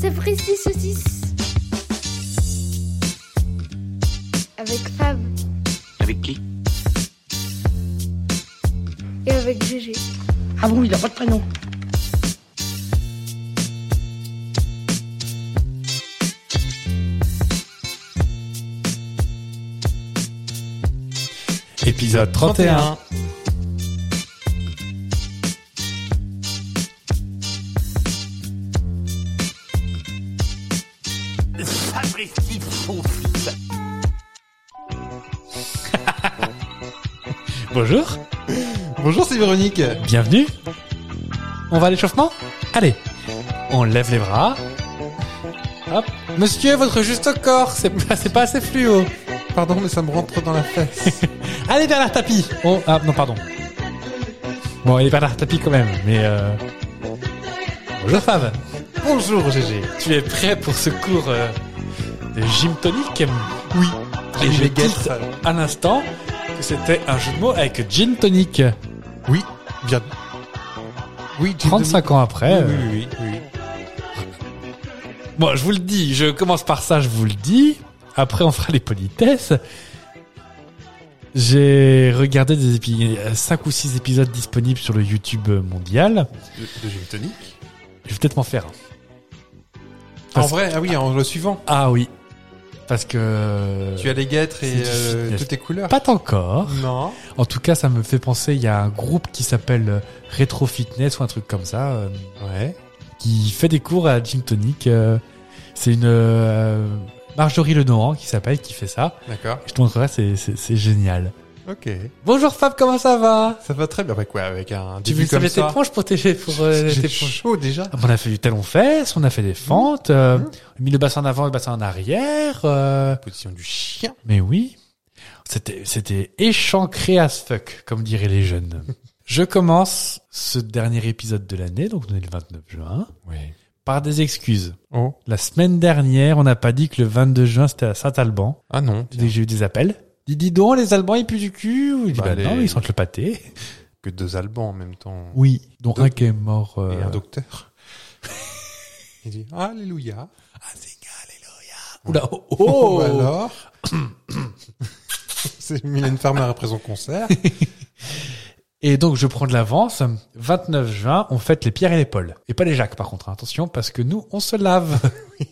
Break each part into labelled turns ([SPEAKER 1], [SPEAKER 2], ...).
[SPEAKER 1] Sapristi saucisse. Avec Fab
[SPEAKER 2] Avec qui
[SPEAKER 1] et avec Gégé.
[SPEAKER 3] Ah bon, il n'a pas de prénom.
[SPEAKER 4] Épisode 31.
[SPEAKER 2] Sapristi saucisse.
[SPEAKER 4] Bonjour,
[SPEAKER 5] Bonjour, c'est Véronique.
[SPEAKER 4] bienvenue. On va à l'échauffement Allez, on lève les bras. Hop,
[SPEAKER 5] Monsieur, votre juste corps.
[SPEAKER 4] c'est pas, c'est pas assez fluo.
[SPEAKER 5] Pardon, mais ça me rentre dans la fesse.
[SPEAKER 4] Allez, Ah, Bernard Tapie Oh, ah, non, pardon. Bon, il est Bernard Tapie quand même, mais... Euh... Bonjour Fab,
[SPEAKER 5] Bonjour, GG.
[SPEAKER 4] tu es prêt pour ce cours euh, de gym tonic Oui. Et je tilte à l'instant que c'était un jeu de mots avec gin tonic.
[SPEAKER 5] Oui, bien. Oui, Jim
[SPEAKER 4] 35 ans après...
[SPEAKER 5] Dominique.
[SPEAKER 4] euh,
[SPEAKER 5] Oui, oui, oui, oui.
[SPEAKER 4] Bon, je vous le dis, je commence par ça, je vous le dis. Après, on fera les politesses. J'ai regardé des épi- euh, cinq ou six épisodes disponibles sur le YouTube mondial.
[SPEAKER 5] De, de Jim Tonic.
[SPEAKER 4] Je vais peut-être m'en faire un.
[SPEAKER 5] En
[SPEAKER 4] Parce-
[SPEAKER 5] vrai, ah oui, en le suivant.
[SPEAKER 4] Ah oui. Parce que...
[SPEAKER 5] Tu as les guêtres
[SPEAKER 4] C'est
[SPEAKER 5] et
[SPEAKER 4] difficile,
[SPEAKER 5] euh,
[SPEAKER 4] yes.
[SPEAKER 5] toutes les couleurs.
[SPEAKER 4] Pas encore.
[SPEAKER 5] Non.
[SPEAKER 4] En tout cas, ça me fait penser, il y a un groupe qui s'appelle euh, Retro Fitness ou un truc comme ça, euh,
[SPEAKER 5] Ouais.
[SPEAKER 4] qui fait des cours à Gym Tonic. euh, C'est une euh, Marjorie Lenoir qui s'appelle, qui fait ça.
[SPEAKER 5] D'accord.
[SPEAKER 4] Je te montrerai, c'est- c'est c'est génial.
[SPEAKER 5] Ok.
[SPEAKER 4] Bonjour Fab, comment ça va
[SPEAKER 5] Ça va très bien. Bah quoi, avec un
[SPEAKER 4] Tu
[SPEAKER 5] début
[SPEAKER 4] veux
[SPEAKER 5] comme
[SPEAKER 4] savais tes
[SPEAKER 5] ça.
[SPEAKER 4] planches pour tes pour euh,
[SPEAKER 5] J'ai
[SPEAKER 4] tes planches
[SPEAKER 5] chaud déjà.
[SPEAKER 4] Ah, On a fait du talon fesse, on a fait des fentes, euh, on a mis le bassin en avant, le bassin en arrière. euh,
[SPEAKER 5] Position du chien.
[SPEAKER 4] mais oui, c'était c'était échancré as fuck, comme diraient les jeunes. Je commence ce dernier épisode de l'année, donc on est le 29 juin,
[SPEAKER 5] Oui.
[SPEAKER 4] par des excuses.
[SPEAKER 5] Oh.
[SPEAKER 4] La semaine dernière, on n'a pas dit que le 22 juin c'était à Saint-Alban.
[SPEAKER 5] Ah non.
[SPEAKER 4] J'ai eu des appels. Dis, dis donc, les Albans ils puent du cul ou ils,
[SPEAKER 5] Bah, les-
[SPEAKER 4] non, ils sentent le pâté.
[SPEAKER 5] Que deux Albans en même temps.
[SPEAKER 4] Oui, dont
[SPEAKER 5] Deux.
[SPEAKER 4] un qui est mort. euh,
[SPEAKER 5] Et un docteur. Il dit Alléluia.
[SPEAKER 4] Oula, oh,
[SPEAKER 5] Oh,
[SPEAKER 4] oh
[SPEAKER 5] alors C'est Mylène Farmer après son concert.
[SPEAKER 4] Et donc je prends de l'avance. 29 juin, on fête les Pierre et les Paul. Et pas les Jacques par contre, hein. attention, parce que nous, on se lave.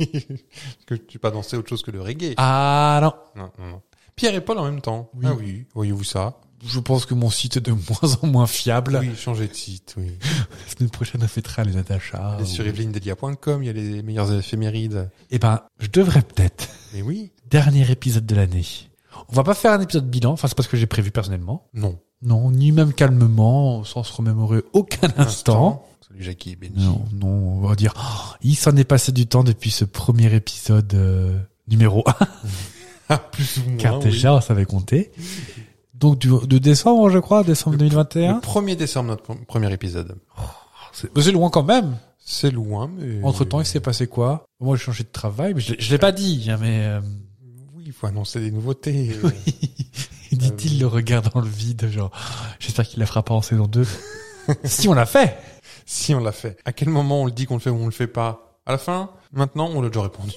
[SPEAKER 5] que tu pas danser autre chose que le reggae.
[SPEAKER 4] ah non.
[SPEAKER 5] Non, non, non. Pierre et Paul en même temps.
[SPEAKER 4] Oui.
[SPEAKER 5] Ah oui, voyez-vous ça
[SPEAKER 4] Je pense que mon site est de moins en moins fiable.
[SPEAKER 5] Oui, changez de site. Oui.
[SPEAKER 4] La semaine prochaine, on fêtera les Natacha.
[SPEAKER 5] Et sur evelynedelia.com, il y a les meilleures éphémérides.
[SPEAKER 4] Eh ben, je devrais peut-être.
[SPEAKER 5] Mais oui
[SPEAKER 4] Dernier épisode de l'année. On va pas faire un épisode bilan, enfin c'est pas ce que j'ai prévu personnellement.
[SPEAKER 5] Non.
[SPEAKER 4] Non, ni même calmement, sans se remémorer aucun instant.
[SPEAKER 5] Salut Jackie et Benji.
[SPEAKER 4] Non, non, on va dire, oh, il s'en est passé du temps depuis ce premier épisode euh, numéro 1,
[SPEAKER 5] Ah, plus ou moins.
[SPEAKER 4] car
[SPEAKER 5] oui.
[SPEAKER 4] déjà on savait compter. Donc du, de décembre, je crois, décembre
[SPEAKER 5] Le- Le
[SPEAKER 4] 2021.
[SPEAKER 5] 1er décembre, notre pr- premier épisode.
[SPEAKER 4] C'est mais c'est loin quand même.
[SPEAKER 5] C'est loin, mais.
[SPEAKER 4] Entre temps, il s'est passé quoi Moi, j'ai changé de travail, mais je, l'ai- je l'ai pas dit. hein, mais euh,
[SPEAKER 5] Oui, il faut annoncer des nouveautés.
[SPEAKER 4] dit-il le regard dans le vide, genre, j'espère qu'il la fera pas en saison 2. si on l'a fait.
[SPEAKER 5] si on l'a fait. À quel moment on le dit qu'on le fait ou on le fait pas À la fin Maintenant, on l'a déjà répondu.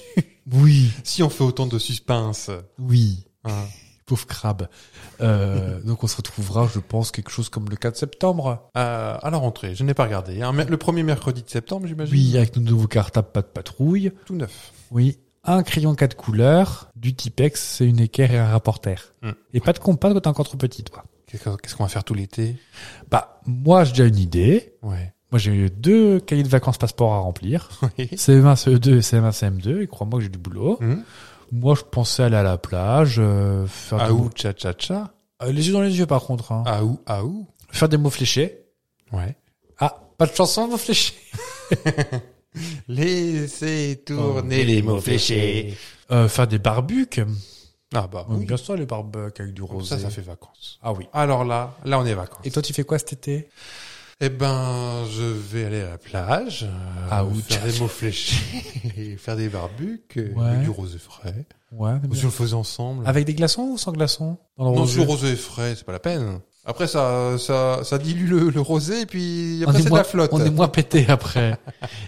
[SPEAKER 4] Oui,
[SPEAKER 5] Si on fait autant de suspense.
[SPEAKER 4] oui.
[SPEAKER 5] hein.
[SPEAKER 4] Pauvre crabe. Euh, donc on se retrouvera, je pense, quelque chose comme le 4 septembre.
[SPEAKER 5] Euh, à la rentrée, je n'ai pas regardé. Un mer- le premier mercredi de septembre, j'imagine.
[SPEAKER 4] Oui, avec nos nouveaux cartables, pas de patrouille.
[SPEAKER 5] Tout neuf.
[SPEAKER 4] Oui. Un crayon quatre couleurs, du Tipex, c'est une équerre et un rapporteur.
[SPEAKER 5] Hmm.
[SPEAKER 4] Et pas de compas quand t'es encore trop petit, toi.
[SPEAKER 5] Qu'est-ce qu'on qu'est-ce qu'on va faire tout l'été
[SPEAKER 4] Bah, moi, j'ai déjà une idée.
[SPEAKER 5] Ouais.
[SPEAKER 4] Moi, j'ai eu deux cahiers de vacances passeport à remplir.
[SPEAKER 5] Oui.
[SPEAKER 4] CM1, CE2 E et CM1, CM2. Et crois-moi que j'ai du boulot.
[SPEAKER 5] Hmm.
[SPEAKER 4] Moi, je pensais aller à la plage, euh, faire des
[SPEAKER 5] Aou,
[SPEAKER 4] mots-
[SPEAKER 5] Ah tcha Ah tcha tcha.
[SPEAKER 4] Euh, les yeux dans les yeux, par contre. hein.
[SPEAKER 5] Aou, aou.
[SPEAKER 4] Faire des mots fléchés.
[SPEAKER 5] Ouais.
[SPEAKER 4] Ah, pas de chanson, mots fléchés.
[SPEAKER 5] Laissez tourner Oh, les mots fléchés.
[SPEAKER 4] Euh, faire des barbuques.
[SPEAKER 5] Ah bah
[SPEAKER 4] Oui.
[SPEAKER 5] oui.
[SPEAKER 4] Bien sûr, les barbuques avec du rosé.
[SPEAKER 5] Ça, ça fait vacances.
[SPEAKER 4] Ah oui.
[SPEAKER 5] Alors là, là on est vacances.
[SPEAKER 4] Et toi, tu fais quoi cet été
[SPEAKER 5] Eh ben, je vais aller à la plage, euh,
[SPEAKER 4] Ah, ou
[SPEAKER 5] faire des mots fléchés, et faire des barbuques, euh,
[SPEAKER 4] Ouais.
[SPEAKER 5] avec du rosé frais.
[SPEAKER 4] Ouais.
[SPEAKER 5] Ou si on le faisait ensemble.
[SPEAKER 4] Avec des glaçons ou sans glaçons Dans le
[SPEAKER 5] non,
[SPEAKER 4] rosé
[SPEAKER 5] si le rosé est frais, c'est pas la peine. Après, ça, ça, ça dilue le, le rosé, et puis
[SPEAKER 4] on
[SPEAKER 5] après,
[SPEAKER 4] est
[SPEAKER 5] c'est de
[SPEAKER 4] moins-
[SPEAKER 5] la flotte.
[SPEAKER 4] On est moins pété après.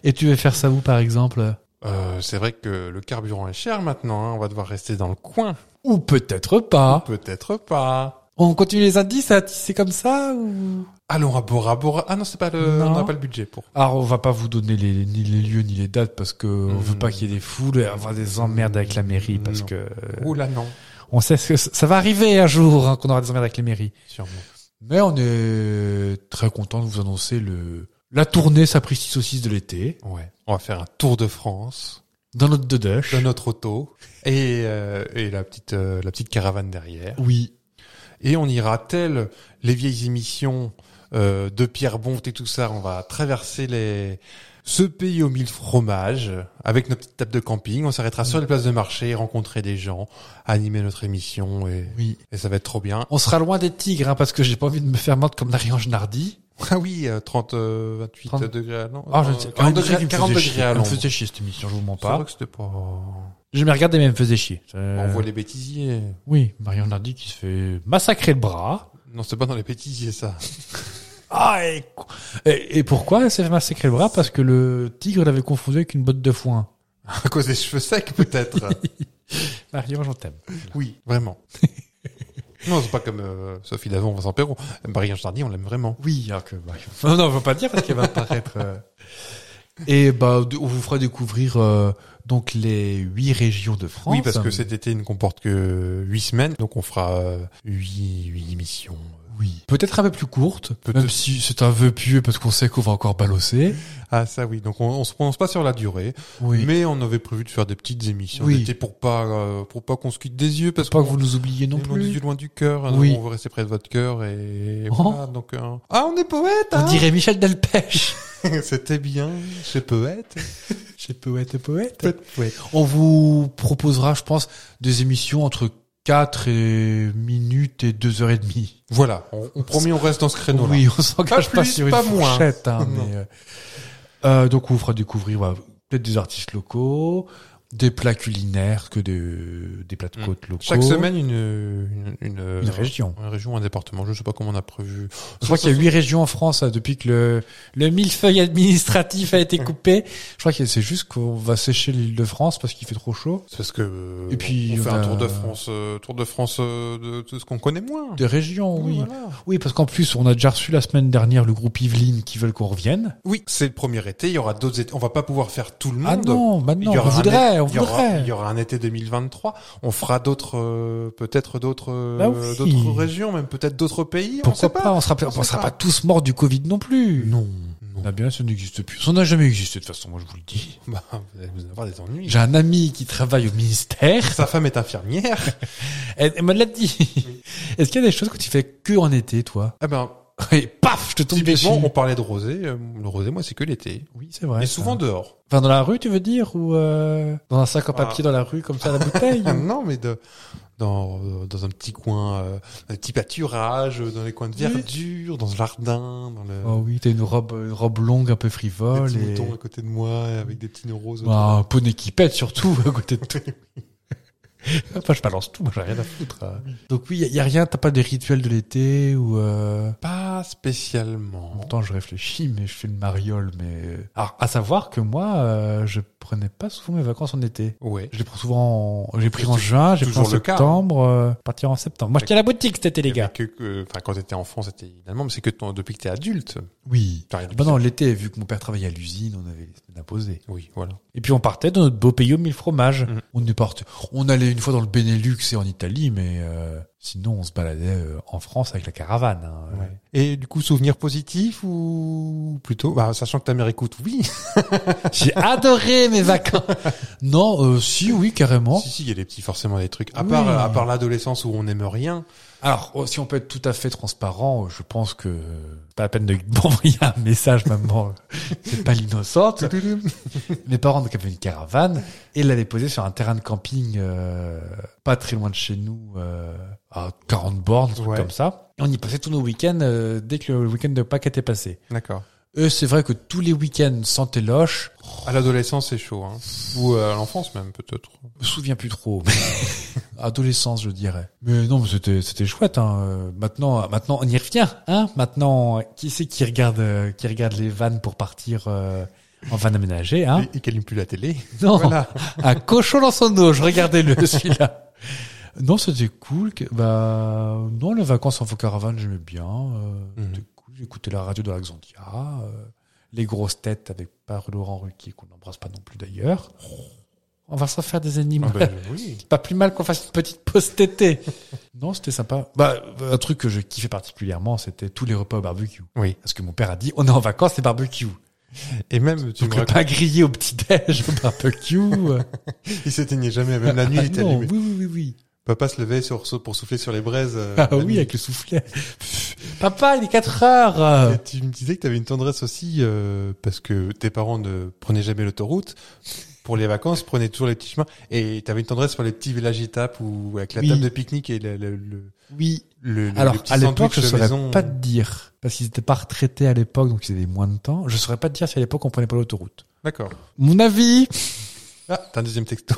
[SPEAKER 4] Et tu veux faire ça où, par exemple
[SPEAKER 5] Euh, c'est vrai que le carburant est cher maintenant, hein. on va devoir rester dans le coin.
[SPEAKER 4] Ou peut-être pas.
[SPEAKER 5] Peut-être pas.
[SPEAKER 4] On continue les indices à tisser comme ça ou...
[SPEAKER 5] Allons à Bora Bora. Ah non, c'est pas le,
[SPEAKER 4] Non.
[SPEAKER 5] on n'a pas le budget pour.
[SPEAKER 4] Alors, Ah, on va pas vous donner les, ni les lieux ni les dates parce que on veut
[SPEAKER 5] Hmm.
[SPEAKER 4] pas qu'il y ait des foules et avoir des emmerdes avec la mairie parce
[SPEAKER 5] Non.
[SPEAKER 4] que euh,
[SPEAKER 5] Oula non,
[SPEAKER 4] on sait ce que ça va arriver un jour hein, qu'on aura des emmerdes avec les mairies.
[SPEAKER 5] sûrement.
[SPEAKER 4] Mais on est très content de vous annoncer le la tournée Sapristi saucisse de l'été
[SPEAKER 5] Ouais. On va faire un tour de France
[SPEAKER 4] dans notre Dodoche.
[SPEAKER 5] de notre auto et, euh, et la petite euh, la petite caravane derrière.
[SPEAKER 4] Oui.
[SPEAKER 5] Et on ira tel les vieilles émissions euh, de Pierre Bonte et tout ça. On va traverser les ce pays aux mille fromages avec nos petites tables de camping. On s'arrêtera sur les places de marché, rencontrer des gens, animer notre émission et,
[SPEAKER 4] Oui.
[SPEAKER 5] et ça va être trop bien.
[SPEAKER 4] On sera loin des tigres hein, parce que j'ai pas envie de me faire mordre comme Marie-Ange Nardi.
[SPEAKER 5] Ah oui, euh, 30, euh, 28
[SPEAKER 4] 30.
[SPEAKER 5] degrés. Non,
[SPEAKER 4] Ah, je
[SPEAKER 5] euh,
[SPEAKER 4] ne sais-
[SPEAKER 5] 40
[SPEAKER 4] Ah, il me faisait- il
[SPEAKER 5] degrés,
[SPEAKER 4] me
[SPEAKER 5] 40
[SPEAKER 4] faisait
[SPEAKER 5] degrés
[SPEAKER 4] chier.
[SPEAKER 5] à
[SPEAKER 4] Elle me
[SPEAKER 5] Londres.
[SPEAKER 4] faisait chier cette émission, je vous mens
[SPEAKER 5] C'est vrai
[SPEAKER 4] pas.
[SPEAKER 5] que c'était pas.
[SPEAKER 4] Je me regardais mais elle me faisait chier. Euh,
[SPEAKER 5] On voit les bêtisiers.
[SPEAKER 4] Oui, Marion Nardi qui se fait massacrer le bras.
[SPEAKER 5] Non, c'est pas dans les bêtisiers ça.
[SPEAKER 4] Ah, et, et- et pourquoi elle s'est fait massacrer le bras Parce que le tigre l'avait confondu avec une botte de foin.
[SPEAKER 5] À cause des cheveux secs peut-être.
[SPEAKER 4] Marion, j'en t'aime.
[SPEAKER 5] oui, vraiment. non, c'est pas comme euh, Sophie Davant, Vincent Perron. Marie-Ange Tardy, on l'aime vraiment.
[SPEAKER 4] Oui, alors que Marion... Non, non, faut pas dire parce qu'elle va apparaître... euh. Et bah, on vous fera découvrir euh, donc les huit régions de France. Euh,
[SPEAKER 5] Oui, parce que cet été, il ne comporte que 8 semaines, donc on fera 8, émissions.
[SPEAKER 4] Oui. Peut-être un peu plus courte,
[SPEAKER 5] Peut-être.
[SPEAKER 4] même si c'est un vœu pieux parce qu'on sait qu'on va encore balosser.
[SPEAKER 5] Ah ça oui, donc on, on se prononce pas sur la durée,
[SPEAKER 4] Oui.
[SPEAKER 5] mais on avait prévu de faire des petites émissions
[SPEAKER 4] Oui.
[SPEAKER 5] d'été pour pas euh, pour pas qu'on se quitte des yeux, parce
[SPEAKER 4] pas
[SPEAKER 5] qu'on-
[SPEAKER 4] que vous nous oubliez non
[SPEAKER 5] Loin du-
[SPEAKER 4] plus.
[SPEAKER 5] loin du cœur, hein,
[SPEAKER 4] Oui.
[SPEAKER 5] donc on veut rester près de votre cœur et
[SPEAKER 4] Oh.
[SPEAKER 5] voilà, donc euh, ah on est poète,
[SPEAKER 4] On
[SPEAKER 5] hein
[SPEAKER 4] dirait Michel Delpech.
[SPEAKER 5] c'était bien, c'est poète,
[SPEAKER 4] Chez poète et poète.
[SPEAKER 5] poète, poète.
[SPEAKER 4] On vous proposera, je pense, des émissions entre 4 et minutes et 2 heures et demie.
[SPEAKER 5] Voilà, on, on promet on reste dans ce créneau là.
[SPEAKER 4] Oui, on s'engage
[SPEAKER 5] Pas
[SPEAKER 4] pas,
[SPEAKER 5] plus,
[SPEAKER 4] sur une
[SPEAKER 5] pas moins.
[SPEAKER 4] fourchette. hein,
[SPEAKER 5] Non.
[SPEAKER 4] mais, euh, euh, donc, on vous fera découvrir voilà, peut-être des artistes locaux, des plats culinaires, que des, des plats de
[SPEAKER 5] Mm.
[SPEAKER 4] côte locaux.
[SPEAKER 5] Chaque semaine une une une, euh,
[SPEAKER 4] Une région.
[SPEAKER 5] une région, un département, je sais pas comment on a prévu.
[SPEAKER 4] Je crois qu'il y a huit régions en France hein, depuis que le, le millefeuille administratif a
[SPEAKER 5] Mm.
[SPEAKER 4] été coupé. Je crois que c'est juste qu'on va sécher l'île de France parce qu'il fait trop chaud.
[SPEAKER 5] C'est parce que euh,
[SPEAKER 4] Et puis,
[SPEAKER 5] on fait
[SPEAKER 4] on
[SPEAKER 5] un
[SPEAKER 4] a-
[SPEAKER 5] tour de France, euh, tour de France euh, de, de ce qu'on connaît moins.
[SPEAKER 4] Des régions, oui.
[SPEAKER 5] Voilà.
[SPEAKER 4] Oui, parce qu'en plus, on a déjà reçu la semaine dernière le groupe Yveline qui veulent qu'on revienne.
[SPEAKER 5] Oui, c'est le premier été, il y aura d'autres étés, on va pas pouvoir faire tout le monde.
[SPEAKER 4] Ah non, maintenant,
[SPEAKER 5] Mm. Il y
[SPEAKER 4] on
[SPEAKER 5] aura un
[SPEAKER 4] voudrait,
[SPEAKER 5] été-
[SPEAKER 4] on
[SPEAKER 5] il y aura-
[SPEAKER 4] voudrait.
[SPEAKER 5] Il y aura un été 2023. On fera d'autres, euh, peut-être d'autres, euh,
[SPEAKER 4] Ah oui.
[SPEAKER 5] d'autres régions, même peut-être d'autres pays. on
[SPEAKER 4] Pourquoi
[SPEAKER 5] sait
[SPEAKER 4] pas,
[SPEAKER 5] pas.
[SPEAKER 4] On sera,
[SPEAKER 5] On
[SPEAKER 4] on
[SPEAKER 5] sait
[SPEAKER 4] sera
[SPEAKER 5] pas.
[SPEAKER 4] pas tous morts du Covid non plus.
[SPEAKER 5] Non.
[SPEAKER 4] Ah bien, ça n'existe plus. Ça n'a jamais existé, de toute façon, moi je vous le dis.
[SPEAKER 5] Bah, vous allez vous allez avoir des ennuis.
[SPEAKER 4] J'ai un ami qui travaille au ministère.
[SPEAKER 5] Sa femme est infirmière.
[SPEAKER 4] Elle, elle me l'a dit. Est-ce qu'il y a des choses que tu fais que en été, toi
[SPEAKER 5] eh ben,
[SPEAKER 4] Et paf, je te tombe dessus.
[SPEAKER 5] typiquement, on parlait de rosé. euh, Le rosé, moi, c'est que l'été.
[SPEAKER 4] Oui, c'est vrai.
[SPEAKER 5] Et
[SPEAKER 4] ça.
[SPEAKER 5] souvent dehors.
[SPEAKER 4] Enfin, dans la rue, tu veux dire Ou euh, dans un sac en
[SPEAKER 5] Ah.
[SPEAKER 4] papier dans la rue, comme ça, à la bouteille
[SPEAKER 5] Ah non, mais de, dans, euh, dans un petit coin, euh, un petit pâturage, euh, dans les coins de
[SPEAKER 4] Oui.
[SPEAKER 5] verdure, dans le jardin, dans le,
[SPEAKER 4] Oh oui, t'as une robe, une robe longue, un peu
[SPEAKER 5] des
[SPEAKER 4] frivole.
[SPEAKER 5] petits
[SPEAKER 4] Et...
[SPEAKER 5] moutons à côté de moi, avec des petits nœuds roses. autour.
[SPEAKER 4] Bah, un poney qui pète, surtout, à côté de toi. enfin, je balance tout, moi, j'ai rien à foutre. hein. Donc oui, il y, a rien, t'as pas des rituels de l'été ou... Euh...
[SPEAKER 5] Pas spécialement.
[SPEAKER 4] En même temps, je réfléchis, mais je fais le mariole. Mais euh, alors, à savoir que moi, euh, je prenais pas souvent mes vacances en été.
[SPEAKER 5] Ouais.
[SPEAKER 4] Je les prends souvent. En... J'ai pris
[SPEAKER 5] C'est
[SPEAKER 4] en juin, j'ai pris en
[SPEAKER 5] toujours le cas, hein.
[SPEAKER 4] septembre, euh, partir en septembre. Moi, j'étais à la boutique cet été, les
[SPEAKER 5] Il y
[SPEAKER 4] gars.
[SPEAKER 5] avait que- que- Enfin, quand t'étais enfant, c'était évidemment, mais c'est que ton- depuis que t'es adulte.
[SPEAKER 4] Oui.
[SPEAKER 5] T'as rien de
[SPEAKER 4] Bah non,
[SPEAKER 5] bizarre.
[SPEAKER 4] l'été, vu que mon père travaillait à l'usine, on avait les semaines imposées.
[SPEAKER 5] Oui, voilà.
[SPEAKER 4] Et puis on partait dans notre beau pays aux mille fromages.
[SPEAKER 5] Mhm.
[SPEAKER 4] On est parti. On allait une fois dans le Benelux et en Italie, mais euh, sinon on se baladait euh, en France avec la caravane. hein.
[SPEAKER 5] Et du coup, souvenir positif ou plutôt, bah, sachant que ta mère écoute, oui.
[SPEAKER 4] J'ai adoré mes vacances. Non, euh, si, oui, carrément.
[SPEAKER 5] si, si, il y a des petits, forcément des trucs. À
[SPEAKER 4] Oui.
[SPEAKER 5] part, euh, à part l'adolescence où on n'aime rien.
[SPEAKER 4] Alors, oh, si on peut être tout à fait transparent, euh, je pense que euh, pas la peine de m'envoyer un message, maman. C'est pas l'innocente. Mes parents donc, avaient une caravane et l'avaient posée sur un terrain de camping euh, pas très loin de chez nous, euh, à 40 bornes, un truc
[SPEAKER 5] Ouais.
[SPEAKER 4] comme ça. Et on y passait tous nos week-ends euh, dès que le week-end de Pâques était passé.
[SPEAKER 5] D'accord.
[SPEAKER 4] Eux, c'est vrai que tous les week-ends, sans téloche,
[SPEAKER 5] À l'adolescence, c'est chaud. Hein. Ou à l'enfance même, peut-être.
[SPEAKER 4] je me souviens plus trop. mais- Adolescence, je dirais. Mais non, mais c'était c'était chouette. Hein. Euh, Maintenant, maintenant, on y revient. Hein maintenant, qui c'est qui regarde euh, qui regarde les vannes pour partir euh, en van aménagée hein
[SPEAKER 5] Et, et qu'elle n'aime plus la télé.
[SPEAKER 4] Non,
[SPEAKER 5] Voilà.
[SPEAKER 4] un cochon dans son dos. Je regardais-le celui-là. Non, c'était cool. que- Bah non, les vacances en faux caravane, j'aimais bien. Euh,
[SPEAKER 5] Mhm.
[SPEAKER 4] c'était cool. J'écoutais la radio de Axantia. euh, les grosses têtes avec par Laurent Ruquier qu'on n'embrasse pas non plus d'ailleurs. On va s'en faire des ennemis.
[SPEAKER 5] Ah ben, oui.
[SPEAKER 4] Pas plus mal qu'on fasse une petite pause tétée. non, c'était sympa. Bah, un truc que je kiffais particulièrement, c'était tous les repas au barbecue.
[SPEAKER 5] Oui.
[SPEAKER 4] Parce que mon père a dit, on est en vacances, c'est barbecue.
[SPEAKER 5] Et même, tu
[SPEAKER 4] Donc
[SPEAKER 5] me
[SPEAKER 4] le
[SPEAKER 5] racontes,
[SPEAKER 4] pain grillé au petit-déj, au barbecue.
[SPEAKER 5] il s'éteignait jamais. Même la nuit, il était
[SPEAKER 4] Ah non,
[SPEAKER 5] allumé.
[SPEAKER 4] Oui, oui, oui, oui.
[SPEAKER 5] Papa se levait sur, pour souffler sur les braises. euh,
[SPEAKER 4] Ah
[SPEAKER 5] la
[SPEAKER 4] oui,
[SPEAKER 5] nuit.
[SPEAKER 4] avec le soufflet. Papa, il est 4 heures.
[SPEAKER 5] Et tu me disais que tu avais une tendresse aussi euh, parce que tes parents ne prenaient jamais l'autoroute. Pour les vacances, prenaient toujours les petits chemins. Et tu avais une tendresse pour les petits villages étapes ou avec la
[SPEAKER 4] Oui.
[SPEAKER 5] table de pique-nique et le, le, le,
[SPEAKER 4] Oui.
[SPEAKER 5] le- le
[SPEAKER 4] Alors,
[SPEAKER 5] petit
[SPEAKER 4] à l'époque,
[SPEAKER 5] sandwich
[SPEAKER 4] je saurais
[SPEAKER 5] maison. euh.
[SPEAKER 4] pas te dire. Parce qu'ils n'étaient pas retraités à l'époque, donc ils avaient moins de temps. Je saurais pas te dire si à l'époque on prenait pas l'autoroute.
[SPEAKER 5] D'accord.
[SPEAKER 4] Mon avis.
[SPEAKER 5] Ah, t'as un deuxième texto.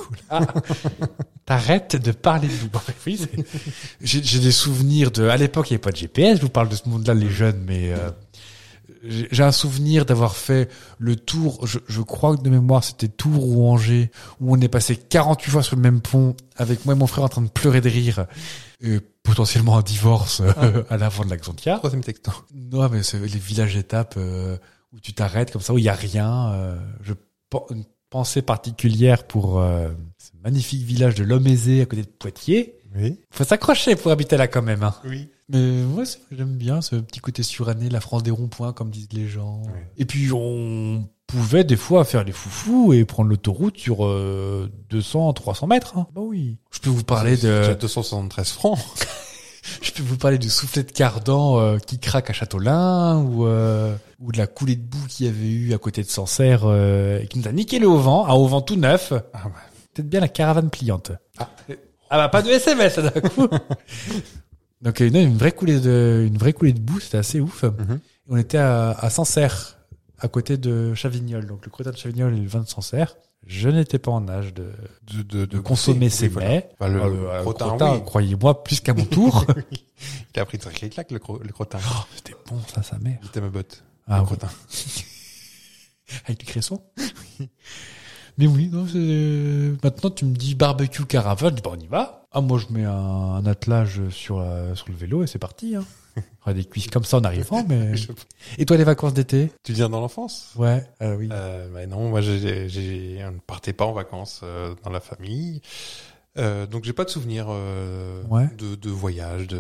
[SPEAKER 4] T'arrêtes de parler de vous. Bah Oui, c'est- j'ai j'ai des souvenirs de. À l'époque, il n'y avait pas de GPS. Je vous parle de ce monde-là, les jeunes, mais euh, j'ai j'ai un souvenir d'avoir fait le tour. Je, je crois que de mémoire, c'était Tours ou Angers, où on est passé 48 fois sur le même pont avec moi et mon frère en train de pleurer de rire, et potentiellement un divorce euh, à l'avant de la Xantia.
[SPEAKER 5] Troisième texto.
[SPEAKER 4] Non, mais c'est les villages étapes euh, où tu t'arrêtes comme ça, où il n'y a rien. euh, je pen- une pensée particulière pour euh, ce magnifique village de Lomézé à côté de Poitiers.
[SPEAKER 5] Oui.
[SPEAKER 4] Faut s'accrocher pour habiter là quand même. Hein.
[SPEAKER 5] Oui.
[SPEAKER 4] Mais moi, c'est- j'aime bien ce petit côté suranné, la France des ronds-points, comme disent les gens.
[SPEAKER 5] Ouais.
[SPEAKER 4] Et puis, on pouvait des fois faire les foufous et prendre l'autoroute sur euh, 200, 300 mètres. hein. Bah oui. Je peux vous parler de...
[SPEAKER 5] 273 francs.
[SPEAKER 4] Je peux vous parler du soufflet de cardan euh, qui craque à Châtelain ou euh, ou de la coulée de boue qu'il y avait eu à côté de Sancerre euh, et qui nous a niqué le haut-vent, un haut-vent tout neuf.
[SPEAKER 5] Ah ouais.
[SPEAKER 4] Peut-être bien la caravane pliante. Ah, bah pas de SMS là, d'un coup. Donc euh, non, une vraie coulée de une vraie coulée de boue, c'était assez ouf.
[SPEAKER 5] Mm-hmm.
[SPEAKER 4] On était à, à Sancerre, à côté de Chavignol. Donc le crottin de Chavignol et le vin de Sancerre. Je n'étais pas en âge de,
[SPEAKER 5] De, de,
[SPEAKER 4] de consommer ces
[SPEAKER 5] oui, voilà.
[SPEAKER 4] mets.
[SPEAKER 5] Enfin, le,
[SPEAKER 4] Ah,
[SPEAKER 5] le
[SPEAKER 4] ah,
[SPEAKER 5] crottin,
[SPEAKER 4] crottin,
[SPEAKER 5] oui.
[SPEAKER 4] croyez-moi, plus qu'à mon tour.
[SPEAKER 5] Il a pris une sacrée claque, le, cro- le crottin.
[SPEAKER 4] Oh, C'était bon, ça, sa mère.
[SPEAKER 5] Il était ma botte.
[SPEAKER 4] Ah,
[SPEAKER 5] le
[SPEAKER 4] oui.
[SPEAKER 5] crottin.
[SPEAKER 4] Avec du cresson. Mais oui, non, c'est- euh, maintenant tu me dis barbecue caravane, bah on y va. Ah, moi je mets un, un attelage sur, la- sur le vélo et c'est parti. Hein. J'aurai des cuisses comme ça en arrivant, mais.
[SPEAKER 5] Je-
[SPEAKER 4] Et toi les vacances d'été
[SPEAKER 5] Tu viens dans l'enfance
[SPEAKER 4] Ouais, ah oui.
[SPEAKER 5] Euh, bah non, moi, j'ai, j'ai- on ne partait pas en vacances euh, dans la famille. Euh, donc, j'ai pas de souvenirs euh,
[SPEAKER 4] Ouais.
[SPEAKER 5] de, de voyage, de,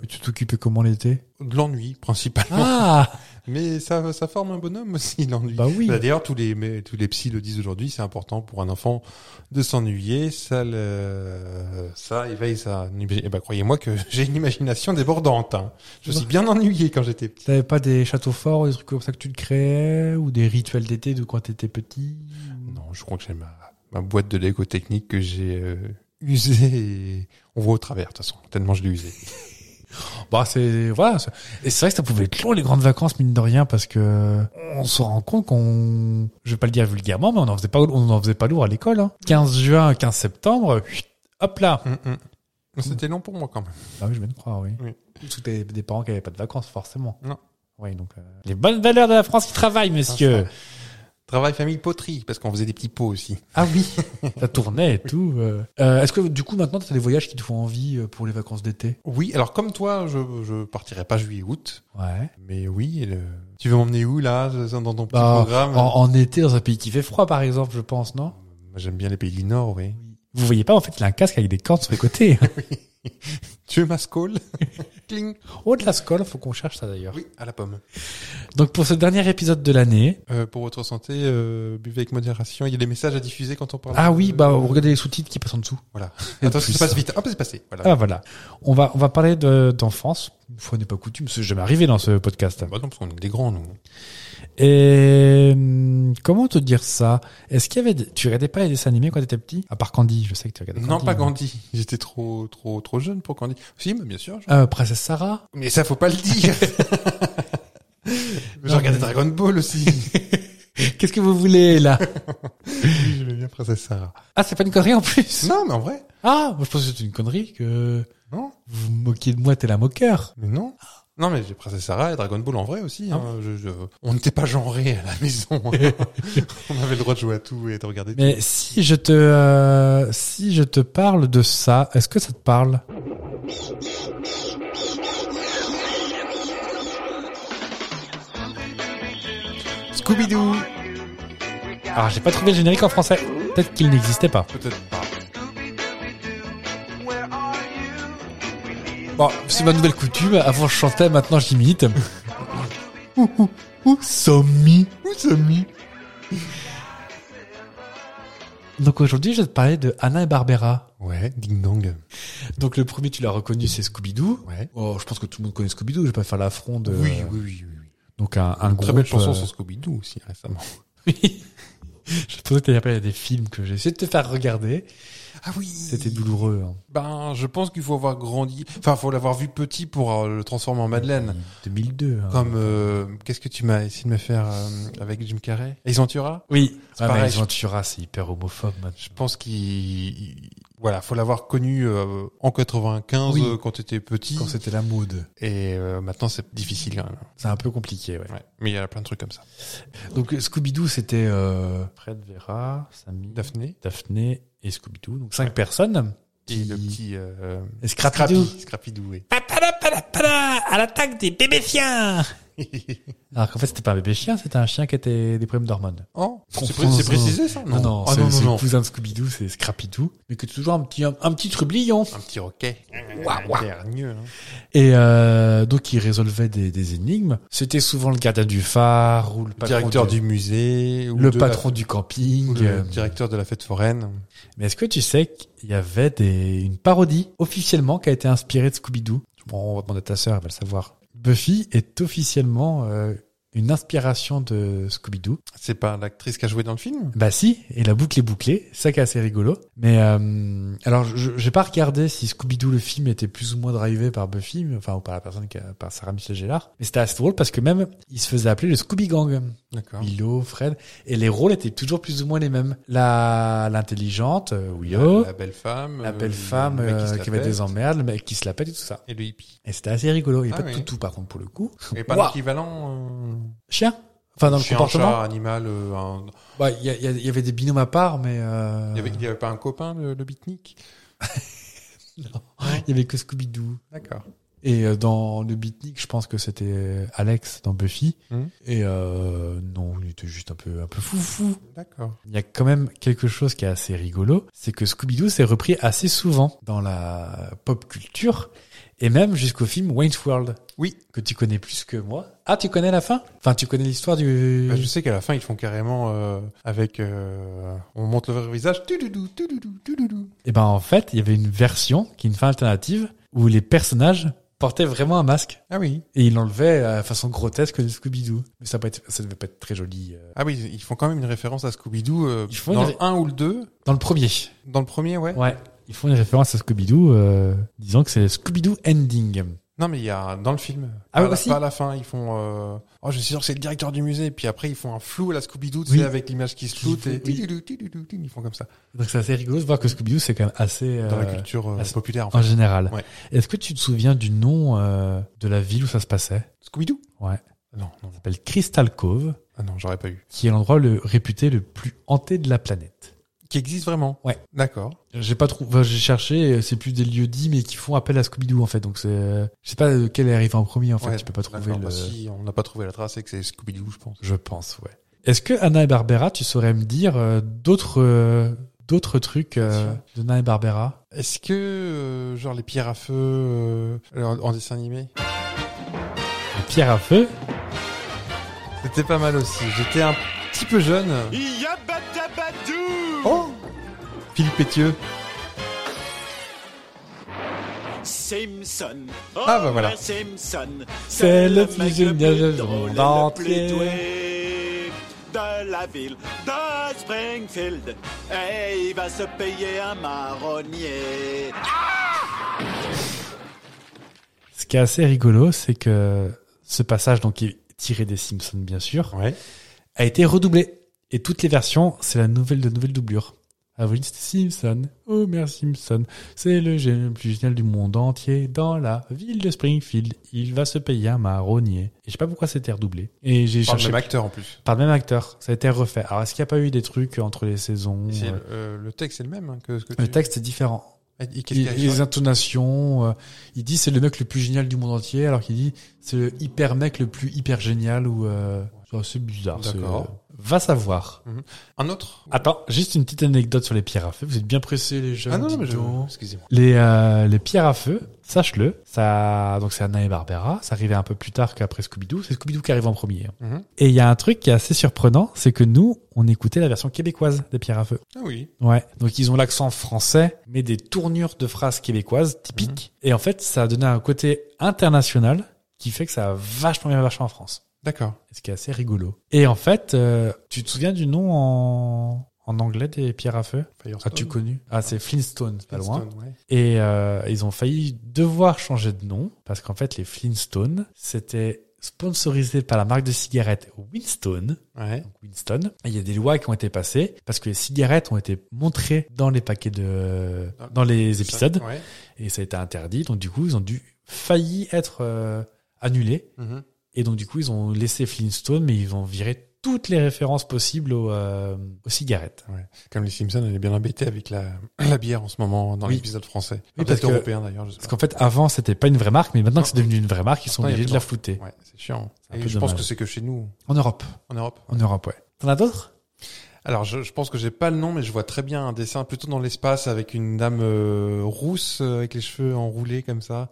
[SPEAKER 4] Mais Euh, Tu t'occupais comment l'été
[SPEAKER 5] de l'ennui principalement.
[SPEAKER 4] Ah
[SPEAKER 5] Mais ça, ça forme un bonhomme aussi, l'ennui.
[SPEAKER 4] Bah oui.
[SPEAKER 5] Bah, D'ailleurs, tous les, mais tous les psys le disent aujourd'hui, c'est important pour un enfant de s'ennuyer. Ça, le, ça éveille sa. Eh ben, croyez-moi que j'ai une imagination débordante. hein. Je suis bien ennuyé quand j'étais petit.
[SPEAKER 4] T'avais pas des châteaux forts, des trucs comme ça que tu te créais Ou des rituels d'été de quand t'étais petit
[SPEAKER 5] Non, je crois que j'ai ma, ma boîte de Lego technique que j'ai euh, usée. et on voit au travers, de toute façon. Tellement je l'ai usée.
[SPEAKER 4] Bah c'est voilà. c'est- Et c'est vrai que ça pouvait être long les grandes vacances mine de rien parce que on se rend compte qu'on, je vais pas le dire vulgairement, mais on en faisait pas, on en faisait pas lourd à l'école. Hein. 15 juin, 15 septembre, chut, hop là.
[SPEAKER 5] Hum, hum. C'était long pour moi quand même.
[SPEAKER 4] Ah oui, je viens de croire, oui.
[SPEAKER 5] Oui.
[SPEAKER 4] Tous des, des parents qui avaient pas de vacances forcément.
[SPEAKER 5] Non.
[SPEAKER 4] Oui, donc euh, les bonnes valeurs de la France qui travaille, monsieur.
[SPEAKER 5] Travail, famille, poterie, parce qu'on faisait des petits pots aussi.
[SPEAKER 4] Ah oui, ça tournait et tout. euh. Euh, Est-ce que du coup maintenant t'as des voyages qui te font envie euh, pour les vacances d'été
[SPEAKER 5] Oui, alors comme toi, je, je partirai pas juillet-août.
[SPEAKER 4] Ouais.
[SPEAKER 5] Mais oui, et le- tu veux m'emmener où là dans dans ton petit
[SPEAKER 4] Bah,
[SPEAKER 5] programme
[SPEAKER 4] en, en été dans un pays qui fait froid par exemple, je pense, non
[SPEAKER 5] Moi, J'aime bien les pays du Nord, oui.
[SPEAKER 4] Vous voyez pas en fait, il a un casque avec des cordes sur les côtés.
[SPEAKER 5] Tu veux ma scole Cling
[SPEAKER 4] Au de la scole, faut qu'on cherche ça d'ailleurs.
[SPEAKER 5] Oui, à la pomme.
[SPEAKER 4] Donc pour ce dernier épisode de l'année.
[SPEAKER 5] Euh, pour votre santé, euh, buvez avec modération. Il y a des messages à diffuser quand on parle.
[SPEAKER 4] Ah
[SPEAKER 5] de-
[SPEAKER 4] oui, bah regardez les sous-titres qui passent en dessous.
[SPEAKER 5] Voilà. Attends,
[SPEAKER 4] plus.
[SPEAKER 5] ça passe vite. Ah, bah, c'est passé. Voilà.
[SPEAKER 4] Ah voilà. On va on va parler de d'enfance. Une fois n'est pas coutume, c'est jamais arrivé dans ce podcast.
[SPEAKER 5] Bah non, parce qu'on est des grands, nous.
[SPEAKER 4] Et hum, comment te dire ça Est-ce qu'il y avait des- tu regardais pas les dessins animés quand t'étais petit À part Candy, je sais que tu regardais.
[SPEAKER 5] non, pas
[SPEAKER 4] mais-
[SPEAKER 5] Gandhi. J'étais trop, trop, trop jeune pour Gandhi. Si, mais bien sûr. je-
[SPEAKER 4] Euh, Princesse Sarah.
[SPEAKER 5] Mais ça, faut pas le dire.
[SPEAKER 4] Non,
[SPEAKER 5] J'en regardé Dragon Ball aussi.
[SPEAKER 4] Qu'est-ce que vous voulez, là
[SPEAKER 5] oui, j'aimais bien Princesse Sarah.
[SPEAKER 4] Ah, c'est pas une connerie en plus
[SPEAKER 5] Non, mais en vrai.
[SPEAKER 4] Ah, moi, je pense que c'est une connerie que
[SPEAKER 5] Non,
[SPEAKER 4] vous vous moquiez de moi, t'es la moqueur.
[SPEAKER 5] mais non. Non, mais j'ai Princesse Sarah et Dragon Ball en vrai aussi. hein. Je- je- On n'était pas genrés à la maison. hein. On avait le droit de jouer à tout et de regarder tout.
[SPEAKER 4] Mais si je te, euh, si je te parle de ça, est-ce que ça te parle
[SPEAKER 5] Scooby-Doo
[SPEAKER 4] Alors, Ah, j'ai pas trouvé le générique en français. Peut-être qu'il n'existait pas.
[SPEAKER 5] Peut-être pas. Bon,
[SPEAKER 4] C'est ma nouvelle coutume. Avant, je chantais, maintenant, j'imite. Ouh, ouh, ouh, Sommi.
[SPEAKER 5] où sommes
[SPEAKER 4] Donc aujourd'hui, je vais te parler de Anna et Barbera.
[SPEAKER 5] Ouais, ding dong.
[SPEAKER 4] Donc le premier, tu l'as reconnu, c'est Scooby-Doo.
[SPEAKER 5] Ouais. Euh,
[SPEAKER 4] Oh, je pense que tout le monde connaît Scooby-Doo. Je vais pas faire l'affront de.
[SPEAKER 5] Oui, oui, oui, oui. oui.
[SPEAKER 4] Donc un, un
[SPEAKER 5] Très
[SPEAKER 4] groupe,
[SPEAKER 5] belle chanson
[SPEAKER 4] euh,
[SPEAKER 5] sur Scooby-Doo aussi récemment.
[SPEAKER 4] Oui. Je pensais que t'allais parler des films que j'ai essayé de te faire regarder.
[SPEAKER 5] Ah oui.
[SPEAKER 4] C'était douloureux. hein.
[SPEAKER 5] Ben, je pense qu'il faut avoir grandi. Enfin, faut l'avoir vu petit pour euh, le transformer en Madeleine.
[SPEAKER 4] 2002. hein.
[SPEAKER 5] Comme euh, qu'est-ce que tu m'as essayé de me faire euh, avec Jim Carrey Ace Ventura
[SPEAKER 4] Oui.
[SPEAKER 5] C'est
[SPEAKER 4] Ah, mais
[SPEAKER 5] pareil,
[SPEAKER 4] Ace Ventura, c'est hyper homophobe. maintenant.
[SPEAKER 5] Je pense qu'il il- voilà, faut l'avoir connu euh, en 95
[SPEAKER 4] Oui.
[SPEAKER 5] euh, quand t'étais petit.
[SPEAKER 4] Quand c'était la mode,
[SPEAKER 5] Et euh, maintenant, c'est difficile quand même.
[SPEAKER 4] c'est un peu compliqué. Ouais.
[SPEAKER 5] Ouais. Mais il y a plein de trucs comme ça.
[SPEAKER 4] Donc Scooby-Doo, c'était euh... Fred, Vera, Sammy,
[SPEAKER 5] Daphné
[SPEAKER 4] Daphné et Scooby-Doo. Donc cinq personnes.
[SPEAKER 5] et le petit euh,
[SPEAKER 4] Et Scrappy-Doo.
[SPEAKER 5] Scrappy-Doo, oui.
[SPEAKER 4] à l'attaque des bébés chiens. Alors qu'en fait, c'était pas un bébé chien, c'était un chien qui était des problèmes d'hormones.
[SPEAKER 5] Oh, c'est pré-
[SPEAKER 4] Conférence,
[SPEAKER 5] c'est précisé ça
[SPEAKER 4] Non, non,
[SPEAKER 5] Ah,
[SPEAKER 4] c'est
[SPEAKER 5] non,
[SPEAKER 4] c'est
[SPEAKER 5] non,
[SPEAKER 4] le
[SPEAKER 5] non.
[SPEAKER 4] cousin de Scooby-Doo, c'est Scrappy-Doo, mais que toujours un petit, un, un petit trublion.
[SPEAKER 5] Un petit roquet.
[SPEAKER 4] Ouah, ouah.
[SPEAKER 5] Hargneux, hein.
[SPEAKER 4] Et euh, donc, il résolvait des, des énigmes. C'était souvent le gardien du phare ou le patron
[SPEAKER 5] Directeur
[SPEAKER 4] de-
[SPEAKER 5] du musée. Ou
[SPEAKER 4] le
[SPEAKER 5] de
[SPEAKER 4] patron
[SPEAKER 5] la-
[SPEAKER 4] du
[SPEAKER 5] ou
[SPEAKER 4] camping.
[SPEAKER 5] le
[SPEAKER 4] euh.
[SPEAKER 5] directeur de la fête foraine.
[SPEAKER 4] Mais est-ce que tu sais qu'il y avait des, une parodie officiellement qui a été inspirée de Scooby-Doo Bon, on va demander à ta sœur, elle va le savoir. Buffy est officiellement euh, une inspiration de Scooby-Doo.
[SPEAKER 5] C'est pas l'actrice qui a joué dans le film
[SPEAKER 4] Bah si, et la boucle est bouclée, ça qui est assez rigolo. Mais euh, alors, je- j'ai pas regardé si Scooby-Doo le film était plus ou moins drivé par Buffy, mais- enfin ou par la personne qui a, par Sarah Michel Gellar. Mais c'était assez drôle parce que même il se faisait appeler le Scooby Gang,
[SPEAKER 5] D'accord.
[SPEAKER 4] Milo, Fred, et les rôles étaient toujours plus ou moins les mêmes. La l'intelligente, euh,
[SPEAKER 5] La,
[SPEAKER 4] Willow,
[SPEAKER 5] la belle femme.
[SPEAKER 4] la
[SPEAKER 5] euh,
[SPEAKER 4] belle
[SPEAKER 5] le
[SPEAKER 4] femme
[SPEAKER 5] mec
[SPEAKER 4] euh,
[SPEAKER 5] se
[SPEAKER 4] qui,
[SPEAKER 5] la
[SPEAKER 4] avait
[SPEAKER 5] pète,
[SPEAKER 4] des emmerdes, le mec qui se la pète et tout ça.
[SPEAKER 5] Et le hippie.
[SPEAKER 4] Et c'était assez rigolo. Il n'y a
[SPEAKER 5] Ah
[SPEAKER 4] pas de
[SPEAKER 5] oui.
[SPEAKER 4] toutou par contre pour le coup.
[SPEAKER 5] Et pas
[SPEAKER 4] Ouah.
[SPEAKER 5] l'équivalent euh,
[SPEAKER 4] Chien. Enfin dans le
[SPEAKER 5] chien,
[SPEAKER 4] comportement.
[SPEAKER 5] chat, animal. euh, un-
[SPEAKER 4] Bah il y, a- il y a- il y avait des binômes à part, mais euh,
[SPEAKER 5] Il, y avait, il y avait pas un copain, le, le beatnik
[SPEAKER 4] il y avait que Scooby Doo.
[SPEAKER 5] D'accord.
[SPEAKER 4] Et euh, dans le beatnik, je pense que c'était Alex dans Buffy.
[SPEAKER 5] Mhm.
[SPEAKER 4] Et euh, non, il était juste un peu un peu foufou.
[SPEAKER 5] D'accord.
[SPEAKER 4] Il y a quand même quelque chose qui est assez rigolo, c'est que Scooby-Doo s'est repris assez souvent dans la pop culture et même jusqu'au film Wayne's World.
[SPEAKER 5] Oui.
[SPEAKER 4] Que tu connais plus que moi. Ah, tu connais la fin Enfin, tu connais l'histoire du...
[SPEAKER 5] Bah, je sais qu'à la fin, ils font carrément euh, avec. euh, on monte le vrai visage. Tudoudou, tudoudou, tudoudou.
[SPEAKER 4] Eh ben en fait, il y avait une version qui est une fin alternative où les personnages portaient vraiment un masque
[SPEAKER 5] Ah oui.
[SPEAKER 4] et ils l'enlevaient à façon grotesque de Scooby-Doo. Mais ça, peut être, ça devait pas être très joli. euh.
[SPEAKER 5] Ah oui, ils font quand même une référence à Scooby-Doo euh,
[SPEAKER 4] Ils font
[SPEAKER 5] dans
[SPEAKER 4] une
[SPEAKER 5] le 1 ou le 2.
[SPEAKER 4] Dans le premier.
[SPEAKER 5] Dans le premier, ouais.
[SPEAKER 4] Ouais. Ils font une référence à Scooby-Doo, euh, disant que c'est Scooby-Doo Ending.
[SPEAKER 5] Non, mais il y a dans le film.
[SPEAKER 4] Ah
[SPEAKER 5] pas,
[SPEAKER 4] oui,
[SPEAKER 5] à la-
[SPEAKER 4] aussi
[SPEAKER 5] pas à la fin, ils font. euh, Oh, je suis sûr que c'est le directeur du musée. Puis après, ils font un flou à la Scooby-Doo, tu
[SPEAKER 4] Oui.
[SPEAKER 5] sais, avec l'image qui se floute. Et...
[SPEAKER 4] Oui.
[SPEAKER 5] tudoudou, tudoudou, tudoudou, Ils font comme ça.
[SPEAKER 4] Donc c'est assez rigolo de voir que Scooby-Doo, c'est quand même assez...
[SPEAKER 5] Dans la
[SPEAKER 4] euh,
[SPEAKER 5] culture euh,
[SPEAKER 4] ah, c'est-
[SPEAKER 5] populaire, en fait.
[SPEAKER 4] En général.
[SPEAKER 5] Ouais.
[SPEAKER 4] Est-ce que tu te souviens du nom euh, de la ville où ça se passait Ça
[SPEAKER 5] Scooby-Doo
[SPEAKER 4] Ouais.
[SPEAKER 5] Non, non, non.
[SPEAKER 4] s'appelle Crystal Cove,
[SPEAKER 5] Ah non, j'aurais pas eu.
[SPEAKER 4] qui est l'endroit le réputé le plus hanté de la planète.
[SPEAKER 5] Qui existe vraiment
[SPEAKER 4] Ouais.
[SPEAKER 5] D'accord.
[SPEAKER 4] J'ai pas trouvé, enfin, j'ai cherché, euh, c'est plus des lieux dits, mais qui font appel à Scooby-Doo, en fait. Donc c'est, euh, je sais pas lequel est arrivé en premier, en fait.
[SPEAKER 5] Ouais,
[SPEAKER 4] tu peux pas trouver
[SPEAKER 5] d'accord.
[SPEAKER 4] le,
[SPEAKER 5] Bah, si on n'a pas trouvé la trace, c'est que c'est Scooby-Doo, je pense.
[SPEAKER 4] je pense, ouais. Est-ce que Anna et Barbera, tu saurais me dire euh, d'autres, euh, d'autres trucs euh,
[SPEAKER 5] Bien
[SPEAKER 4] de Anna et Barbera?
[SPEAKER 5] Est-ce que, euh, genre, les pierres à feu euh, en, en dessin animé
[SPEAKER 4] Les pierres à feu?
[SPEAKER 5] C'était pas mal aussi. J'étais un petit peu jeune. Oh Philippe Pétieux.
[SPEAKER 6] Simpson.
[SPEAKER 5] Ah, bah voilà.
[SPEAKER 6] Homer Simpson.
[SPEAKER 4] C'est le plus
[SPEAKER 6] mec
[SPEAKER 4] génial
[SPEAKER 6] plus
[SPEAKER 4] du
[SPEAKER 6] drôle et
[SPEAKER 4] monde
[SPEAKER 6] le plus
[SPEAKER 4] entier.
[SPEAKER 6] doué de la ville de Springfield. Et il va se payer un marronnier.
[SPEAKER 4] Ce qui est assez rigolo, c'est que ce passage, donc, est tiré des Simpsons, bien sûr,
[SPEAKER 5] Ouais.
[SPEAKER 4] a été redoublé. Et toutes les versions, c'est la nouvelle de nouvelle doublure. Avril, c'était Simpson. Homer Simpson. C'est le génie le plus génial du monde entier. Dans la ville de Springfield, il va se payer un marronnier. Et je sais pas pourquoi c'était redoublé. Et j'ai
[SPEAKER 5] Par le
[SPEAKER 4] cherché.
[SPEAKER 5] même acteur en plus.
[SPEAKER 4] Par le même acteur. Ça a été refait. Alors, est-ce qu'il n'y a pas eu des trucs entre les saisons
[SPEAKER 5] Et c'est
[SPEAKER 4] euh,
[SPEAKER 5] le, euh, le texte est le même hein, que ce que
[SPEAKER 4] Le
[SPEAKER 5] tu-
[SPEAKER 4] texte est différent.
[SPEAKER 5] Ah, il- qu'est-ce
[SPEAKER 4] Il-
[SPEAKER 5] qu'il y a-
[SPEAKER 4] les intonations. euh, il dit c'est le mec le plus génial du monde entier, alors qu'il dit c'est le hyper mec le plus hyper génial ou. euh, ça, c'est bizarre. c'est- euh,
[SPEAKER 5] D'accord.
[SPEAKER 4] Va savoir.
[SPEAKER 5] Un autre
[SPEAKER 4] Attends, juste une petite anecdote sur les pierres à feu. Vous êtes bien pressés les jeunes.
[SPEAKER 5] Ah non, non, mais
[SPEAKER 4] dites
[SPEAKER 5] je...
[SPEAKER 4] donc.
[SPEAKER 5] Excusez-moi.
[SPEAKER 4] Les, euh, les pierres à feu, sache-le, ça, donc c'est Anna et Barbara, ça arrivait un peu plus tard qu'après Scooby-Doo, c'est Scooby-Doo qui arrive en premier. hein.
[SPEAKER 5] Mhm.
[SPEAKER 4] Et il y a un truc qui est assez surprenant, c'est que nous, on écoutait la version québécoise des pierres à feu.
[SPEAKER 5] Ah oui.
[SPEAKER 4] Ouais. Donc ils ont l'accent français, mais des tournures de phrases québécoises typiques. Et en fait, ça a donné un côté international qui fait que ça a vachement bien marché en France.
[SPEAKER 5] D'accord.
[SPEAKER 4] Ce qui est assez rigolo. Et en fait, euh, tu te souviens du nom en, en anglais des pierres à feu
[SPEAKER 5] Firestone.
[SPEAKER 4] As-tu connu Ah, c'est Flintstone, c'est pas loin.
[SPEAKER 5] Flintstone, ouais.
[SPEAKER 4] Et euh, ils ont failli devoir changer de nom parce qu'en fait, les Flintstones, c'était sponsorisé par la marque de cigarettes Winston.
[SPEAKER 5] Ouais.
[SPEAKER 4] donc Winston. Et il y a des lois qui ont été passées parce que les cigarettes ont été montrées dans les paquets de, dans les épisodes
[SPEAKER 5] Ah. Ouais.
[SPEAKER 4] et ça a été interdit. Donc du coup, ils ont dû failli être euh, annulés.
[SPEAKER 5] Mhm.
[SPEAKER 4] Et donc du coup, ils ont laissé Flintstone, mais ils ont viré toutes les références possibles aux, euh, aux cigarettes.
[SPEAKER 5] Comme les Simpsons, on est bien embêté avec la, la bière en ce moment dans
[SPEAKER 4] Oui.
[SPEAKER 5] l'épisode français.
[SPEAKER 4] Oui,
[SPEAKER 5] Peut-être
[SPEAKER 4] parce que-
[SPEAKER 5] européen d'ailleurs, je sais
[SPEAKER 4] Parce
[SPEAKER 5] pas.
[SPEAKER 4] qu'en fait, avant, c'était pas une vraie marque, mais maintenant que
[SPEAKER 5] Non.
[SPEAKER 4] c'est devenu une vraie marque, ils sont
[SPEAKER 5] Maintenant, il y a
[SPEAKER 4] obligés
[SPEAKER 5] plus
[SPEAKER 4] de
[SPEAKER 5] de
[SPEAKER 4] la
[SPEAKER 5] marque.
[SPEAKER 4] flouter.
[SPEAKER 5] Ouais, c'est chiant.
[SPEAKER 4] C'est un
[SPEAKER 5] Et
[SPEAKER 4] peu
[SPEAKER 5] je pense
[SPEAKER 4] dommage.
[SPEAKER 5] que c'est que chez nous,
[SPEAKER 4] En Europe.
[SPEAKER 5] en Europe.
[SPEAKER 4] En Europe, ouais. T'en as d'autres
[SPEAKER 5] Alors, je, je pense que j'ai pas le nom, mais je vois très bien un dessin plutôt dans l'espace avec une dame euh, rousse euh, avec les cheveux enroulés comme ça.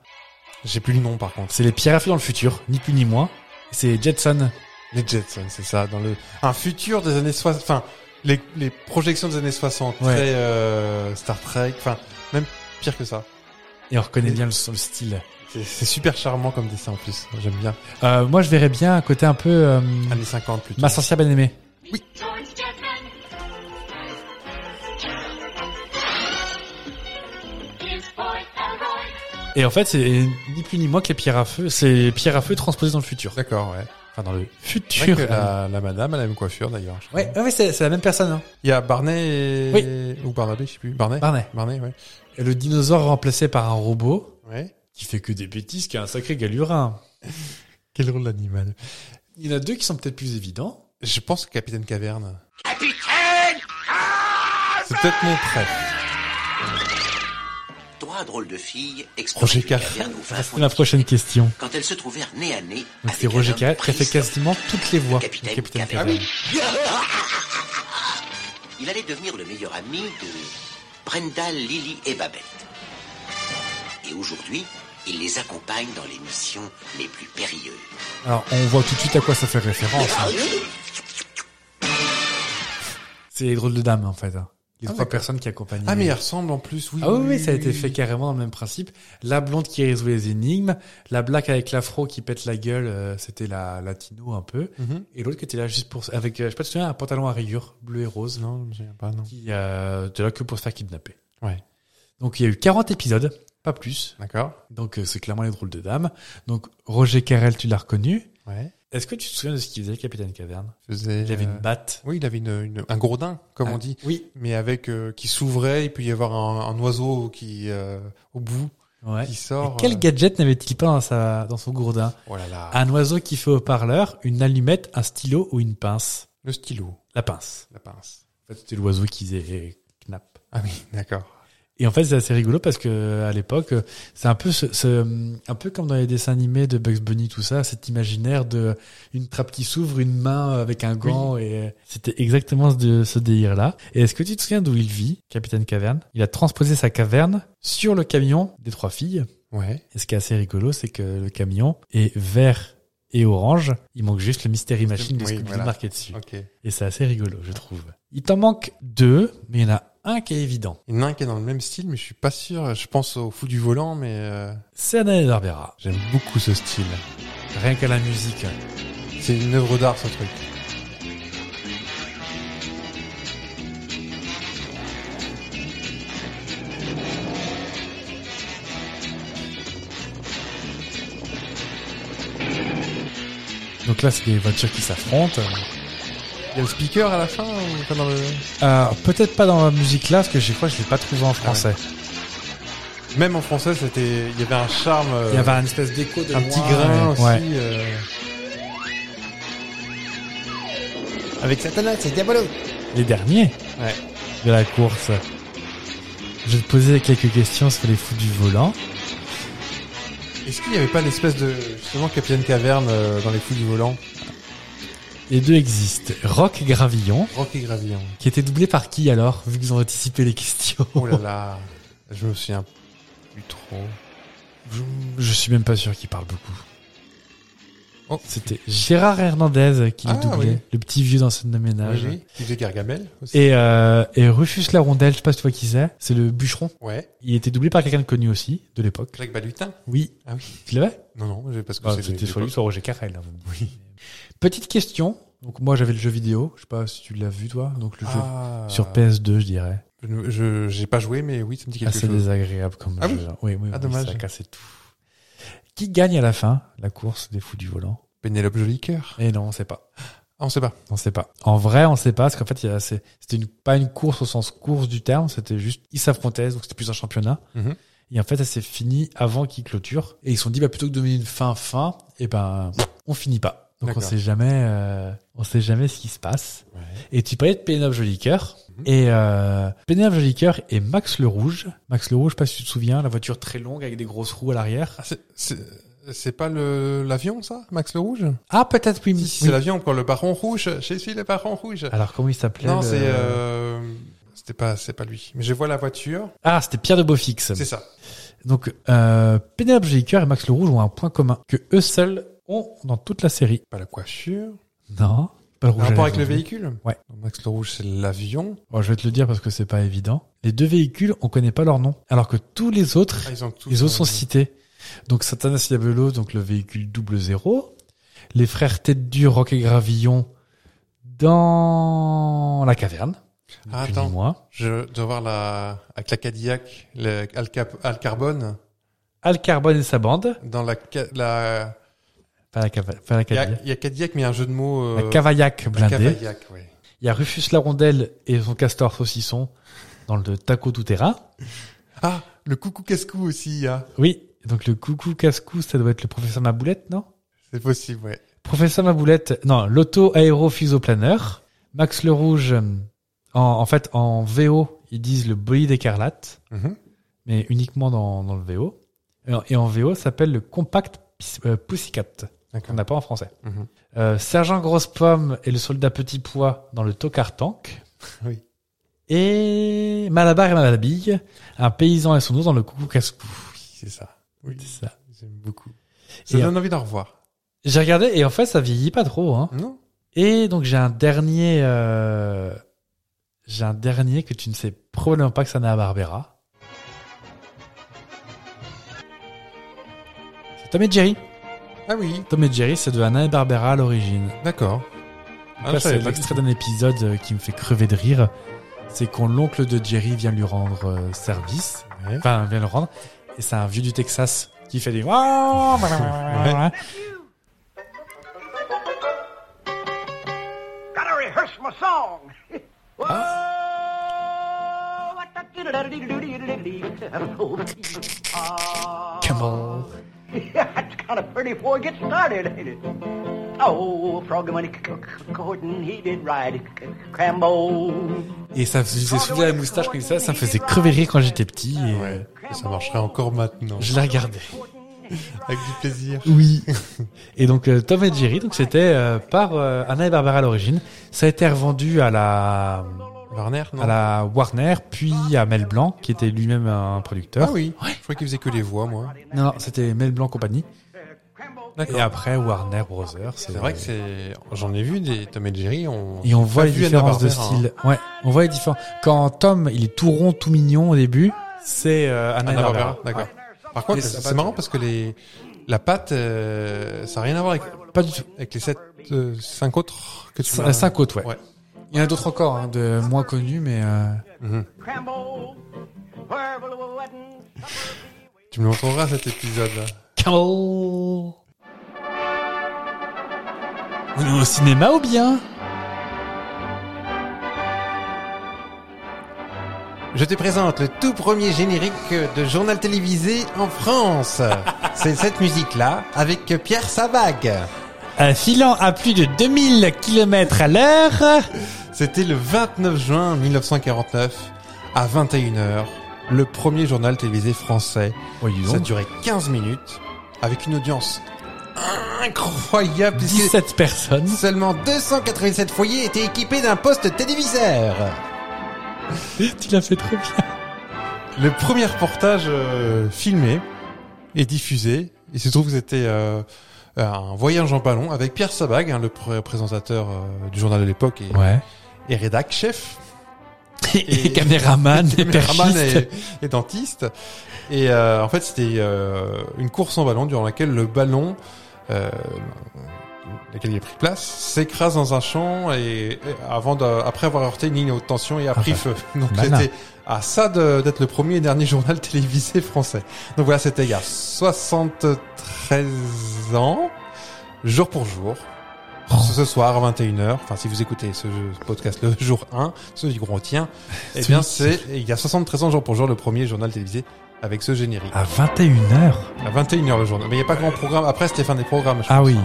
[SPEAKER 5] J'ai plus le nom par contre.
[SPEAKER 4] C'est les pierres à feu dans le futur, ni plus ni moins. C'est Jetson.
[SPEAKER 5] Les Jetsons, c'est ça, dans le un futur des années 60, enfin les, les projections des années 60,
[SPEAKER 4] Ouais.
[SPEAKER 5] très euh, Star Trek, enfin même pire que ça.
[SPEAKER 4] Et on reconnaît bien le, le style.
[SPEAKER 5] C'est c'est super charmant comme dessin en plus, j'aime bien.
[SPEAKER 4] Euh, moi, je verrais bien un côté un peu... euh,
[SPEAKER 5] Années 50 plutôt.
[SPEAKER 4] ma sorcière bien-aimée. Et en fait, c'est ni plus ni moins que les pierres à feu. C'est les pierres à feu transposées dans le futur.
[SPEAKER 5] D'accord, ouais.
[SPEAKER 4] Enfin, dans le
[SPEAKER 5] C'est vrai
[SPEAKER 4] futur.
[SPEAKER 5] que la, la madame elle a la même coiffure d'ailleurs. je crois.
[SPEAKER 4] euh. Ouais, ouais, ouais, c'est c'est la même personne. Hein.
[SPEAKER 5] Il y a Barney et... ou Barnabé, je sais plus. Barney.
[SPEAKER 4] Barney.
[SPEAKER 5] Barney, ouais.
[SPEAKER 4] Et le dinosaure remplacé par un robot
[SPEAKER 5] Ouais.
[SPEAKER 4] qui fait que des bêtises, qui a un sacré galurin.
[SPEAKER 5] Quel drôle d'animal.
[SPEAKER 4] Il y en a deux qui sont peut-être plus évidents.
[SPEAKER 5] Je pense que Capitaine Caverne. Capitaine C'est peut-être mon préf.
[SPEAKER 7] Trois drôles de filles
[SPEAKER 5] Roger
[SPEAKER 7] explorées une
[SPEAKER 5] Carré.
[SPEAKER 7] caverne au fin
[SPEAKER 4] C'est
[SPEAKER 7] fond
[SPEAKER 4] la
[SPEAKER 7] du
[SPEAKER 4] prochaine question.
[SPEAKER 7] Quand elles se trouvèrent nez à nez
[SPEAKER 4] Donc
[SPEAKER 7] avec
[SPEAKER 4] Ah, c'est
[SPEAKER 7] un
[SPEAKER 4] Roger
[SPEAKER 7] homme
[SPEAKER 4] Carré qui a fait
[SPEAKER 7] triste,
[SPEAKER 4] quasiment toutes les voix.
[SPEAKER 7] Capitaine
[SPEAKER 4] du Capitaine Ah
[SPEAKER 7] Caverne.
[SPEAKER 4] Caverne.
[SPEAKER 7] il allait devenir le meilleur ami de Brenda, Lily et Babette. Et aujourd'hui, il les accompagne dans les missions les plus périlleuses.
[SPEAKER 4] Alors, on voit tout de suite à quoi ça fait référence. hein. C'est les drôles de dames, en fait. hein. Les
[SPEAKER 5] Ah,
[SPEAKER 4] trois
[SPEAKER 5] d'accord.
[SPEAKER 4] personnes qui accompagnaient.
[SPEAKER 5] Ah mais il ressemble en plus, oui.
[SPEAKER 4] Ah oui, oui, ça a été fait carrément dans le même principe. La blonde qui résout les énigmes, la blague avec l'afro qui pète la gueule, euh, c'était la latino un peu,
[SPEAKER 5] Mhm.
[SPEAKER 4] et l'autre qui était là juste pour, avec, euh, je sais pas, tu te souviens, un pantalon à rayures bleu et rose,
[SPEAKER 5] Non, je me souviens pas, non.
[SPEAKER 4] qui euh, était là que pour se faire kidnapper.
[SPEAKER 5] Ouais.
[SPEAKER 4] Donc il y a eu 40 épisodes, pas plus.
[SPEAKER 5] D'accord.
[SPEAKER 4] Donc euh, c'est clairement les drôles de dames. Donc Roger Carrel, tu l'as reconnu.
[SPEAKER 5] Ouais.
[SPEAKER 4] Est-ce que tu te souviens de ce qu'il faisait, le Capitaine Caverne
[SPEAKER 5] Faisait,
[SPEAKER 4] Il avait
[SPEAKER 5] euh,
[SPEAKER 4] une Ah. batte.
[SPEAKER 5] Oui, il avait une, une- un gourdin, comme on dit,
[SPEAKER 4] Oui.
[SPEAKER 5] mais avec euh, qui s'ouvrait, il peut y avoir un, un oiseau qui euh, au bout
[SPEAKER 4] Ouais.
[SPEAKER 5] qui sort.
[SPEAKER 4] Et quel Ah.
[SPEAKER 5] euh,
[SPEAKER 4] gadget n'avait-il pas dans, sa, dans son gourdin
[SPEAKER 5] Oh là là.
[SPEAKER 4] Un oiseau qui fait au parleur, une allumette, un stylo ou une pince
[SPEAKER 5] Le stylo,
[SPEAKER 4] La pince.
[SPEAKER 5] la pince.
[SPEAKER 4] En fait, c'était l'oiseau qui faisait knap.
[SPEAKER 5] Ah oui, d'accord.
[SPEAKER 4] Et en fait, c'est assez rigolo parce que à l'époque, euh, c'est un peu ce, ce- un peu comme dans les dessins animés de Bugs Bunny, tout ça, cet imaginaire de une trappe qui s'ouvre, une main avec un gant, et euh, c'était exactement ce, de- ce délire-là. Et est-ce que tu te souviens d'où il vit, Capitaine Caverne Il a transposé sa caverne sur le camion des trois filles.
[SPEAKER 5] Ouais.
[SPEAKER 4] Et ce qui est assez rigolo, c'est que le camion est vert et orange. Il manque juste le Mystery Machine de
[SPEAKER 5] Oui,
[SPEAKER 4] Scooby
[SPEAKER 5] voilà.
[SPEAKER 4] marqué dessus.
[SPEAKER 5] Ok.
[SPEAKER 4] Et c'est assez rigolo, je trouve. Il t'en manque deux, mais il y en a un qui est évident.
[SPEAKER 5] Il y en a un qui est dans le même style, mais je suis pas sûr. Je pense au fou du volant, mais euh,
[SPEAKER 4] C'est Anna et Barbara.
[SPEAKER 5] j'aime beaucoup ce style.
[SPEAKER 4] Rien qu'à la musique.
[SPEAKER 5] C'est une œuvre d'art, ce truc.
[SPEAKER 4] Donc là, c'est des voitures qui s'affrontent.
[SPEAKER 5] Il y a le speaker à la fin ou pas dans le...
[SPEAKER 4] Euh, Peut-être pas dans la musique là, parce que je crois que je l'ai pas trouvé en français.
[SPEAKER 5] Même en français, c'était, il y avait un charme, euh,
[SPEAKER 4] Il y avait une espèce d'écho de
[SPEAKER 5] un petit grain aussi.
[SPEAKER 4] Ouais.
[SPEAKER 5] euh,
[SPEAKER 8] Avec Satanas, c'est Diabolo.
[SPEAKER 4] Les derniers
[SPEAKER 5] Ouais.
[SPEAKER 4] de la course. Je vais te poser quelques questions sur les fous du volant.
[SPEAKER 5] Est-ce qu'il n'y avait pas l'espèce de justement Capitaine Caverne euh, dans les fous du volant,
[SPEAKER 4] Les deux existent. Rock et Gravillon,
[SPEAKER 5] Rock et Gravillon
[SPEAKER 4] qui était doublé par qui alors, vu qu'ils ont anticipé les questions
[SPEAKER 5] Oh là là, je me souviens plus trop.
[SPEAKER 4] je, je suis même pas sûr qu'il parle beaucoup.
[SPEAKER 5] Oh.
[SPEAKER 4] C'était Gérard Hernandez qui
[SPEAKER 5] Ah,
[SPEAKER 4] le doublait,
[SPEAKER 5] oui.
[SPEAKER 4] le petit vieux dans son
[SPEAKER 5] Oui,
[SPEAKER 4] ménage.
[SPEAKER 5] oui. Il faisait Gargamel aussi.
[SPEAKER 4] Ah, Et, euh, et Rufus la rondelle, je sais pas si tu vois qui c'est, c'est le bûcheron.
[SPEAKER 5] Ouais.
[SPEAKER 4] Il était doublé par quelqu'un de connu aussi, de l'époque.
[SPEAKER 5] Jacques Balutin
[SPEAKER 4] Oui.
[SPEAKER 5] Ah oui.
[SPEAKER 4] Tu l'avais
[SPEAKER 5] Non, non, j'ai- parce que
[SPEAKER 4] Ah,
[SPEAKER 5] c'est-
[SPEAKER 4] C'était
[SPEAKER 5] j'ai-
[SPEAKER 4] soit lui, soit Roger Carrel. hein, vous me dites. Petite question. Donc moi j'avais le jeu vidéo, je sais pas si tu l'as vu toi, donc le jeu
[SPEAKER 5] Ah,
[SPEAKER 4] sur PS2 je dirais.
[SPEAKER 5] je ne- Je j'ai pas joué, mais oui, ça me dit quelque
[SPEAKER 4] Assez
[SPEAKER 5] chose.
[SPEAKER 4] désagréable comme
[SPEAKER 5] Ah
[SPEAKER 4] jeu.
[SPEAKER 5] oui
[SPEAKER 4] hein. oui, oui,
[SPEAKER 5] Ah,
[SPEAKER 4] oui,
[SPEAKER 5] dommage.
[SPEAKER 4] Ça cassait tout. Qui gagne à la fin la course des fous du volant
[SPEAKER 5] Pénélope Jolicoeur.
[SPEAKER 4] Eh non, on sait pas.
[SPEAKER 5] Ah, on sait pas.
[SPEAKER 4] On sait pas. En vrai, on sait pas, parce qu'en fait, il y a- c'est- c'était une, pas une course au sens course du terme, c'était juste, ils s'affrontaient, donc c'était plus un championnat.
[SPEAKER 5] Mhm.
[SPEAKER 4] Et en fait, ça s'est fini avant qu'ils clôturent. Et ils se sont dit, bah, plutôt que de donner une fin fin, et ben, on finit pas. Donc on
[SPEAKER 5] D'accord.
[SPEAKER 4] sait jamais, euh, on sait jamais ce qui se passe.
[SPEAKER 5] Ouais. Mm-hmm.
[SPEAKER 4] Et tu parlais de Pénélope Jolicoeur. Et euh, Pénélope Jolicoeur et Max le Rouge. Max le Rouge, je sais pas si tu te souviens, la voiture très longue avec des grosses roues à l'arrière.
[SPEAKER 5] Ah, c'est- c'est c'est pas le l'avion, ça, Max le Rouge
[SPEAKER 4] Ah, peut-être oui.
[SPEAKER 5] Si, si,
[SPEAKER 4] oui. Ah,
[SPEAKER 5] c'est l'avion, quand le baron rouge. Je suis le baron rouge.
[SPEAKER 4] Alors comment il s'appelait
[SPEAKER 5] non,
[SPEAKER 4] le-
[SPEAKER 5] c'est euh, c'était pas c'est pas lui. Mais je vois la voiture.
[SPEAKER 4] Ah, c'était Pierre de Beaufix.
[SPEAKER 5] C'est ça.
[SPEAKER 4] Donc, euh, Pénélope Jolicoeur et Max Le Rouge ont un point commun que eux seuls ont dans toute la série.
[SPEAKER 5] Pas la coiffure.
[SPEAKER 4] Non, pas le rouge.
[SPEAKER 5] Un
[SPEAKER 4] à
[SPEAKER 5] rapport avec
[SPEAKER 4] lèvres.
[SPEAKER 5] le véhicule.
[SPEAKER 4] Ouais.
[SPEAKER 5] Max le rouge, c'est l'avion.
[SPEAKER 4] Bon, je vais te le dire parce que c'est pas évident. Les deux véhicules, on connaît pas leur nom, alors que tous les autres,
[SPEAKER 5] Ah, ils ont tous.
[SPEAKER 4] les autres
[SPEAKER 5] euh,
[SPEAKER 4] sont cités. Donc Satanas Diabolo, donc le véhicule double zéro. Les frères Tête Dure, Rock et Gravillon dans la caverne. ni
[SPEAKER 5] Ah,
[SPEAKER 4] plus ni
[SPEAKER 5] attends.
[SPEAKER 4] moins.
[SPEAKER 5] Je dois voir la avec la Cadillac, le Al, Cap- Al Carbone
[SPEAKER 4] Al Carbone et sa bande.
[SPEAKER 5] dans la ca- la.
[SPEAKER 4] Pas la, cava- pas la
[SPEAKER 5] Il y a,
[SPEAKER 4] Cadillac.
[SPEAKER 5] il y a Cadillac, mais il y a un jeu de mots. euh,
[SPEAKER 4] La Cavaillac
[SPEAKER 5] la
[SPEAKER 4] blindée.
[SPEAKER 5] Cadillac, ouais.
[SPEAKER 4] Il y a Rufus la rondelle et son castor saucisson dans le taco tout terrain.
[SPEAKER 5] Ah, le coucou cascou aussi, ah. il y a.
[SPEAKER 4] Oui, donc le coucou casse-cou, ça doit être le professeur Maboulette, non
[SPEAKER 5] C'est possible, ouais.
[SPEAKER 4] Professeur Maboulette, non, l'auto-aéro-fusoplaneur. Max le Rouge, euh, en, en fait, en VO, ils disent le bolide écarlate,
[SPEAKER 5] Mhm.
[SPEAKER 4] mais uniquement dans, dans le VO. Et en- Et en VO, ça s'appelle le compact pis- euh, pussycat, qu'on
[SPEAKER 5] D'accord.
[SPEAKER 4] n'a pas en français.
[SPEAKER 5] Mhm.
[SPEAKER 4] Euh, Sergent Grosse Pomme et le soldat Petit Pois dans le Tokar Tank.
[SPEAKER 5] Oui.
[SPEAKER 4] Et Malabar et Malabille, un paysan et son ours dans le coucou casse-cou.
[SPEAKER 5] Oui, c'est ça. Oui,
[SPEAKER 4] C'est ça.
[SPEAKER 5] j'aime beaucoup. Ça
[SPEAKER 4] Et- euh,
[SPEAKER 5] donne envie d'en revoir.
[SPEAKER 4] J'ai regardé et en fait, ça vieillit pas trop. Hein.
[SPEAKER 5] Non.
[SPEAKER 4] Et donc j'ai un dernier, euh, j'ai un dernier que tu ne sais probablement pas que ça n'a à Barbera. C'est Tom et Jerry.
[SPEAKER 5] Ah oui,
[SPEAKER 4] Tom et Jerry, c'est de Anna et Barbera à l'origine.
[SPEAKER 5] d'accord.
[SPEAKER 4] Donc
[SPEAKER 5] Ah,
[SPEAKER 4] là,
[SPEAKER 5] je savais
[SPEAKER 4] c'est
[SPEAKER 5] pas
[SPEAKER 4] l'extrait
[SPEAKER 5] du
[SPEAKER 4] d'un épisode euh, qui me fait crever de rire. C'est quand l'oncle de Jerry vient lui rendre euh, service.
[SPEAKER 5] tout. Ouais.
[SPEAKER 4] Enfin, vient le rendre. Et c'est un vieux du Texas qui fait des. Ouais.
[SPEAKER 9] Gotta rehearse my song.
[SPEAKER 4] Camel.
[SPEAKER 9] That's kind of pretty before it gets started, ain't it? Oh, Froggy Money C- C- Gordon, he did ride C- Crambo.
[SPEAKER 4] Et ça me faisait soulever la moustache comme ça. Ça me faisait crever de rire quand j'étais petit. Et
[SPEAKER 5] Ah Ouais, et ça marcherait encore maintenant.
[SPEAKER 4] Je la regardais.
[SPEAKER 5] Avec du plaisir.
[SPEAKER 4] Oui. Et donc euh, Tom et Jerry, donc c'était euh, par euh, Anna et Barbara à l'origine. Ça a été revendu à la
[SPEAKER 5] Warner, non
[SPEAKER 4] à la Warner, puis à Mel Blanc, qui était lui-même un producteur.
[SPEAKER 5] Ah oui, je croyais qu'il faisait que les voix, moi.
[SPEAKER 4] Non, non, c'était Mel Blanc compagnie. Et
[SPEAKER 5] D'accord.
[SPEAKER 4] après Warner Brothers.
[SPEAKER 5] C'est vrai que c'est. J'en ai vu des Tom et Jerry. On...
[SPEAKER 4] Et on voit
[SPEAKER 5] pas
[SPEAKER 4] les
[SPEAKER 5] vu hein.
[SPEAKER 4] différences de
[SPEAKER 5] Hanna-Barbera,
[SPEAKER 4] style. Ouais, on voit les différences. Quand Tom, il est tout rond, tout mignon au début, c'est euh, Anna,
[SPEAKER 5] hein.
[SPEAKER 4] et Barbara.
[SPEAKER 5] Hanna-Barbera, d'accord. Par contre,
[SPEAKER 4] Et sa
[SPEAKER 5] c'est
[SPEAKER 4] patte.
[SPEAKER 5] marrant parce que les la pâte, euh, ça n'a rien à voir avec.
[SPEAKER 4] Pas du tout.
[SPEAKER 5] Avec les sept, euh, cinq autres que tu
[SPEAKER 4] Cin- euh,
[SPEAKER 5] m'as-
[SPEAKER 4] cinq autres, ouais.
[SPEAKER 5] Ouais.
[SPEAKER 4] Il y en a d'autres encore, hein, de moins connus, mais euh,
[SPEAKER 5] Mhm.
[SPEAKER 9] Crambo. Verbal wedding.
[SPEAKER 5] Tu me l'entendras cet épisode.
[SPEAKER 4] Carol. On est au cinéma ou bien
[SPEAKER 5] Je te présente le tout premier générique de journal télévisé en France. C'est cette musique-là avec Pierre Sabag.
[SPEAKER 4] Euh, Filant à plus de 2000 km à l'heure.
[SPEAKER 5] C'était le 29 juin 1949 à 21h, le premier journal télévisé français.
[SPEAKER 4] Voyons.
[SPEAKER 5] Ça durait 15 minutes avec une audience incroyable puisque
[SPEAKER 4] 17 personnes.
[SPEAKER 5] seulement 287 foyers étaient équipés d'un poste téléviseur.
[SPEAKER 4] Tu l'as fait trop bien.
[SPEAKER 5] Le premier reportage euh, filmé et diffusé, il se trouve que c'était euh, un voyage en ballon avec Pierre Sabag, hein, le pr- présentateur euh, du journal de l'époque et,
[SPEAKER 4] Ouais.
[SPEAKER 5] et rédac chef.
[SPEAKER 4] Et, caméraman, et
[SPEAKER 5] caméraman
[SPEAKER 4] perchiste.
[SPEAKER 5] et, et dentiste. Et euh, en fait, c'était euh, une course en ballon durant laquelle le ballon, euh, laquelle il a pris place, s'écrase dans un champ et, et avant de, après avoir heurté une ligne à haute tension et a
[SPEAKER 4] Ah
[SPEAKER 5] pris
[SPEAKER 4] bah,
[SPEAKER 5] feu. Donc
[SPEAKER 4] malin.
[SPEAKER 5] c'était à ça de- d'être le premier et dernier journal télévisé français. Donc voilà, c'était il y a 73 ans, jour pour jour.
[SPEAKER 4] Oh.
[SPEAKER 5] Ce soir à 21h, enfin si vous écoutez ce jeu- ce podcast le jour 1, celui qu'on retient, eh bien c'est il y a 73 ans jour pour jour le premier journal télévisé avec ce générique.
[SPEAKER 4] À 21h.
[SPEAKER 5] À 21h le journal. Mais il n'y a pas grand programme, après c'était fin des programmes. je
[SPEAKER 4] Ah
[SPEAKER 5] pense.
[SPEAKER 4] oui.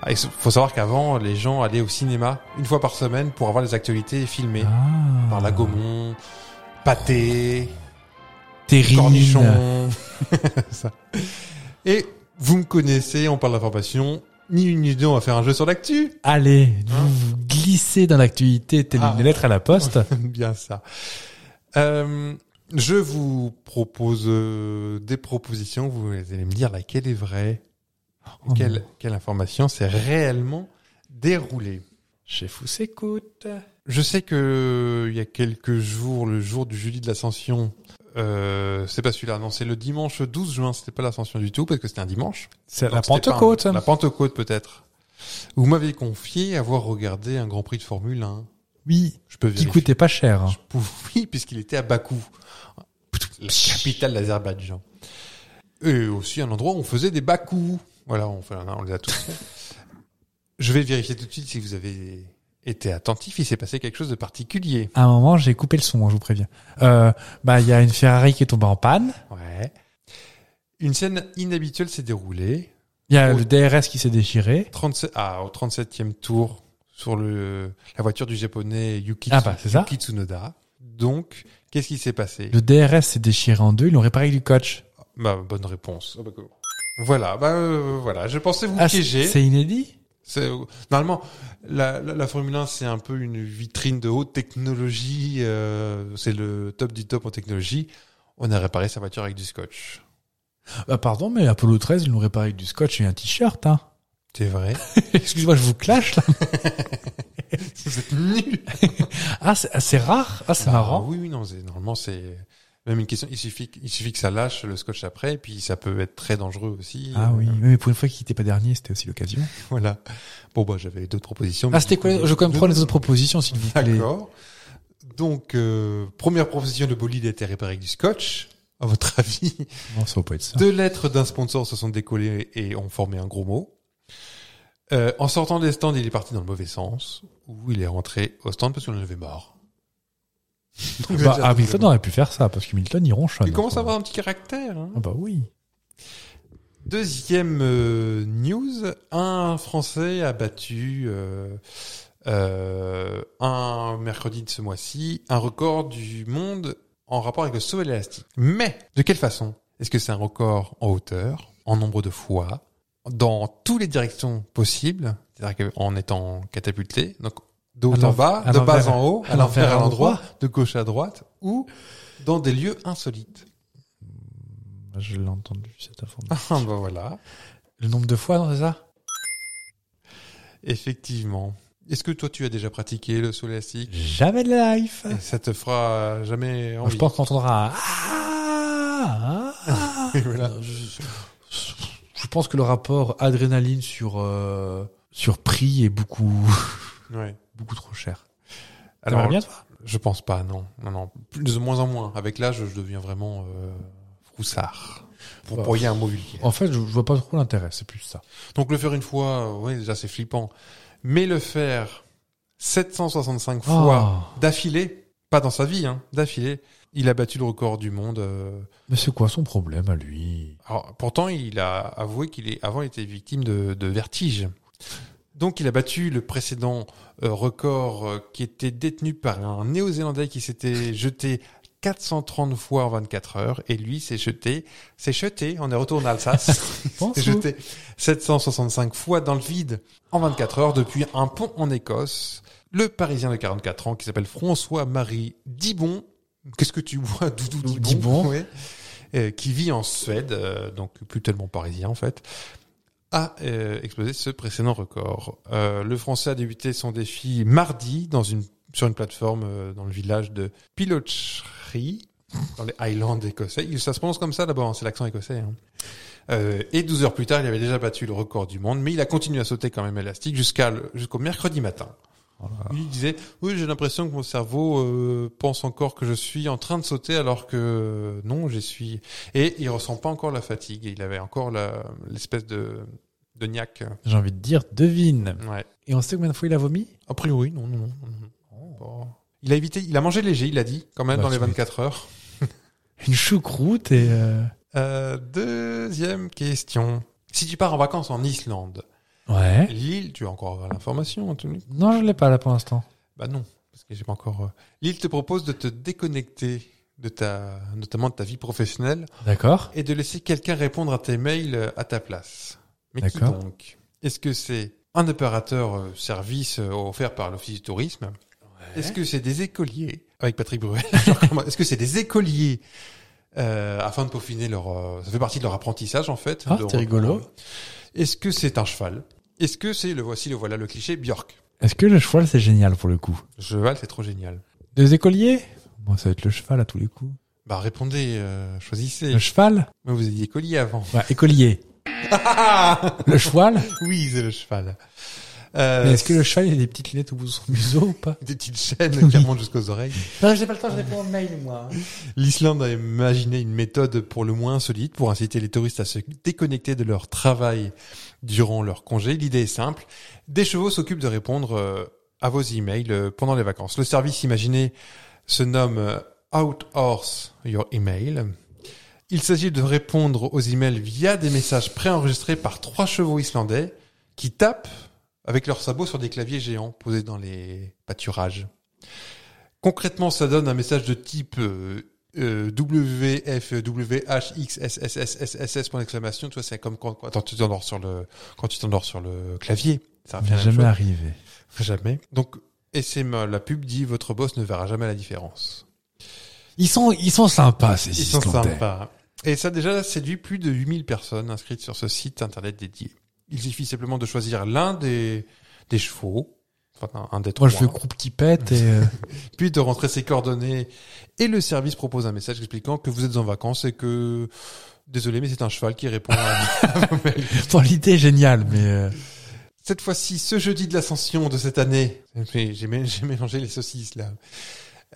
[SPEAKER 5] Ah, Il faut savoir qu'avant les gens allaient au cinéma une fois par semaine pour avoir les actualités filmées
[SPEAKER 4] Ah.
[SPEAKER 5] par la Gaumont, Pâté,
[SPEAKER 4] Terrine.
[SPEAKER 5] cornichon. Ça. Et vous me connaissez, on parle d'information. Ni une ni deux, on va faire un jeu sur l'actu.
[SPEAKER 4] Allez, vous vous glissez dans l'actualité telle
[SPEAKER 5] Ah.
[SPEAKER 4] une lettre à la poste.
[SPEAKER 5] Bien ça. Euh, je vous propose euh, des propositions. Vous allez me dire laquelle est vraie.
[SPEAKER 4] Oh
[SPEAKER 5] quelle, quelle information s'est réellement déroulée.
[SPEAKER 4] Chef, vous s'écoute.
[SPEAKER 5] Je sais que euh, il y a quelques jours, le jour du jeudi de l'ascension, euh, c'est pas celui-là, non, c'est le dimanche 12 juin, c'était pas l'ascension du tout, parce que c'était un dimanche.
[SPEAKER 4] C'est
[SPEAKER 5] Donc,
[SPEAKER 4] la
[SPEAKER 5] c'était pas un-
[SPEAKER 4] Pentecôte.
[SPEAKER 5] La Pentecôte peut-être. Vous m'avez confié avoir regardé un Grand Prix de Formule 1.
[SPEAKER 4] Oui.
[SPEAKER 5] Je peux
[SPEAKER 4] Qui
[SPEAKER 5] vérifier.
[SPEAKER 4] coûtait pas cher. hein.
[SPEAKER 5] Oui, puisqu'il était à Bakou, la capitale d'Azerbaïdjan. Et aussi un endroit où on faisait des Bakou. Voilà, on, fait, on les a tous fait. Je vais vérifier tout de suite si vous avez été attentif. Il s'est passé quelque chose de particulier.
[SPEAKER 4] À un moment, j'ai coupé le son, hein, je vous préviens. Euh, bah, il y a une Ferrari qui est tombée en panne.
[SPEAKER 5] Ouais. Une scène inhabituelle s'est déroulée.
[SPEAKER 4] Il y a
[SPEAKER 5] Oh.
[SPEAKER 4] le DRS qui s'est déchiré.
[SPEAKER 5] 37, ah, au 37e tour sur le, la voiture du japonais Yuki,
[SPEAKER 4] Ah bah, c'est ça.
[SPEAKER 5] Yuki Tsunoda. Donc, qu'est-ce qui s'est passé
[SPEAKER 4] Le DRS s'est déchiré en deux. Ils l'ont réparé avec du coach.
[SPEAKER 5] Bah, bonne réponse. Voilà, bah, euh, voilà, je pensais vous
[SPEAKER 4] Ah, c'est
[SPEAKER 5] piéger.
[SPEAKER 4] c'est inédit.
[SPEAKER 5] C'est- Normalement, la, la, la Formule 1, c'est un peu une vitrine de haute technologie. euh, c'est le top du top en technologie. On a réparé sa voiture avec du scotch.
[SPEAKER 4] Bah, pardon, mais Apollo 13, ils l'ont réparé avec du scotch et un t-shirt. Hein.
[SPEAKER 5] C'est vrai.
[SPEAKER 4] Excusez-moi, je vous clash là.
[SPEAKER 5] Vous êtes nuls.
[SPEAKER 4] Ah, c'est ah, c'est rare. Ah, c'est
[SPEAKER 5] Bah,
[SPEAKER 4] marrant.
[SPEAKER 5] Oui, oui, non, c'est, normalement, c'est même une question. Il suffit, que- il suffit que ça lâche le scotch après, et puis ça peut être très dangereux aussi.
[SPEAKER 4] Ah
[SPEAKER 5] Euh,
[SPEAKER 4] oui, mais pour une fois qu'il n'était pas dernier, c'était aussi l'occasion.
[SPEAKER 5] Voilà. Bon, bah, j'avais d'autres propositions. mais
[SPEAKER 4] Ah, c'était
[SPEAKER 5] du
[SPEAKER 4] quoi
[SPEAKER 5] coup,
[SPEAKER 4] Je vais quand même
[SPEAKER 5] je-
[SPEAKER 4] prendre les autres propositions, s'il vous plaît.
[SPEAKER 5] D'accord. Donc, euh, première proposition, le bolide a été réparé avec du scotch. À votre avis,
[SPEAKER 4] Non, ça va pas être ça.
[SPEAKER 5] deux lettres d'un sponsor se sont décollées et ont formé un gros mot. Euh, en sortant des stands, il est parti dans le mauvais sens, ou il est rentré au stand parce qu'on en avait marre. Donc,
[SPEAKER 4] Bah,
[SPEAKER 5] déjà,
[SPEAKER 4] Hamilton aurait pu faire ça, parce que Hamilton, il ronchonne.
[SPEAKER 5] Il commence
[SPEAKER 4] hein, quand
[SPEAKER 5] à avoir un petit caractère. hein.
[SPEAKER 4] même. Ah bah oui.
[SPEAKER 5] Deuxième euh, news, un Français a battu euh, euh, un mercredi de ce mois-ci un record du monde en rapport avec le saut élastique. Mais de quelle façon Est-ce que c'est un record en hauteur, en nombre de fois, dans toutes les directions possibles, c'est-à-dire qu'en étant catapulté, donc de haut
[SPEAKER 4] À
[SPEAKER 5] en
[SPEAKER 4] l'en-
[SPEAKER 5] bas,
[SPEAKER 4] à
[SPEAKER 5] de bas
[SPEAKER 4] l'envers-
[SPEAKER 5] en haut,
[SPEAKER 4] à
[SPEAKER 5] à l'envers
[SPEAKER 4] l'envers
[SPEAKER 5] à
[SPEAKER 4] à
[SPEAKER 5] l'endroit,
[SPEAKER 4] l'endroit.
[SPEAKER 5] de gauche à droite, ou dans des lieux insolites
[SPEAKER 4] Je l'ai entendu, cette information.
[SPEAKER 5] Ah bah voilà.
[SPEAKER 4] Le nombre de fois, non, c'est ça
[SPEAKER 5] Effectivement. Est-ce que toi, tu as déjà pratiqué le saut élastique
[SPEAKER 4] Jamais de la life.
[SPEAKER 5] Et Ça te fera jamais
[SPEAKER 4] Euh. Moi,
[SPEAKER 5] envie.
[SPEAKER 4] je pense qu'on entendra un Ah Ah
[SPEAKER 5] Voilà.
[SPEAKER 4] Non, je, je pense que le rapport adrénaline sur, euh, sur prix est beaucoup,
[SPEAKER 5] Ouais.
[SPEAKER 4] beaucoup trop cher.
[SPEAKER 5] Alors,
[SPEAKER 4] T'aimerais bien, toi
[SPEAKER 5] je pense pas, non. Non, non. Plus- de moins en moins. Avec l'âge, je deviens vraiment euh, froussard. Pour
[SPEAKER 4] Bah,
[SPEAKER 5] broyer un mot vulgaire.
[SPEAKER 4] En fait, je, je vois pas trop l'intérêt, c'est plus ça.
[SPEAKER 5] Donc, le faire une fois, euh, ouais, déjà, c'est flippant. Mais le faire 765
[SPEAKER 4] Oh.
[SPEAKER 5] fois
[SPEAKER 4] Ah,
[SPEAKER 5] d'affilée, pas dans sa vie, hein, d'affilée, il a battu le record du monde. euh,
[SPEAKER 4] Mais c'est quoi son problème à lui
[SPEAKER 5] alors, pourtant, il a avoué qu'il est, avant, il était victime de, de vertige. Donc, il a battu le précédent euh, record euh, qui était détenu par un Néo-Zélandais qui s'était jeté 430 fois en 24 heures. Et lui s'est jeté, s'est jeté, on est retourné en Alsace,
[SPEAKER 4] Bon,
[SPEAKER 5] s'est
[SPEAKER 4] fou.
[SPEAKER 5] jeté 765 fois dans le vide en 24 heures depuis un pont en Écosse. Le Parisien de 44 ans qui s'appelle François-Marie Dibon. Qu'est-ce que tu bois, Doudou Dibon,
[SPEAKER 4] Dibon.
[SPEAKER 5] Ouais euh, qui vit en Suède, euh, donc plus tellement parisien en fait, a euh, explosé ce précédent record. Euh, le Français a débuté son défi mardi dans une, sur une plateforme euh, dans le village de Pilochry, dans les Highlands écossais. Il- Ça se prononce comme ça d'abord, hein, c'est l'accent écossais. hein. Euh, et 12 heures plus tard, il avait déjà battu le record du monde, mais il a continué à sauter quand même élastique jusqu'à le- jusqu'au mercredi matin. Il disait, oui, j'ai l'impression que mon cerveau euh, pense encore que je suis en train de sauter alors que euh, non, j'y suis. Et il ressent pas encore la fatigue. Il avait encore la- l'espèce de, de niaque.
[SPEAKER 4] J'ai envie de dire, devine.
[SPEAKER 5] Ouais.
[SPEAKER 4] Et on sait combien de fois il a vomi
[SPEAKER 5] A priori, non, non, non. non, non. Bon. Oh. Il a évité, il a mangé léger, il a dit, quand même,
[SPEAKER 4] Bah,
[SPEAKER 5] dans les
[SPEAKER 4] tu
[SPEAKER 5] 24 heures.
[SPEAKER 4] Une choucroute et... euh,
[SPEAKER 5] Euh, deuxième question. Si tu pars en vacances en Islande,
[SPEAKER 4] Ouais.
[SPEAKER 5] l'île, tu as encore avoir l'information, Anthony
[SPEAKER 4] Non, je l'ai pas là pour l'instant.
[SPEAKER 5] Bah non, parce que j'ai pas encore. euh, L'île te propose de te déconnecter de ta, notamment de ta vie professionnelle,
[SPEAKER 4] D'accord.
[SPEAKER 5] et de laisser quelqu'un répondre à tes mails euh, à ta place. Mais qui
[SPEAKER 4] D'accord.
[SPEAKER 5] donc Est-ce que c'est un opérateur euh, service euh, offert par l'Office du tourisme Est-ce que c'est des écoliers Avec Patrick Bruel. je recommande. Est-ce que c'est des écoliers euh, afin de peaufiner leur... euh, ça fait partie de leur apprentissage en fait.
[SPEAKER 4] Ah,
[SPEAKER 5] de-
[SPEAKER 4] c'est rigolo.
[SPEAKER 5] Est-ce que c'est un cheval Est-ce que c'est le voici, le voilà, le cliché Björk
[SPEAKER 4] Est-ce que le cheval, c'est génial pour le coup
[SPEAKER 5] Cheval, c'est trop génial.
[SPEAKER 4] Deux écoliers Bon, ça va être le cheval à tous les coups.
[SPEAKER 5] Bah répondez, euh, choisissez.
[SPEAKER 4] Le cheval
[SPEAKER 5] Mais vous étiez écolier avant.
[SPEAKER 4] Ouais, écolier. le cheval
[SPEAKER 5] Oui, c'est le cheval. Euh,
[SPEAKER 4] Mais est-ce que le cheval, il a des petites lunettes au bout de son museau ou pas
[SPEAKER 5] des petites chaînes qui remontent jusqu'aux oreilles.
[SPEAKER 3] Non, j'ai pas le temps, je réponds au mail, moi.
[SPEAKER 5] L'Islande a imaginé une méthode pour le moins insolite pour inciter les touristes à se déconnecter de leur travail durant leur congé. L'idée est simple. Des chevaux s'occupent de répondre euh, à vos emails euh, pendant les vacances. Le service imaginé se nomme euh, Out Horse Your Email. Il s'agit de répondre aux emails via des messages préenregistrés par trois chevaux islandais qui tapent avec leurs sabots sur des claviers géants posés dans les pâturages. Concrètement, ça donne un message de type euh, euh, WFWHXSSSSSS point d'exclamation. Tu vois, c'est comme quand, quand tu t'endors sur le quand tu t'endors sur le clavier. Ça va
[SPEAKER 4] Bien
[SPEAKER 5] faire la même
[SPEAKER 4] jamais
[SPEAKER 5] chose.
[SPEAKER 4] arrivé.
[SPEAKER 5] Jamais. Donc, et c'est ma- la pub dit votre boss ne verra jamais la différence.
[SPEAKER 4] Ils sont, ils sont sympas, ces
[SPEAKER 5] Ils sont
[SPEAKER 4] Islandais.
[SPEAKER 5] sympas. Et ça déjà séduit plus de 8000 personnes inscrites sur ce site internet dédié. Il suffit simplement de choisir l'un des, des chevaux, enfin un, un des
[SPEAKER 4] Moi,
[SPEAKER 5] trois,
[SPEAKER 4] je fais groupe qui pète et... euh,
[SPEAKER 5] puis de rentrer ses coordonnées et le service propose un message expliquant que vous êtes en vacances et que désolé mais c'est un cheval qui répond à- à vos mails.
[SPEAKER 4] bon, l'idée est géniale, mais... euh,
[SPEAKER 5] Cette fois-ci, ce jeudi de l'ascension de cette année, j'ai j'ai mé- j'ai mélangé les saucisses là,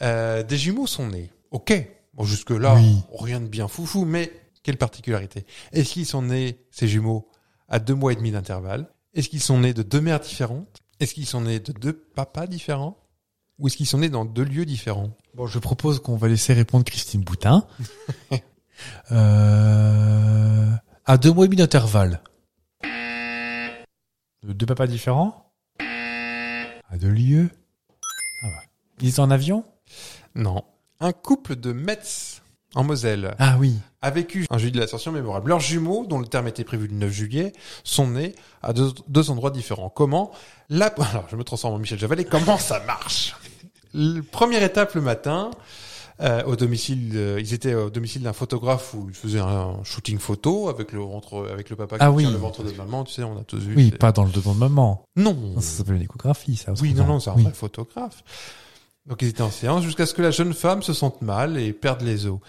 [SPEAKER 5] Euh, des jumeaux sont nés. Ok, bon, jusque-là,
[SPEAKER 4] Oui.
[SPEAKER 5] rien de bien foufou, mais quelle particularité. Est-ce qu'ils sont nés, ces jumeaux, à deux mois et demi d'intervalle Est-ce qu'ils sont nés de deux mères différentes Est-ce qu'ils sont nés de deux papas différents Ou est-ce qu'ils sont nés dans deux lieux différents
[SPEAKER 4] Bon, je propose qu'on va laisser répondre Christine Boutin. euh... À deux mois et demi d'intervalle. De Deux papas différents À deux lieux Ah bah. Ils sont en avion
[SPEAKER 5] Non. Un couple de Metz, en Moselle,
[SPEAKER 4] Ah oui.
[SPEAKER 5] a vécu un jeudi de l'ascension mémorable. Leurs jumeaux, dont le terme était prévu le 9 juillet, sont nés à deux, deux endroits différents. Comment la... Alors, je me transforme en Michel Javel et comment ça marche Le- Première étape le matin, euh, au domicile, de- ils étaient au domicile d'un photographe où ils faisaient un shooting photo avec le ventre, avec le papa qui
[SPEAKER 4] Ah
[SPEAKER 5] tient
[SPEAKER 4] oui.
[SPEAKER 5] le ventre de maman. Tu sais, on a tous vu.
[SPEAKER 4] Oui,
[SPEAKER 5] c'est-
[SPEAKER 4] pas dans le dedans de maman.
[SPEAKER 5] Non.
[SPEAKER 4] Non, Ça s'appelle une échographie, ça.
[SPEAKER 5] Oui, non,
[SPEAKER 4] autrement.
[SPEAKER 5] non, c'est un
[SPEAKER 4] Oui.
[SPEAKER 5] vrai photographe. Donc ils étaient en séance jusqu'à ce que la jeune femme se sente mal et perde les os.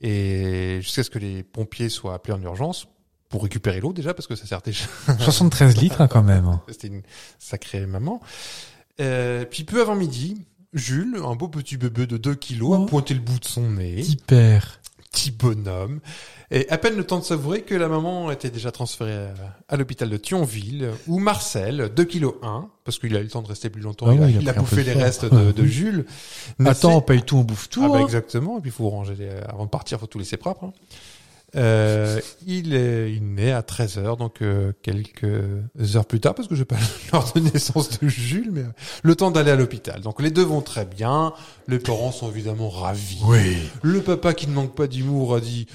[SPEAKER 5] Et jusqu'à ce que les pompiers soient appelés en urgence pour récupérer l'eau déjà, parce que ça sert déjà.
[SPEAKER 4] 73 litres, hein, quand même.
[SPEAKER 5] C'était une sacrée maman. Euh, puis peu avant midi, Jules, un beau petit bébé de 2 kilos,
[SPEAKER 4] Oh.
[SPEAKER 5] a pointé le bout de son nez.
[SPEAKER 4] Hyper.
[SPEAKER 5] petit bonhomme. Et à peine le temps de savourer que la maman était déjà transférée à- à l'hôpital de Thionville, où Marcel, 2 kg 1, parce qu'il a eu le temps de rester plus longtemps,
[SPEAKER 4] Ah
[SPEAKER 5] il, a,
[SPEAKER 4] oui, il a
[SPEAKER 5] il a
[SPEAKER 4] pris un peu
[SPEAKER 5] bouffé
[SPEAKER 4] de
[SPEAKER 5] les
[SPEAKER 4] poids.
[SPEAKER 5] restes de, de Jules.
[SPEAKER 4] Attends, on
[SPEAKER 5] Naissait-
[SPEAKER 4] paye tout, on bouffe tout.
[SPEAKER 5] ah bah
[SPEAKER 4] hein.
[SPEAKER 5] exactement, et puis il faut ranger les- avant de partir, faut tout laisser propre. hein. Euh, il est il naît à 13h, donc euh, quelques heures plus tard, parce que je pas l'heure de naissance de Jules, mais euh, le temps d'aller à l'hôpital. Donc les deux vont très bien, les parents sont évidemment ravis. Le papa qui ne manque pas d'humour a dit...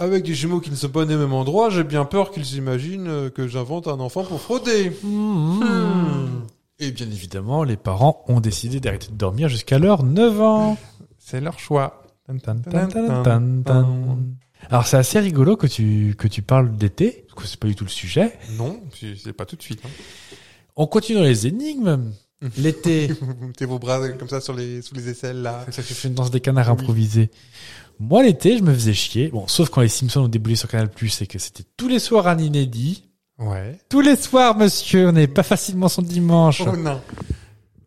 [SPEAKER 5] Avec des jumeaux qui ne sont pas nés au même endroit, j'ai bien peur qu'ils s'imaginent euh, que j'invente un enfant pour frauder.
[SPEAKER 4] Hmm. Et bien évidemment, les parents ont décidé d'arrêter de dormir jusqu'à leur 9 ans.
[SPEAKER 5] C'est leur choix.
[SPEAKER 4] Tan, tan, tan, tan. Alors c'est assez rigolo que tu, que tu parles d'été, parce que c'est pas du tout le sujet.
[SPEAKER 5] Non, c'est c'est pas tout de suite. hein.
[SPEAKER 4] On continue dans les énigmes. L'été,
[SPEAKER 5] Vous mettez vos bras euh, comme ça sur les, sous les aisselles là.
[SPEAKER 4] ça fait une danse des canards improvisée. Moi l'été, je me faisais chier. Bon, sauf quand les Simpsons ont déboulé sur Canal+, et que c'était tous les soirs un inédit.
[SPEAKER 5] Ouais.
[SPEAKER 4] Tous les soirs, monsieur, on n'est pas facilement son dimanche.
[SPEAKER 5] Oh non.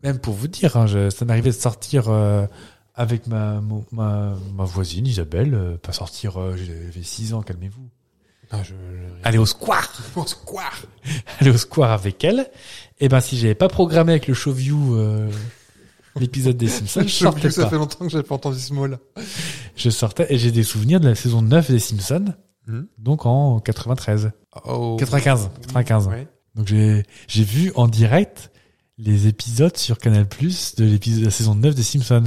[SPEAKER 4] Même pour vous dire, hein, je- ça m'arrivait de sortir euh, avec ma, mo- ma, ma voisine Isabelle, euh, pas sortir, euh, j'avais 6 ans, calmez-vous.
[SPEAKER 5] Ah, je,
[SPEAKER 4] Aller au square
[SPEAKER 5] pense quoi
[SPEAKER 4] aller au square avec elle, et ben si j'avais pas programmé avec le showview euh, l'épisode des Simpsons, je sortais
[SPEAKER 5] ça
[SPEAKER 4] pas.
[SPEAKER 5] fait longtemps que j'avais pas entendu ce mot-là.
[SPEAKER 4] Je sortais et j'ai des souvenirs de la saison 9 des Simpsons,
[SPEAKER 5] Mhm.
[SPEAKER 4] donc en 93,
[SPEAKER 5] Oh.
[SPEAKER 4] 95, 95.
[SPEAKER 5] Ouais.
[SPEAKER 4] Donc j'ai j'ai vu en direct les épisodes sur Canal+ de l'épisode de la saison 9 des Simpsons.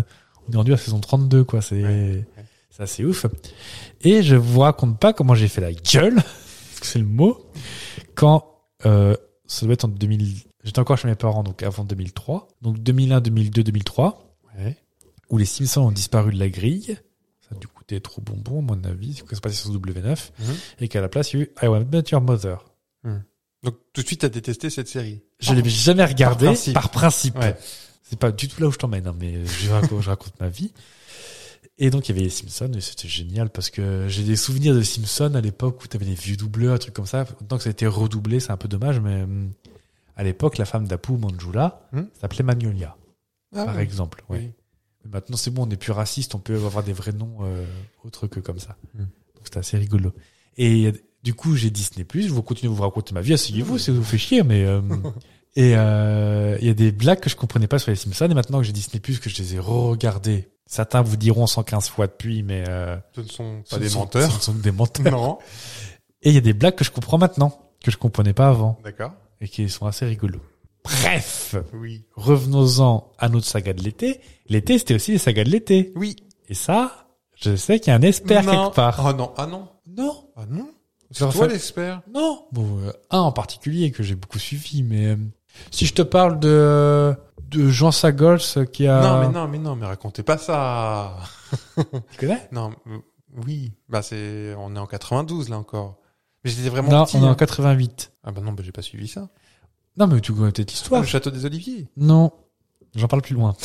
[SPEAKER 4] On est rendu à la saison 32 quoi, c'est
[SPEAKER 5] Ouais.
[SPEAKER 4] c'est assez ouf. Et je vous raconte pas comment j'ai fait la gueule, parce que c'est le mot, quand euh, ça doit être en 2000. J'étais encore chez mes parents, donc avant 2003. Donc 2001, 2002, 2003,
[SPEAKER 5] Ouais.
[SPEAKER 4] où les Simpsons ont disparu de la grille. Ça a dû coûter trop bonbon, à mon avis, c'est que c'est passé sur W9.
[SPEAKER 5] Mhm.
[SPEAKER 4] Et qu'à la place, il y a eu I Want Met Your Mother.
[SPEAKER 5] Donc tout de suite, t'as détesté cette série.
[SPEAKER 4] Je l'ai jamais regardé par
[SPEAKER 5] principe.
[SPEAKER 4] principe.
[SPEAKER 5] Ouais.
[SPEAKER 4] C'est pas du tout là où je t'emmène, hein, mais je raconte, je raconte ma vie. Et donc il y avait les Simpsons et c'était génial parce que j'ai des souvenirs de Simpsons à l'époque où t'avais des vieux doubleurs, un truc comme ça. Tant que ça a été redoublé, c'est un peu dommage, mais hum, à l'époque, la femme d'Apu Manjula
[SPEAKER 5] Hum.
[SPEAKER 4] s'appelait Magnolia,
[SPEAKER 5] Ah,
[SPEAKER 4] par
[SPEAKER 5] oui.
[SPEAKER 4] exemple. ouais.
[SPEAKER 5] Oui.
[SPEAKER 4] Mais Maintenant, c'est bon, on n'est plus raciste, on peut avoir des vrais noms euh, autres que comme ça.
[SPEAKER 5] Mm.
[SPEAKER 4] Donc, c'est assez rigolo. Et euh, du coup, j'ai Disney+, je vous continue de vous raconter ma vie,
[SPEAKER 5] Hmm.
[SPEAKER 4] asseyez-vous, ça vous fait chier, mais... euh, et euh, il y a des blagues que je comprenais pas sur les Simpsons, et maintenant que j'ai Disney+, que je les ai re-regardées, certains vous diront 115 fois depuis, mais... Euh,
[SPEAKER 5] Ce ne sont
[SPEAKER 4] ce
[SPEAKER 5] pas des
[SPEAKER 4] sont-
[SPEAKER 5] menteurs.
[SPEAKER 4] Ce sont des menteurs.
[SPEAKER 5] non.
[SPEAKER 4] Et il y a des blagues que je comprends maintenant, que je comprenais pas avant,
[SPEAKER 5] D'accord.
[SPEAKER 4] et qui sont assez rigolos. Bref,
[SPEAKER 5] Oui.
[SPEAKER 4] revenons-en à notre saga de l'été. L'été, c'était aussi les sagas de l'été.
[SPEAKER 5] Oui.
[SPEAKER 4] Et ça, je sais qu'il y a un expert
[SPEAKER 5] Non.
[SPEAKER 4] quelque part.
[SPEAKER 5] Ah non. Ah non.
[SPEAKER 4] Non,
[SPEAKER 5] Ah non. C'est
[SPEAKER 4] Leur
[SPEAKER 5] toi
[SPEAKER 4] fa-
[SPEAKER 5] l'expert.
[SPEAKER 4] non. Bon, euh, un en particulier que j'ai beaucoup suivi, mais euh, si je te parle de de Jean Sagols euh, qui a.
[SPEAKER 5] Non mais non mais non mais racontez pas ça.
[SPEAKER 4] Tu connais
[SPEAKER 5] Non. euh, Oui. Bah c'est on est en 92 là encore. Mais j'étais vraiment
[SPEAKER 4] Non,
[SPEAKER 5] petit.
[SPEAKER 4] on est en
[SPEAKER 5] hein.
[SPEAKER 4] 88.
[SPEAKER 5] Ah bah non, bah j'ai pas suivi ça.
[SPEAKER 4] Non, mais tu connais peut-être
[SPEAKER 5] Ah,
[SPEAKER 4] l'histoire.
[SPEAKER 5] le château des Oliviers.
[SPEAKER 4] Non, j'en parle plus loin.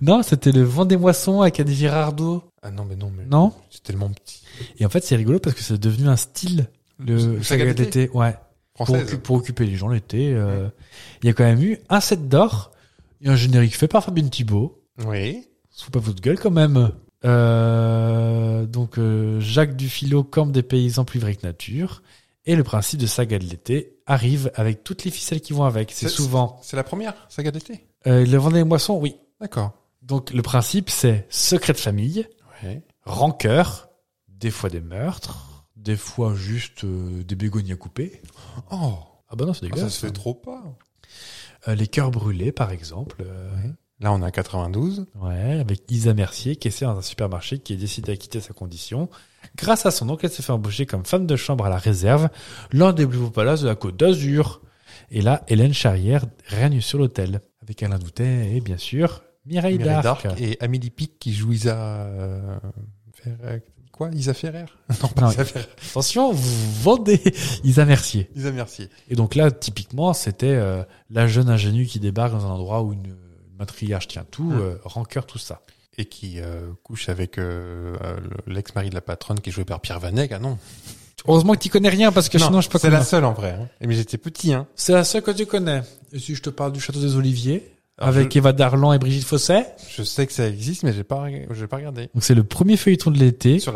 [SPEAKER 4] non, c'était le vent des moissons avec Anne Girardot.
[SPEAKER 5] Ah non mais non mais
[SPEAKER 4] Non.
[SPEAKER 5] c'est tellement petit.
[SPEAKER 4] Et en fait, c'est rigolo parce que c'est devenu un style. Le,
[SPEAKER 5] Le saga
[SPEAKER 4] saga de l'été, ouais. pour,
[SPEAKER 5] Française.
[SPEAKER 4] occu- pour occuper les gens l'été. euh, Il y a quand même eu un set d'or et un générique fait par Fabienne Thibault.
[SPEAKER 5] Oui.
[SPEAKER 4] Sous pas votre gueule quand même. Euh, donc euh, Jacques Dufilo, Camp des paysans plus vrai que nature. Et le principe de saga de l'été arrive avec toutes les ficelles qui vont avec. C'est
[SPEAKER 5] C'est-
[SPEAKER 4] souvent
[SPEAKER 5] C'est la première saga d'été.
[SPEAKER 4] euh, le Vendée des moissons, oui.
[SPEAKER 5] D'accord.
[SPEAKER 4] Donc le principe c'est secret de famille,
[SPEAKER 5] Ouais.
[SPEAKER 4] rancœur, des fois des meurtres, des fois juste euh, des bégonias coupées.
[SPEAKER 5] Oh,
[SPEAKER 4] Ah bah non c'est
[SPEAKER 5] ah, ça
[SPEAKER 4] dégueulasse.
[SPEAKER 5] se fait trop pas.
[SPEAKER 4] Euh, les cœurs brûlés par exemple. euh,
[SPEAKER 5] Là, on est à 92.
[SPEAKER 4] Ouais, avec Isa Mercier, caissière dans un supermarché qui est décidée à quitter sa condition. Grâce à son oncle, elle s'est fait embaucher comme femme de chambre à la réserve, l'un des plus beaux palaces de la Côte d'Azur. Et là, Hélène Charrière règne sur l'hôtel, avec Alain Doutet et bien sûr Mireille,
[SPEAKER 5] Mireille
[SPEAKER 4] d'Arc.
[SPEAKER 5] Darc et Amélie Pic qui joue Isa... euh, Ferrer- Quoi Isa Ferrer Non, pas
[SPEAKER 4] Non,
[SPEAKER 5] Isa Ferrer.
[SPEAKER 4] Attention, vous vendez Isa Mercier.
[SPEAKER 5] Isa Mercier.
[SPEAKER 4] Et donc là, typiquement, c'était euh, la jeune ingénue qui débarque dans un endroit où une matriarche tient tout,
[SPEAKER 5] Mm.
[SPEAKER 4] euh, rancœur, tout ça.
[SPEAKER 5] Et qui euh, couche avec euh, euh, le- l'ex-mari de la patronne qui est joué par Pierre Vanek. Ah non.
[SPEAKER 4] Heureusement que tu connais rien, parce que
[SPEAKER 5] Non,
[SPEAKER 4] sinon je peux
[SPEAKER 5] C'est la seule en vrai. hein. Mais j'étais petit. Hein.
[SPEAKER 4] C'est la seule que tu connais. Et si je te parle du château des Oliviers, avec Eva Darlan et Brigitte Fosset.
[SPEAKER 5] Je sais que ça existe, mais j'ai pas, j'ai pas regardé.
[SPEAKER 4] Donc c'est le premier feuilleton de l'été sur...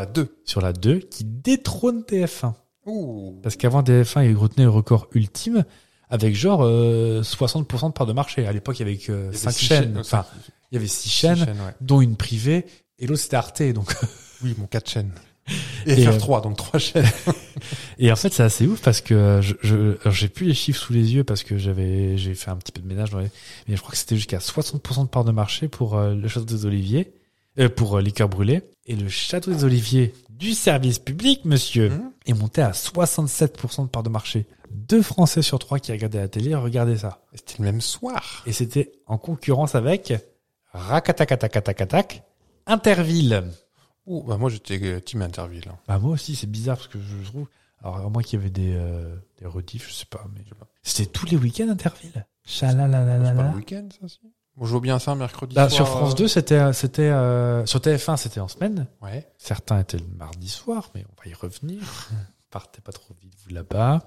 [SPEAKER 5] Sur la 2.
[SPEAKER 4] la 2 qui détrône TF1.
[SPEAKER 5] Ouh.
[SPEAKER 4] Parce qu'avant TF1, il retenait le record ultime avec genre euh, 60% de part de marché. À l'époque, il y avait que
[SPEAKER 5] Il y avait
[SPEAKER 4] 5
[SPEAKER 5] six
[SPEAKER 4] chaînes.
[SPEAKER 5] donc
[SPEAKER 4] Enfin,
[SPEAKER 5] ça-
[SPEAKER 4] il y avait 6
[SPEAKER 5] six
[SPEAKER 4] chaînes,
[SPEAKER 5] ouais.
[SPEAKER 4] dont une privée. Et l'autre, c'était Arte. Donc
[SPEAKER 5] Oui, mon 4 chaînes.
[SPEAKER 4] Et,
[SPEAKER 5] Et, euh, FR3, donc 3 chaînes.
[SPEAKER 4] Et en fait, c'est assez ouf parce que euh, je, je- alors, j'ai plus les chiffres sous les yeux parce que j'avais, j'ai fait un petit peu de ménage dans les- mais je crois que c'était jusqu'à 60% de part de marché pour euh, le château des Oliviers, euh, pour euh, les cœurs brûlés. Et le château des Oliviers du service public, monsieur,
[SPEAKER 5] Mhm.
[SPEAKER 4] est monté à 67% de part de marché. Deux Français sur trois qui regardaient la télé regardaient ça.
[SPEAKER 5] C'était le même soir.
[SPEAKER 4] Et c'était en concurrence avec Racatacatacatacac, Interville.
[SPEAKER 5] Ouh, bah moi j'étais euh, team Interville. hein.
[SPEAKER 4] Bah moi aussi, c'est bizarre parce que je trouve. Alors à moins qu'il y avait des, euh, des rediffs, je sais pas, mais c'était tous les week-ends Interville.
[SPEAKER 5] C'est pas
[SPEAKER 4] Chalalalalala.
[SPEAKER 5] le week-end, ça aussi Bon, je vois bien ça un mercredi
[SPEAKER 4] Là,
[SPEAKER 5] soir.
[SPEAKER 4] Bah, sur France
[SPEAKER 5] euh,
[SPEAKER 4] 2, c'était c'était euh, sur TF1, c'était en semaine.
[SPEAKER 5] Ouais.
[SPEAKER 4] Certains étaient le mardi soir, mais on va y revenir. Partez pas trop vite vous là-bas.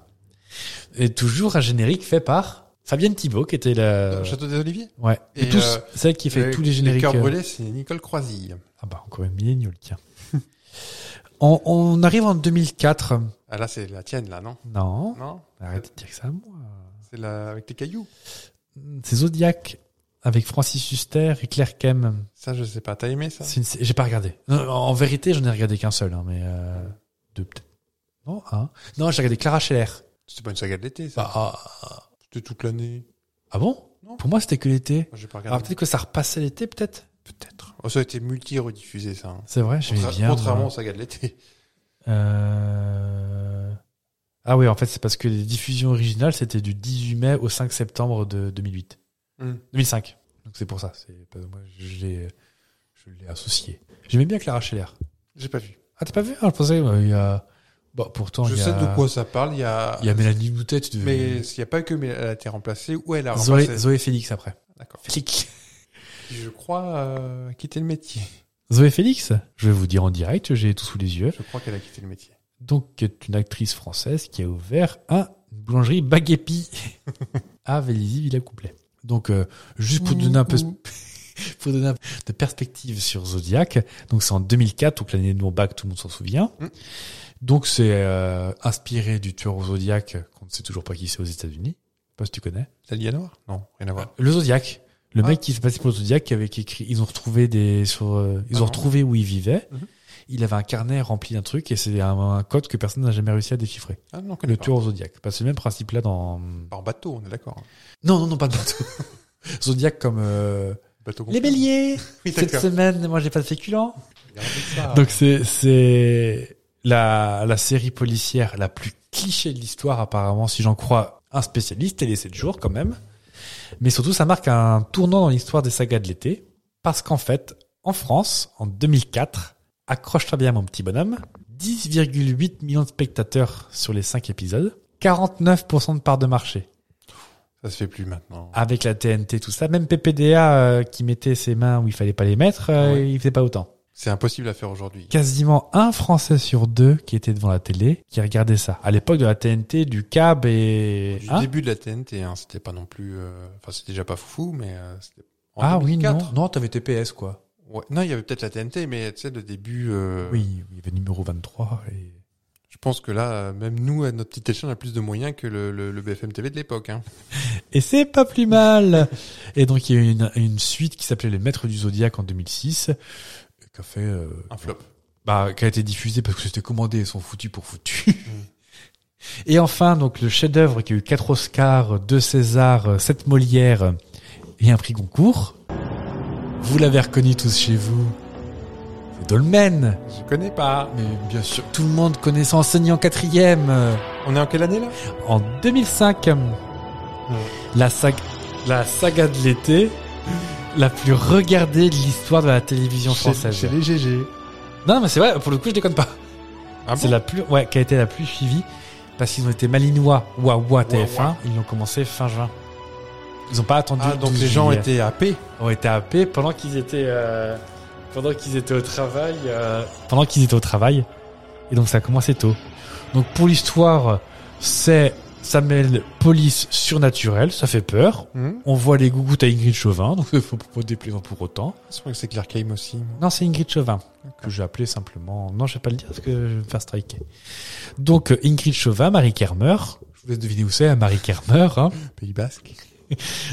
[SPEAKER 4] Et toujours un générique fait par Fabienne Thibault, qui était la.
[SPEAKER 5] Euh, Château des Oliviers
[SPEAKER 4] Ouais. Et,
[SPEAKER 5] Et,
[SPEAKER 4] tous,
[SPEAKER 5] euh,
[SPEAKER 4] celle qui fait
[SPEAKER 5] Le-
[SPEAKER 4] tous les génériques.
[SPEAKER 5] cœurs
[SPEAKER 4] euh,
[SPEAKER 5] brûlés, c'est Nicole Croisille.
[SPEAKER 4] Ah bah encore une millénial, tiens. on, on arrive en 2004.
[SPEAKER 5] Ah là, c'est la tienne, là, non
[SPEAKER 4] Non,
[SPEAKER 5] Non
[SPEAKER 4] arrêtez de dire ça à moi.
[SPEAKER 5] C'est la... avec les cailloux
[SPEAKER 4] C'est Zodiac avec Francis Huster et Claire Kem.
[SPEAKER 5] Ça, je sais pas. T'as aimé ça
[SPEAKER 4] C'est une sé- J'ai pas regardé. Non, en vérité, je n'ai regardé qu'un seul, hein, mais euh, deux peut-être. Non, un. Non, j'ai regardé Clara Scheller.
[SPEAKER 5] C'était pas une saga de l'été, ça.
[SPEAKER 4] Bah, ah,
[SPEAKER 5] C'était toute l'année.
[SPEAKER 4] ah bon
[SPEAKER 5] Non.
[SPEAKER 4] Pour moi, c'était que l'été.
[SPEAKER 5] Moi, J'ai pas
[SPEAKER 4] Alors
[SPEAKER 5] regardé.
[SPEAKER 4] peut-être que ça repassait l'été, peut-être.
[SPEAKER 5] Peut-être. Oh, ça a été multi-rediffusé, ça. hein.
[SPEAKER 4] C'est vrai, j'aimais
[SPEAKER 5] Contra-
[SPEAKER 4] bien.
[SPEAKER 5] Contrairement aux
[SPEAKER 4] moi.
[SPEAKER 5] sagas de l'été.
[SPEAKER 4] Euh, Ah oui, en fait, c'est parce que les diffusions originales, c'était du 18 mai au 5 septembre de 2008.
[SPEAKER 5] Hmm.
[SPEAKER 4] 2005. Donc c'est pour ça. C'est pas- Moi, je l'ai je l'ai associé. J'aimais bien Clara Scheller.
[SPEAKER 5] J'ai pas vu.
[SPEAKER 4] Ah, t'as pas vu Ah, Je pensais, euh, il y a. Bon, pourtant,
[SPEAKER 5] Je
[SPEAKER 4] il y a.
[SPEAKER 5] sais de quoi ça parle. Il y a.
[SPEAKER 4] Il y a Mélanie Boutet, tu
[SPEAKER 5] Mais
[SPEAKER 4] devais.
[SPEAKER 5] s'il n'y a pas que, mais elle a été remplacée ou elle a
[SPEAKER 4] Euh, Zoé,
[SPEAKER 5] remplacé.
[SPEAKER 4] Zoé Félix après.
[SPEAKER 5] D'accord.
[SPEAKER 4] Félix.
[SPEAKER 5] Qui, Je crois euh, a quitté le métier.
[SPEAKER 4] Zoé Félix Je vais vous dire en direct, j'ai tout sous les yeux.
[SPEAKER 5] Je crois qu'elle a quitté le métier.
[SPEAKER 4] Donc, qui est une actrice française qui a ouvert un une boulangerie Baguépi à Vélizy Villa Couplet. Donc, euh, juste pour donner un peu, pour donner un peu de perspective sur Zodiac. Donc, c'est en 2004, donc l'année de mon bac, tout le monde s'en souvient.
[SPEAKER 5] Mm.
[SPEAKER 4] Donc, c'est euh, inspiré du tueur au Zodiac, qu'on ne sait toujours pas qui c'est aux États-Unis. Je sais pas si tu connais.
[SPEAKER 5] L'Alien Noir Non, rien à voir.
[SPEAKER 4] Le Zodiac. Le
[SPEAKER 5] Ah.
[SPEAKER 4] mec qui s'est passé pour le Zodiac, qui avait écrit, ils ont retrouvé des, sur, euh, ils
[SPEAKER 5] Ah
[SPEAKER 4] ont
[SPEAKER 5] non.
[SPEAKER 4] retrouvé où il vivait.
[SPEAKER 5] Mhm.
[SPEAKER 4] Il avait un carnet rempli d'un truc et c'est un, un code que personne n'a jamais réussi à déchiffrer.
[SPEAKER 5] Ah non, on connaît
[SPEAKER 4] Le
[SPEAKER 5] pas.
[SPEAKER 4] tueur au Zodiac. Parce que c'est le même principe là dans.
[SPEAKER 5] Pas en bateau, on est d'accord.
[SPEAKER 4] Non, non, non, pas de bateau. Zodiac comme euh,
[SPEAKER 5] Bateau
[SPEAKER 4] les béliers.
[SPEAKER 5] Oui,
[SPEAKER 4] Cette
[SPEAKER 5] d'accord.
[SPEAKER 4] semaine, moi j'ai pas de féculent.
[SPEAKER 5] Regardez ça.
[SPEAKER 4] Donc c'est c'est la la série policière la plus cliché de l'histoire apparemment si j'en crois un spécialiste et les 7 jours quand même. Mais surtout ça marque un tournant dans l'histoire des sagas de l'été parce qu'en fait en France en 2004 accroche-toi bien mon petit bonhomme 10,8 millions de spectateurs sur les 5 épisodes 49% de part de marché
[SPEAKER 5] Ça se fait plus maintenant.
[SPEAKER 4] avec la TNT tout ça même PPDA euh, qui mettait ses mains où il fallait pas les mettre euh,
[SPEAKER 5] Ouais.
[SPEAKER 4] il faisait pas autant
[SPEAKER 5] C'est impossible à faire aujourd'hui.
[SPEAKER 4] quasiment un Français sur deux qui était devant la télé qui regardait ça. À l'époque de la TNT, du câble et...
[SPEAKER 5] Du
[SPEAKER 4] Hein
[SPEAKER 5] début de la TNT, hein, c'était pas non plus. euh, Enfin, c'était déjà pas foufou, mais euh, c'était. en
[SPEAKER 4] ah oui, non,
[SPEAKER 5] 2004.
[SPEAKER 4] non, t'avais TPS quoi.
[SPEAKER 5] Ouais. Non, il y avait peut-être la TNT, mais tu sais, le début. euh,
[SPEAKER 4] Oui, il y avait numéro 23 et...
[SPEAKER 5] Je pense que là, euh, même nous, à notre petite échelle, on a plus de moyens que le, le- le BFM TV de l'époque. Hein.
[SPEAKER 4] Et c'est pas plus mal Et donc il y a eu une, une suite qui s'appelait Les Maîtres du Zodiaque en 2006, qui a fait... euh,
[SPEAKER 5] Un flop.
[SPEAKER 4] bah, qui a été diffusée parce que c'était commandé, ils sont foutus pour foutus. Et enfin, donc le chef-d'œuvre qui a eu quatre Oscars, deux Césars, euh, sept Molières et un prix Goncourt. Vous l'avez reconnu tous chez vous. C'est Dolmen.
[SPEAKER 5] Je connais pas.
[SPEAKER 4] Mais bien sûr, tout le monde connaît ça enseignant quatrième. euh,
[SPEAKER 5] On est en quelle année là
[SPEAKER 4] En 2005, la, saga, la saga de l'été, la plus regardée de l'histoire de la télévision
[SPEAKER 5] Chez,
[SPEAKER 4] française.
[SPEAKER 5] chez les GG.
[SPEAKER 4] Non, mais c'est vrai, pour le coup, je déconne pas.
[SPEAKER 5] Ah
[SPEAKER 4] C'est
[SPEAKER 5] bon
[SPEAKER 4] la plus, ouais, qui a été la plus suivie parce qu'ils ont été malinois ou à Ouah TF1.
[SPEAKER 5] Ouah.
[SPEAKER 4] Ils l'ont commencé fin juin. Ils ont pas attendu.
[SPEAKER 5] Ah,
[SPEAKER 4] le
[SPEAKER 5] donc
[SPEAKER 4] 12
[SPEAKER 5] les gens
[SPEAKER 4] juillet.
[SPEAKER 5] étaient happés.
[SPEAKER 4] ont été happés pendant qu'ils étaient euh, pendant qu'ils étaient au travail. euh, pendant qu'ils étaient au travail. Et donc ça a commencé tôt. Donc pour l'histoire, c'est Ça mêle police surnaturelle, ça fait peur.
[SPEAKER 5] Mhm.
[SPEAKER 4] On voit les gougouttes à Ingrid Chauvin, donc il faut pas déplaisant pour autant.
[SPEAKER 5] C'est vrai que c'est Claire Kame aussi.
[SPEAKER 4] Non, c'est Ingrid Chauvin, que j'ai appelé simplement. Non, je vais pas le dire parce que je vais me faire striker. Donc, euh, Ingrid Chauvin, Marie Kermer. Je vous laisse deviner où c'est, hein, Marie Kermer. Hein.
[SPEAKER 5] Pays Basque.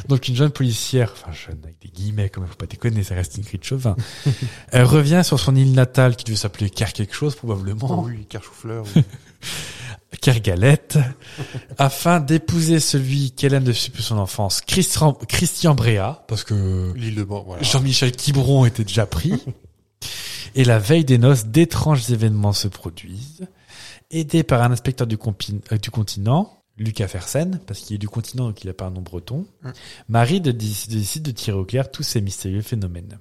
[SPEAKER 4] Donc, une jeune policière, enfin, jeune avec des guillemets, comme il faut pas déconner, ça reste Ingrid Chauvin. Elle revient sur son île natale qui devait s'appeler Ker quelque chose, probablement.
[SPEAKER 5] Oh oui, Carchoufleur. oui.
[SPEAKER 4] Kergalette, afin d'épouser celui qu'elle aime depuis son enfance, Christian, Christian Bréa, parce que
[SPEAKER 5] L'île de Bord, voilà.
[SPEAKER 4] Jean-Michel Quiberon était déjà pris. Et la veille des noces, d'étranges événements se produisent. Aidé par un inspecteur du, compi- euh, du continent, Lucas Fersen, parce qu'il est du continent donc il n'a pas un nom breton, Marie de- décide décide de tirer au clair tous ces mystérieux phénomènes.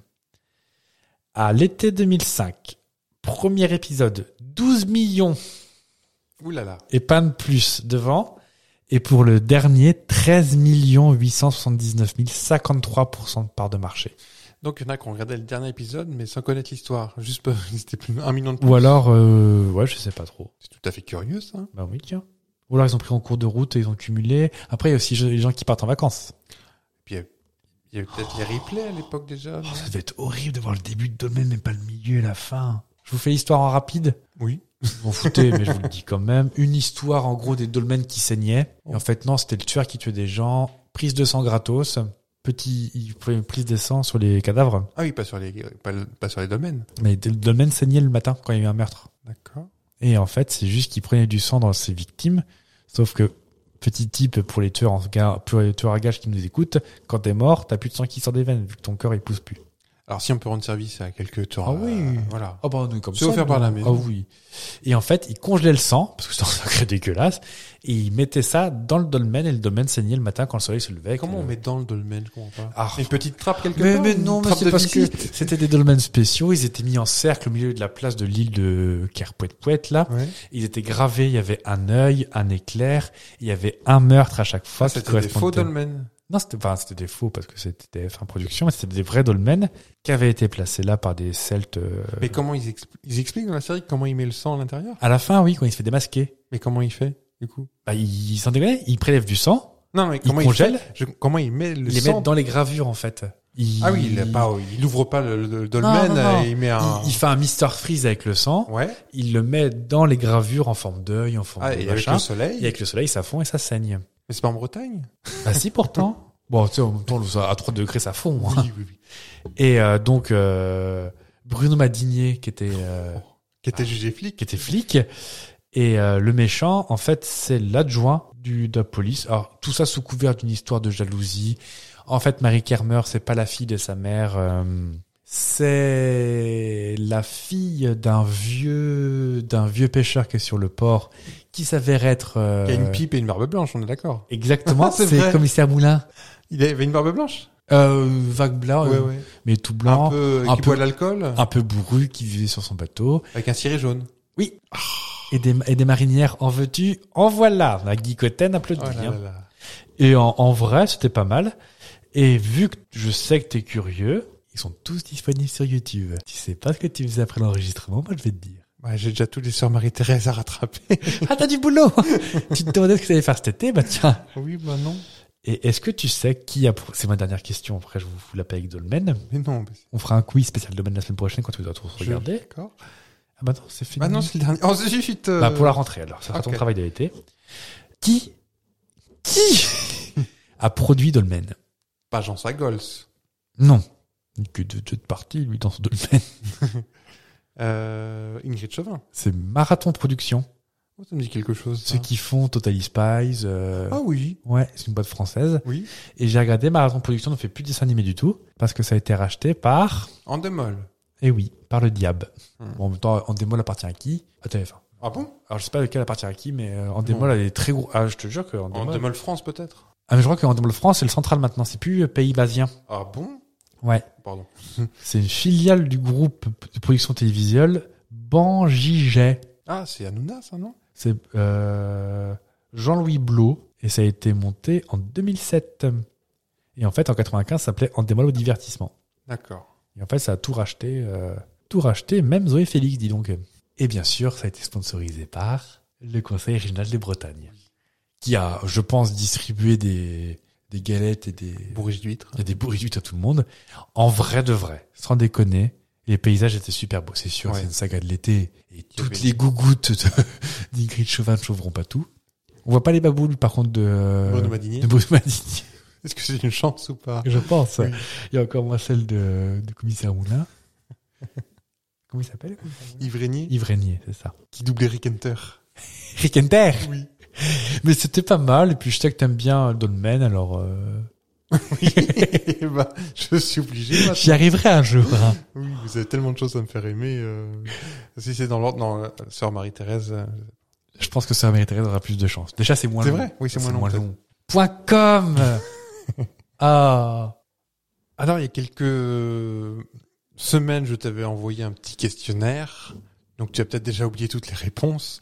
[SPEAKER 4] À l'été 2005, premier épisode, 12 millions
[SPEAKER 5] Ouh là là.
[SPEAKER 4] et pas de plus devant. Et pour le dernier, 13 879 53% de part de marché.
[SPEAKER 5] Donc, il y en a qui ont regardé le dernier épisode, mais sans connaître l'histoire. Juste, pas- c'était plus un million de plus.
[SPEAKER 4] Ou alors, euh, ouais, je sais pas trop.
[SPEAKER 5] C'est tout à fait curieux, ça.
[SPEAKER 4] Bah oui, tiens. Ou alors ils ont pris en cours de route et ils ont cumulé. Après, il y a aussi les gens qui partent en vacances.
[SPEAKER 5] Puis, il y a- il y avait peut-être les replays à l'époque déjà. non
[SPEAKER 4] Oh, ça devait être horrible de voir le début de domaine, mais pas le milieu et la fin. Je vous fais l'histoire en rapide.
[SPEAKER 5] oui.
[SPEAKER 4] Vous m'en foutez, mais je vous le dis quand même. Une histoire, en gros, des dolmens qui saignaient. Et en fait, non, c'était le tueur qui tuait des gens. Prise de sang gratos. Petit, il prenait une prise de sang sur les cadavres.
[SPEAKER 5] Ah oui, pas sur les, pas, le- pas sur les domaines.
[SPEAKER 4] Mais le dolmen saignait le matin quand il y a eu un meurtre.
[SPEAKER 5] D'accord.
[SPEAKER 4] Et en fait, c'est juste qu'il prenait du sang dans ses victimes. Sauf que, petit type pour les tueurs, en ga- pour les tueurs à gages qui nous écoutent, quand t'es mort, t'as plus de sang qui sort des veines, vu que ton corps il pousse plus.
[SPEAKER 5] Alors, si on peut rendre service à quelques tours.
[SPEAKER 4] Ah oui.
[SPEAKER 5] Voilà.
[SPEAKER 4] Ah bah, nous, comme
[SPEAKER 5] C'est ça, offert nous. par la maison.
[SPEAKER 4] Ah oui. Et en fait, il congelait le sang, parce que c'était un secret dégueulasse, et il mettait ça dans le dolmen, et le dolmen saignait le matin quand le soleil se levait. Et
[SPEAKER 5] Comment on
[SPEAKER 4] le-
[SPEAKER 5] met dans le dolmen, je comprends pas.
[SPEAKER 4] Ah.
[SPEAKER 5] Une petite trappe quelque
[SPEAKER 4] mais,
[SPEAKER 5] part
[SPEAKER 4] mais
[SPEAKER 5] une
[SPEAKER 4] non, mais
[SPEAKER 5] trappe
[SPEAKER 4] c'est
[SPEAKER 5] de
[SPEAKER 4] parce que
[SPEAKER 5] visite
[SPEAKER 4] c'était des dolmens spéciaux. Ils étaient mis en cercle au milieu de la place de l'île de Kerpouet-Pouet, là.
[SPEAKER 5] Ouais.
[SPEAKER 4] Ils étaient gravés. Il y avait un œil, un éclair. Il y avait un meurtre à chaque fois.
[SPEAKER 5] Ah,
[SPEAKER 4] qui
[SPEAKER 5] c'était des faux
[SPEAKER 4] correspondait.
[SPEAKER 5] dolmens.
[SPEAKER 4] Non, c'était enfin, c'était des faux parce que c'était TF1 Production, mais c'était des vrais dolmens qui avaient été placés là par des Celtes. euh,
[SPEAKER 5] Mais comment ils, expli- ils expliquent dans la série comment il met le sang à l'intérieur
[SPEAKER 4] À la fin, oui, quand il se fait démasquer,
[SPEAKER 5] Mais comment il fait, du coup
[SPEAKER 4] bah, il, il s'en dégueulait, il prélève du sang,
[SPEAKER 5] Non, mais comment il,
[SPEAKER 4] congèle
[SPEAKER 5] fait Je- Comment il met le
[SPEAKER 4] il les
[SPEAKER 5] sang
[SPEAKER 4] met dans les gravures en fait. Il-
[SPEAKER 5] Ah oui, il, a pas, il ouvre pas le, le- le dolmen
[SPEAKER 4] Non, non, non.
[SPEAKER 5] et il met un.
[SPEAKER 4] Il, il fait un Mister Freeze avec le sang,
[SPEAKER 5] Ouais.
[SPEAKER 4] il le met dans les gravures en forme d'œil, en forme
[SPEAKER 5] Ah,
[SPEAKER 4] de
[SPEAKER 5] et avec
[SPEAKER 4] machin.
[SPEAKER 5] le soleil.
[SPEAKER 4] Et avec le soleil, ça fond et ça saigne.
[SPEAKER 5] Mais c'est pas en Bretagne
[SPEAKER 4] Bah si, pourtant. bon, tu sais, en même temps, ça- à 3 degrés, ça fond. hein.
[SPEAKER 5] Oui, oui, oui.
[SPEAKER 4] Et euh, donc, euh, Bruno Madinier, qui était... euh,
[SPEAKER 5] Qui était jugé flic.
[SPEAKER 4] qui était flic. Et euh, le méchant, en fait, c'est l'adjoint du de la police. Alors tout ça sous couvert d'une histoire de jalousie. En fait, Marie Kermer, c'est pas la fille de sa mère. euh, c'est la fille d'un vieux d'un vieux pêcheur qui est sur le port, qui s'avère être. euh,
[SPEAKER 5] Il y a une pipe et une barbe blanche, on est d'accord.
[SPEAKER 4] Exactement,
[SPEAKER 5] C'est
[SPEAKER 4] c'est
[SPEAKER 5] vrai.
[SPEAKER 4] commissaire Moulin.
[SPEAKER 5] Il avait une barbe blanche
[SPEAKER 4] Euh, vague blanc, euh, mais tout blanc,
[SPEAKER 5] Un peu,
[SPEAKER 4] un
[SPEAKER 5] qui
[SPEAKER 4] peu- Ah.
[SPEAKER 5] boit de l'alcool,
[SPEAKER 4] un peu bourru, qui vivait sur son bateau.
[SPEAKER 5] avec un ciré jaune.
[SPEAKER 4] Oui. Et des, et des marinières, en veux-tu En voilà La guicotène applaudit.
[SPEAKER 5] Oh là
[SPEAKER 4] hein.
[SPEAKER 5] là là.
[SPEAKER 4] Et en, en vrai, c'était pas mal. Et vu que je sais que t'es curieux, ils sont tous disponibles sur YouTube. Tu sais pas ce que tu faisais après l'enregistrement, moi je vais te dire.
[SPEAKER 5] Ouais, Bah, J'ai déjà tous les sœurs Marie-Thérèse à rattraper.
[SPEAKER 4] Ah, t'as du boulot Tu te demandais ce que t'allais faire cet été Bah tiens.
[SPEAKER 5] oui, bah non.
[SPEAKER 4] Et est-ce que tu sais qui a... pro- C'est ma dernière question, après je vous, vous la paye avec Dolmen.
[SPEAKER 5] Mais non. mais c'est-
[SPEAKER 4] On fera un quiz spécial Dolmen la semaine prochaine quand tu dois tous
[SPEAKER 5] je-
[SPEAKER 4] regarder.
[SPEAKER 5] D'accord.
[SPEAKER 4] Ah bah non, c'est fini.
[SPEAKER 5] Bah non, c'est le dernier. Oh zut euh,
[SPEAKER 4] Bah, pour la rentrée alors, ça sera ton
[SPEAKER 5] ok.
[SPEAKER 4] travail de l'été. Qui Qui a produit Dolmen
[SPEAKER 5] Pas Bah, Jean Sagols.
[SPEAKER 4] Non. Que de, de partie, lui, dans son Dolmen.
[SPEAKER 5] Euh, Ingrid Chauvin.
[SPEAKER 4] C'est Marathon Production.
[SPEAKER 5] Oh, ça me dit quelque chose. ça.
[SPEAKER 4] Ceux qui font Total Spies. euh,
[SPEAKER 5] Ah oui.
[SPEAKER 4] Ouais, c'est une boîte française.
[SPEAKER 5] Oui.
[SPEAKER 4] Et j'ai regardé, Marathon Production ne fait plus de dessin animé du tout, parce que ça a été racheté par...
[SPEAKER 5] En démol.
[SPEAKER 4] Eh oui, par le diable.
[SPEAKER 5] Hmm.
[SPEAKER 4] Bon, en même temps, Endemol appartient à qui À TF1.
[SPEAKER 5] Ah bon
[SPEAKER 4] Alors, je sais pas lequel appartient à qui, mais euh, Endemol
[SPEAKER 5] Non.
[SPEAKER 4] elle est très gros. Ah, je te jure que
[SPEAKER 5] Hmm. En
[SPEAKER 4] Endemol...
[SPEAKER 5] démol France peut-être.
[SPEAKER 4] Ah, mais je crois que Endemol France, c'est le central maintenant, c'est plus euh, Pays Basien.
[SPEAKER 5] Ah bon
[SPEAKER 4] Ouais.
[SPEAKER 5] Pardon.
[SPEAKER 4] C'est une filiale du groupe de production télévisuelle Banjiget.
[SPEAKER 5] Ah, c'est Hanouna ça non
[SPEAKER 4] C'est euh, Jean-Louis Blot et ça a été monté en 2007. Et en fait, en 95, ça s'appelait En démol au divertissement.
[SPEAKER 5] D'accord.
[SPEAKER 4] Et en fait, ça a tout racheté, euh, tout racheté, même Zoé Félix, dis donc. Et bien sûr, ça a été sponsorisé par le Conseil régional de Bretagne, qui a, je pense, distribué des, des galettes et des,
[SPEAKER 5] Bourriche d'huîtres.
[SPEAKER 4] et des bourriches d'huîtres à tout le monde. En vrai de vrai, sans déconner, les paysages étaient super beaux, c'est sûr,
[SPEAKER 5] Ouais.
[SPEAKER 4] c'est une saga de l'été. Et toutes
[SPEAKER 5] avait-
[SPEAKER 4] les gougouttes de- d'Ingrid Chauvin ne sauveront pas tout. On voit pas les baboules, par contre, de...
[SPEAKER 5] Bruno
[SPEAKER 4] euh,
[SPEAKER 5] Madinier.
[SPEAKER 4] De Bruno Madinier,
[SPEAKER 5] Est-ce que c'est une chance ou pas
[SPEAKER 4] je pense.
[SPEAKER 5] Oui.
[SPEAKER 4] Il y a encore moins celle de, de commissaire Moulin. Comment il s'appelle
[SPEAKER 5] Yves Régnier,
[SPEAKER 4] Yves Régnier, c'est ça.
[SPEAKER 5] qui doublait Rick Hunter.
[SPEAKER 4] Rick and Terre.
[SPEAKER 5] Oui.
[SPEAKER 4] Mais c'était pas mal, et puis je sais que t'aimes bien Dolmen, alors euh,
[SPEAKER 5] Eh ben, je suis obligé.
[SPEAKER 4] j'y arriverai un jour. hein.
[SPEAKER 5] Oui, vous avez tellement de choses à me faire aimer. euh, Si c'est dans l'ordre, non, euh, sœur Marie-Thérèse. euh,
[SPEAKER 4] Je pense que ça mériterait d'avoir plus de chance. Déjà, c'est moins
[SPEAKER 5] C'est
[SPEAKER 4] long.
[SPEAKER 5] vrai Oui, c'est moins long, peut-être.
[SPEAKER 4] Point com Ah
[SPEAKER 5] Alors, il y a quelques semaines, je t'avais envoyé un petit questionnaire. Donc, tu as peut-être déjà oublié toutes les réponses.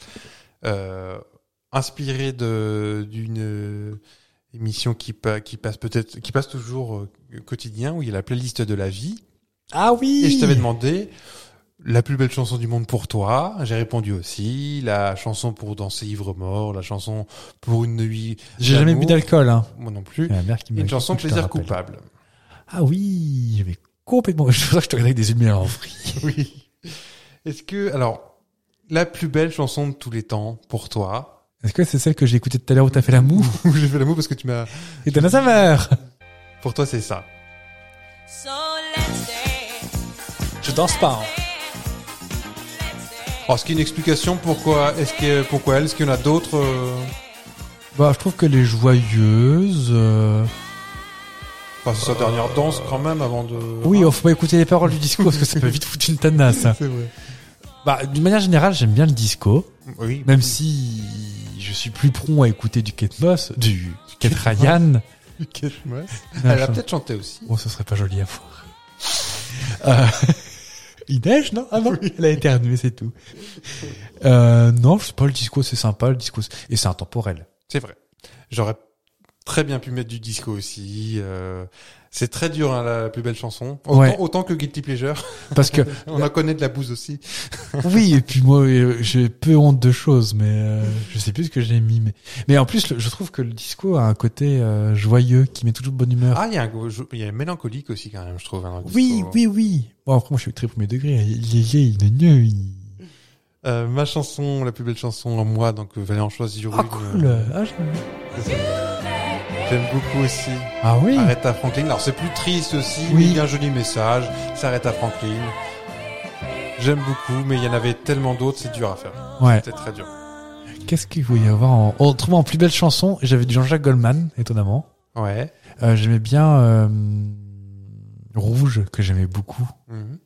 [SPEAKER 5] Euh, inspiré de, d'une émission qui, pa- qui passe peut-être, qui passe toujours euh, quotidien, où il y a la playlist de la vie.
[SPEAKER 4] Ah oui
[SPEAKER 5] Et je t'avais demandé la plus belle chanson du monde pour toi. J'ai répondu aussi la chanson pour danser ivre mort, la chanson pour une nuit.
[SPEAKER 4] J'ai jamais bu
[SPEAKER 5] d'amour.
[SPEAKER 4] d'alcool, hein.
[SPEAKER 5] Moi non plus.
[SPEAKER 4] Et la mère qui
[SPEAKER 5] Et
[SPEAKER 4] me
[SPEAKER 5] Une
[SPEAKER 4] dit,
[SPEAKER 5] chanson
[SPEAKER 4] écoute, je te
[SPEAKER 5] plaisir
[SPEAKER 4] rappelle.
[SPEAKER 5] coupable.
[SPEAKER 4] Ah oui J'avais complètement... Je pensais que je te regardais avec des yeux de miel en vrille.
[SPEAKER 5] Oui. Est-ce que alors la plus belle chanson de tous les temps pour toi
[SPEAKER 4] Est-ce que c'est celle que j'ai écoutée tout à l'heure où t'as fait la moue
[SPEAKER 5] J'ai fait l'amour parce que tu m'as.
[SPEAKER 4] Et t'as la saveur
[SPEAKER 5] Pour toi c'est ça.
[SPEAKER 4] Je danse pas, hein.
[SPEAKER 5] Alors ce qui est une explication pourquoi est-ce que pourquoi elle est-ce qu'il y en a d'autres euh,
[SPEAKER 4] Bah, je trouve que les joyeuses... euh,
[SPEAKER 5] Enfin c'est sa dernière danse quand même avant de. Ah,
[SPEAKER 4] Oui, oh, faut pas écouter les paroles du disco parce que ça peut vite foutre une tanasse. hein.
[SPEAKER 5] c'est vrai.
[SPEAKER 4] Bah, d'une manière générale, j'aime bien le disco,
[SPEAKER 5] Oui.
[SPEAKER 4] même si je suis plus prompt à écouter du Kate Moss, du Kate Ryan.
[SPEAKER 5] Kate Moss.
[SPEAKER 4] Non,
[SPEAKER 5] Elle a
[SPEAKER 4] je-
[SPEAKER 5] peut-être chanté aussi.
[SPEAKER 4] Bon, ce serait pas joli à voir. Euh, Il neige, non Ah non, elle a éternué, c'est tout. Euh, non, je sais pas, le disco, c'est sympa, le disco. c'est- Et c'est intemporel.
[SPEAKER 5] C'est vrai. J'aurais très bien pu mettre du disco aussi. euh, c'est très dur, hein, la plus belle chanson. Autant,
[SPEAKER 4] Ouais.
[SPEAKER 5] autant que Guilty Pleasure.
[SPEAKER 4] Parce que,
[SPEAKER 5] On en connaît de la bouse aussi.
[SPEAKER 4] oui, et puis moi, euh, j'ai peu honte de choses, mais euh, je sais plus ce que j'ai mis. Mais, mais en plus, le- je trouve que le disco a un côté euh, joyeux qui met toujours de bonne humeur.
[SPEAKER 5] Ah, il y a un, je- il y a un mélancolique aussi quand même, je trouve. hein, dans le
[SPEAKER 4] oui,
[SPEAKER 5] disco.
[SPEAKER 4] oui, oui. Bon, après, moi, je suis très premier degré. Il est lié, il est nœud, il-
[SPEAKER 5] Euh, ma chanson, la plus belle chanson en moi, donc euh, Valérie en choisir
[SPEAKER 4] Ah,
[SPEAKER 5] une.
[SPEAKER 4] cool. Ah, j'aime-
[SPEAKER 5] euh, J'aime beaucoup aussi.
[SPEAKER 4] Ah oui.
[SPEAKER 5] Arrête à Franklin. Alors c'est plus triste aussi, mais
[SPEAKER 4] Oui.
[SPEAKER 5] il y a un joli message. C'est Arrête à Franklin. J'aime beaucoup, mais il y en avait tellement d'autres, c'est dur à faire.
[SPEAKER 4] Ouais.
[SPEAKER 5] C'était très dur.
[SPEAKER 4] Qu'est-ce qu'il faut y avoir en... en- Autrement, en plus belle chanson, j'avais du Jean-Jacques Goldman, étonnamment.
[SPEAKER 5] Ouais.
[SPEAKER 4] Euh, j'aimais bien euh, Rouge, que j'aimais beaucoup.
[SPEAKER 5] Mhm.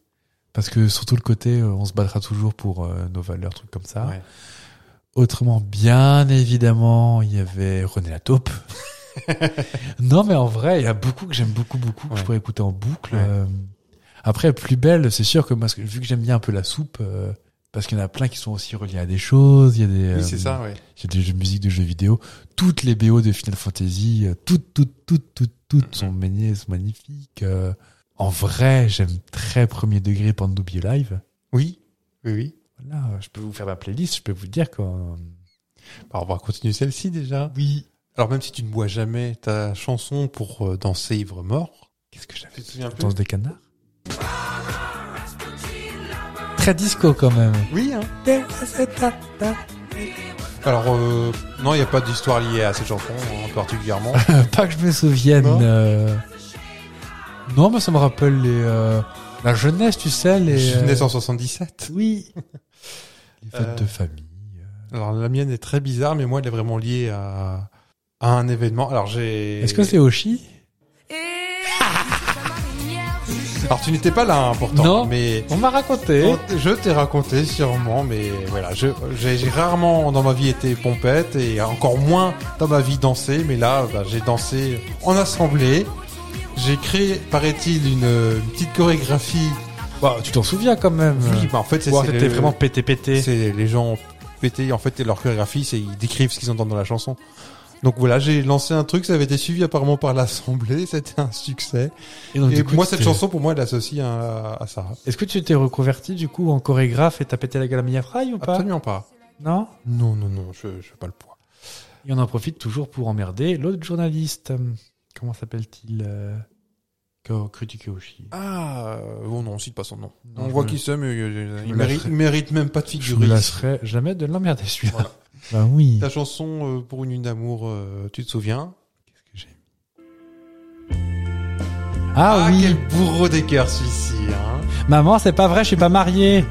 [SPEAKER 4] Parce que surtout le côté, euh, on se battra toujours pour euh, nos valeurs, trucs comme ça.
[SPEAKER 5] Ouais.
[SPEAKER 4] Autrement, bien évidemment, il y avait René la taupe. non, mais en vrai, il y a beaucoup que j'aime beaucoup, beaucoup, que je
[SPEAKER 5] Ouais.
[SPEAKER 4] pourrais écouter en boucle.
[SPEAKER 5] Ouais.
[SPEAKER 4] Euh, Après, plus belle, c'est sûr que moi, parce que- vu que j'aime bien un peu la soupe, euh, parce qu'il y en a plein qui sont aussi reliés à des choses, il y a des...
[SPEAKER 5] Oui, c'est
[SPEAKER 4] euh,
[SPEAKER 5] ça, ouais.
[SPEAKER 4] il y a des jeux de musique de jeux vidéo. Toutes les BO de Final Fantasy, euh, toutes, toutes, toutes, toutes, toutes sont menées, sont magnifiques. Euh, en vrai, j'aime très premier degré Pando Be Live.
[SPEAKER 5] Oui. Oui, oui.
[SPEAKER 4] Voilà, euh, je peux vous faire ma playlist, je peux vous dire que...
[SPEAKER 5] Bah, on va continuer celle-ci déjà.
[SPEAKER 4] Oui.
[SPEAKER 5] Alors même si tu ne bois jamais ta chanson pour euh, danser ivre mort,
[SPEAKER 4] Qu'est-ce que j'avais
[SPEAKER 5] tu te souviens plus
[SPEAKER 4] Danse des canards Très disco quand même.
[SPEAKER 5] Oui. Hein Alors euh, non, il n'y a pas d'histoire liée à cette chanson hein, particulièrement.
[SPEAKER 4] Pas que je me souvienne.
[SPEAKER 5] Non.
[SPEAKER 4] euh. Non, mais ça me rappelle les, euh, la jeunesse, tu sais. Les,
[SPEAKER 5] Je suis
[SPEAKER 4] euh,
[SPEAKER 5] né en 77.
[SPEAKER 4] Oui. Les fêtes
[SPEAKER 5] Euh.
[SPEAKER 4] de famille.
[SPEAKER 5] Alors la mienne est très bizarre, mais moi elle est vraiment liée à, à un événement. Alors j'ai.
[SPEAKER 4] Est-ce que c'est Oshi
[SPEAKER 5] Alors tu n'étais pas là hein, pourtant.
[SPEAKER 4] Non.
[SPEAKER 5] Mais
[SPEAKER 4] On m'a raconté.
[SPEAKER 5] On- je t'ai raconté sûrement, mais voilà, je- j'ai j'ai rarement dans ma vie été pompette et encore moins dans ma vie dansé, mais là, bah, j'ai dansé en assemblée. J'ai créé, paraît-il, une, euh, une petite chorégraphie.
[SPEAKER 4] Bah, tu t'en souviens quand même.
[SPEAKER 5] Oui, bah, en fait, c'est
[SPEAKER 4] Ou alors
[SPEAKER 5] c'est
[SPEAKER 4] t'étais
[SPEAKER 5] le-
[SPEAKER 4] vraiment pété pété.
[SPEAKER 5] c'est les gens pétés. En fait, leur chorégraphie, c'est ils décrivent ce qu'ils entendent dans la chanson. Donc voilà, j'ai lancé un truc, ça avait été suivi apparemment par l'assemblée, c'était un succès.
[SPEAKER 4] donc,
[SPEAKER 5] Et
[SPEAKER 4] du coup,
[SPEAKER 5] moi, cette
[SPEAKER 4] c'était-
[SPEAKER 5] chanson, pour moi, elle associe à, à ça.
[SPEAKER 4] Est-ce que tu t'es reconverti du coup en chorégraphe et t'as pété la gueule à Mia Fry ou pas
[SPEAKER 5] Absolument pas.
[SPEAKER 4] Non
[SPEAKER 5] Non, non, non, je, je fais pas le poids.
[SPEAKER 4] Et on en profite toujours pour emmerder l'autre journaliste. Hum, Comment s'appelle-t-il euh, Ko- Kritikeoshi.
[SPEAKER 5] Ah, euh, bon, non, on cite pas son nom.
[SPEAKER 4] Non,
[SPEAKER 5] on
[SPEAKER 4] je
[SPEAKER 5] voit
[SPEAKER 4] me-
[SPEAKER 5] qui c'est, mais euh, il,
[SPEAKER 4] me
[SPEAKER 5] mérite,
[SPEAKER 4] lâcherai.
[SPEAKER 5] il mérite même pas de
[SPEAKER 4] Je ne
[SPEAKER 5] figurer.
[SPEAKER 4] lâcherai jamais de l'emmerder celui-là. Bah oui.
[SPEAKER 5] Ta chanson euh, pour une nuit d'amour, euh, tu te souviens
[SPEAKER 4] Ah, oui.
[SPEAKER 5] quel bourreau d'écart celui-ci. Hein.
[SPEAKER 4] Maman, c'est pas vrai, je suis pas marié.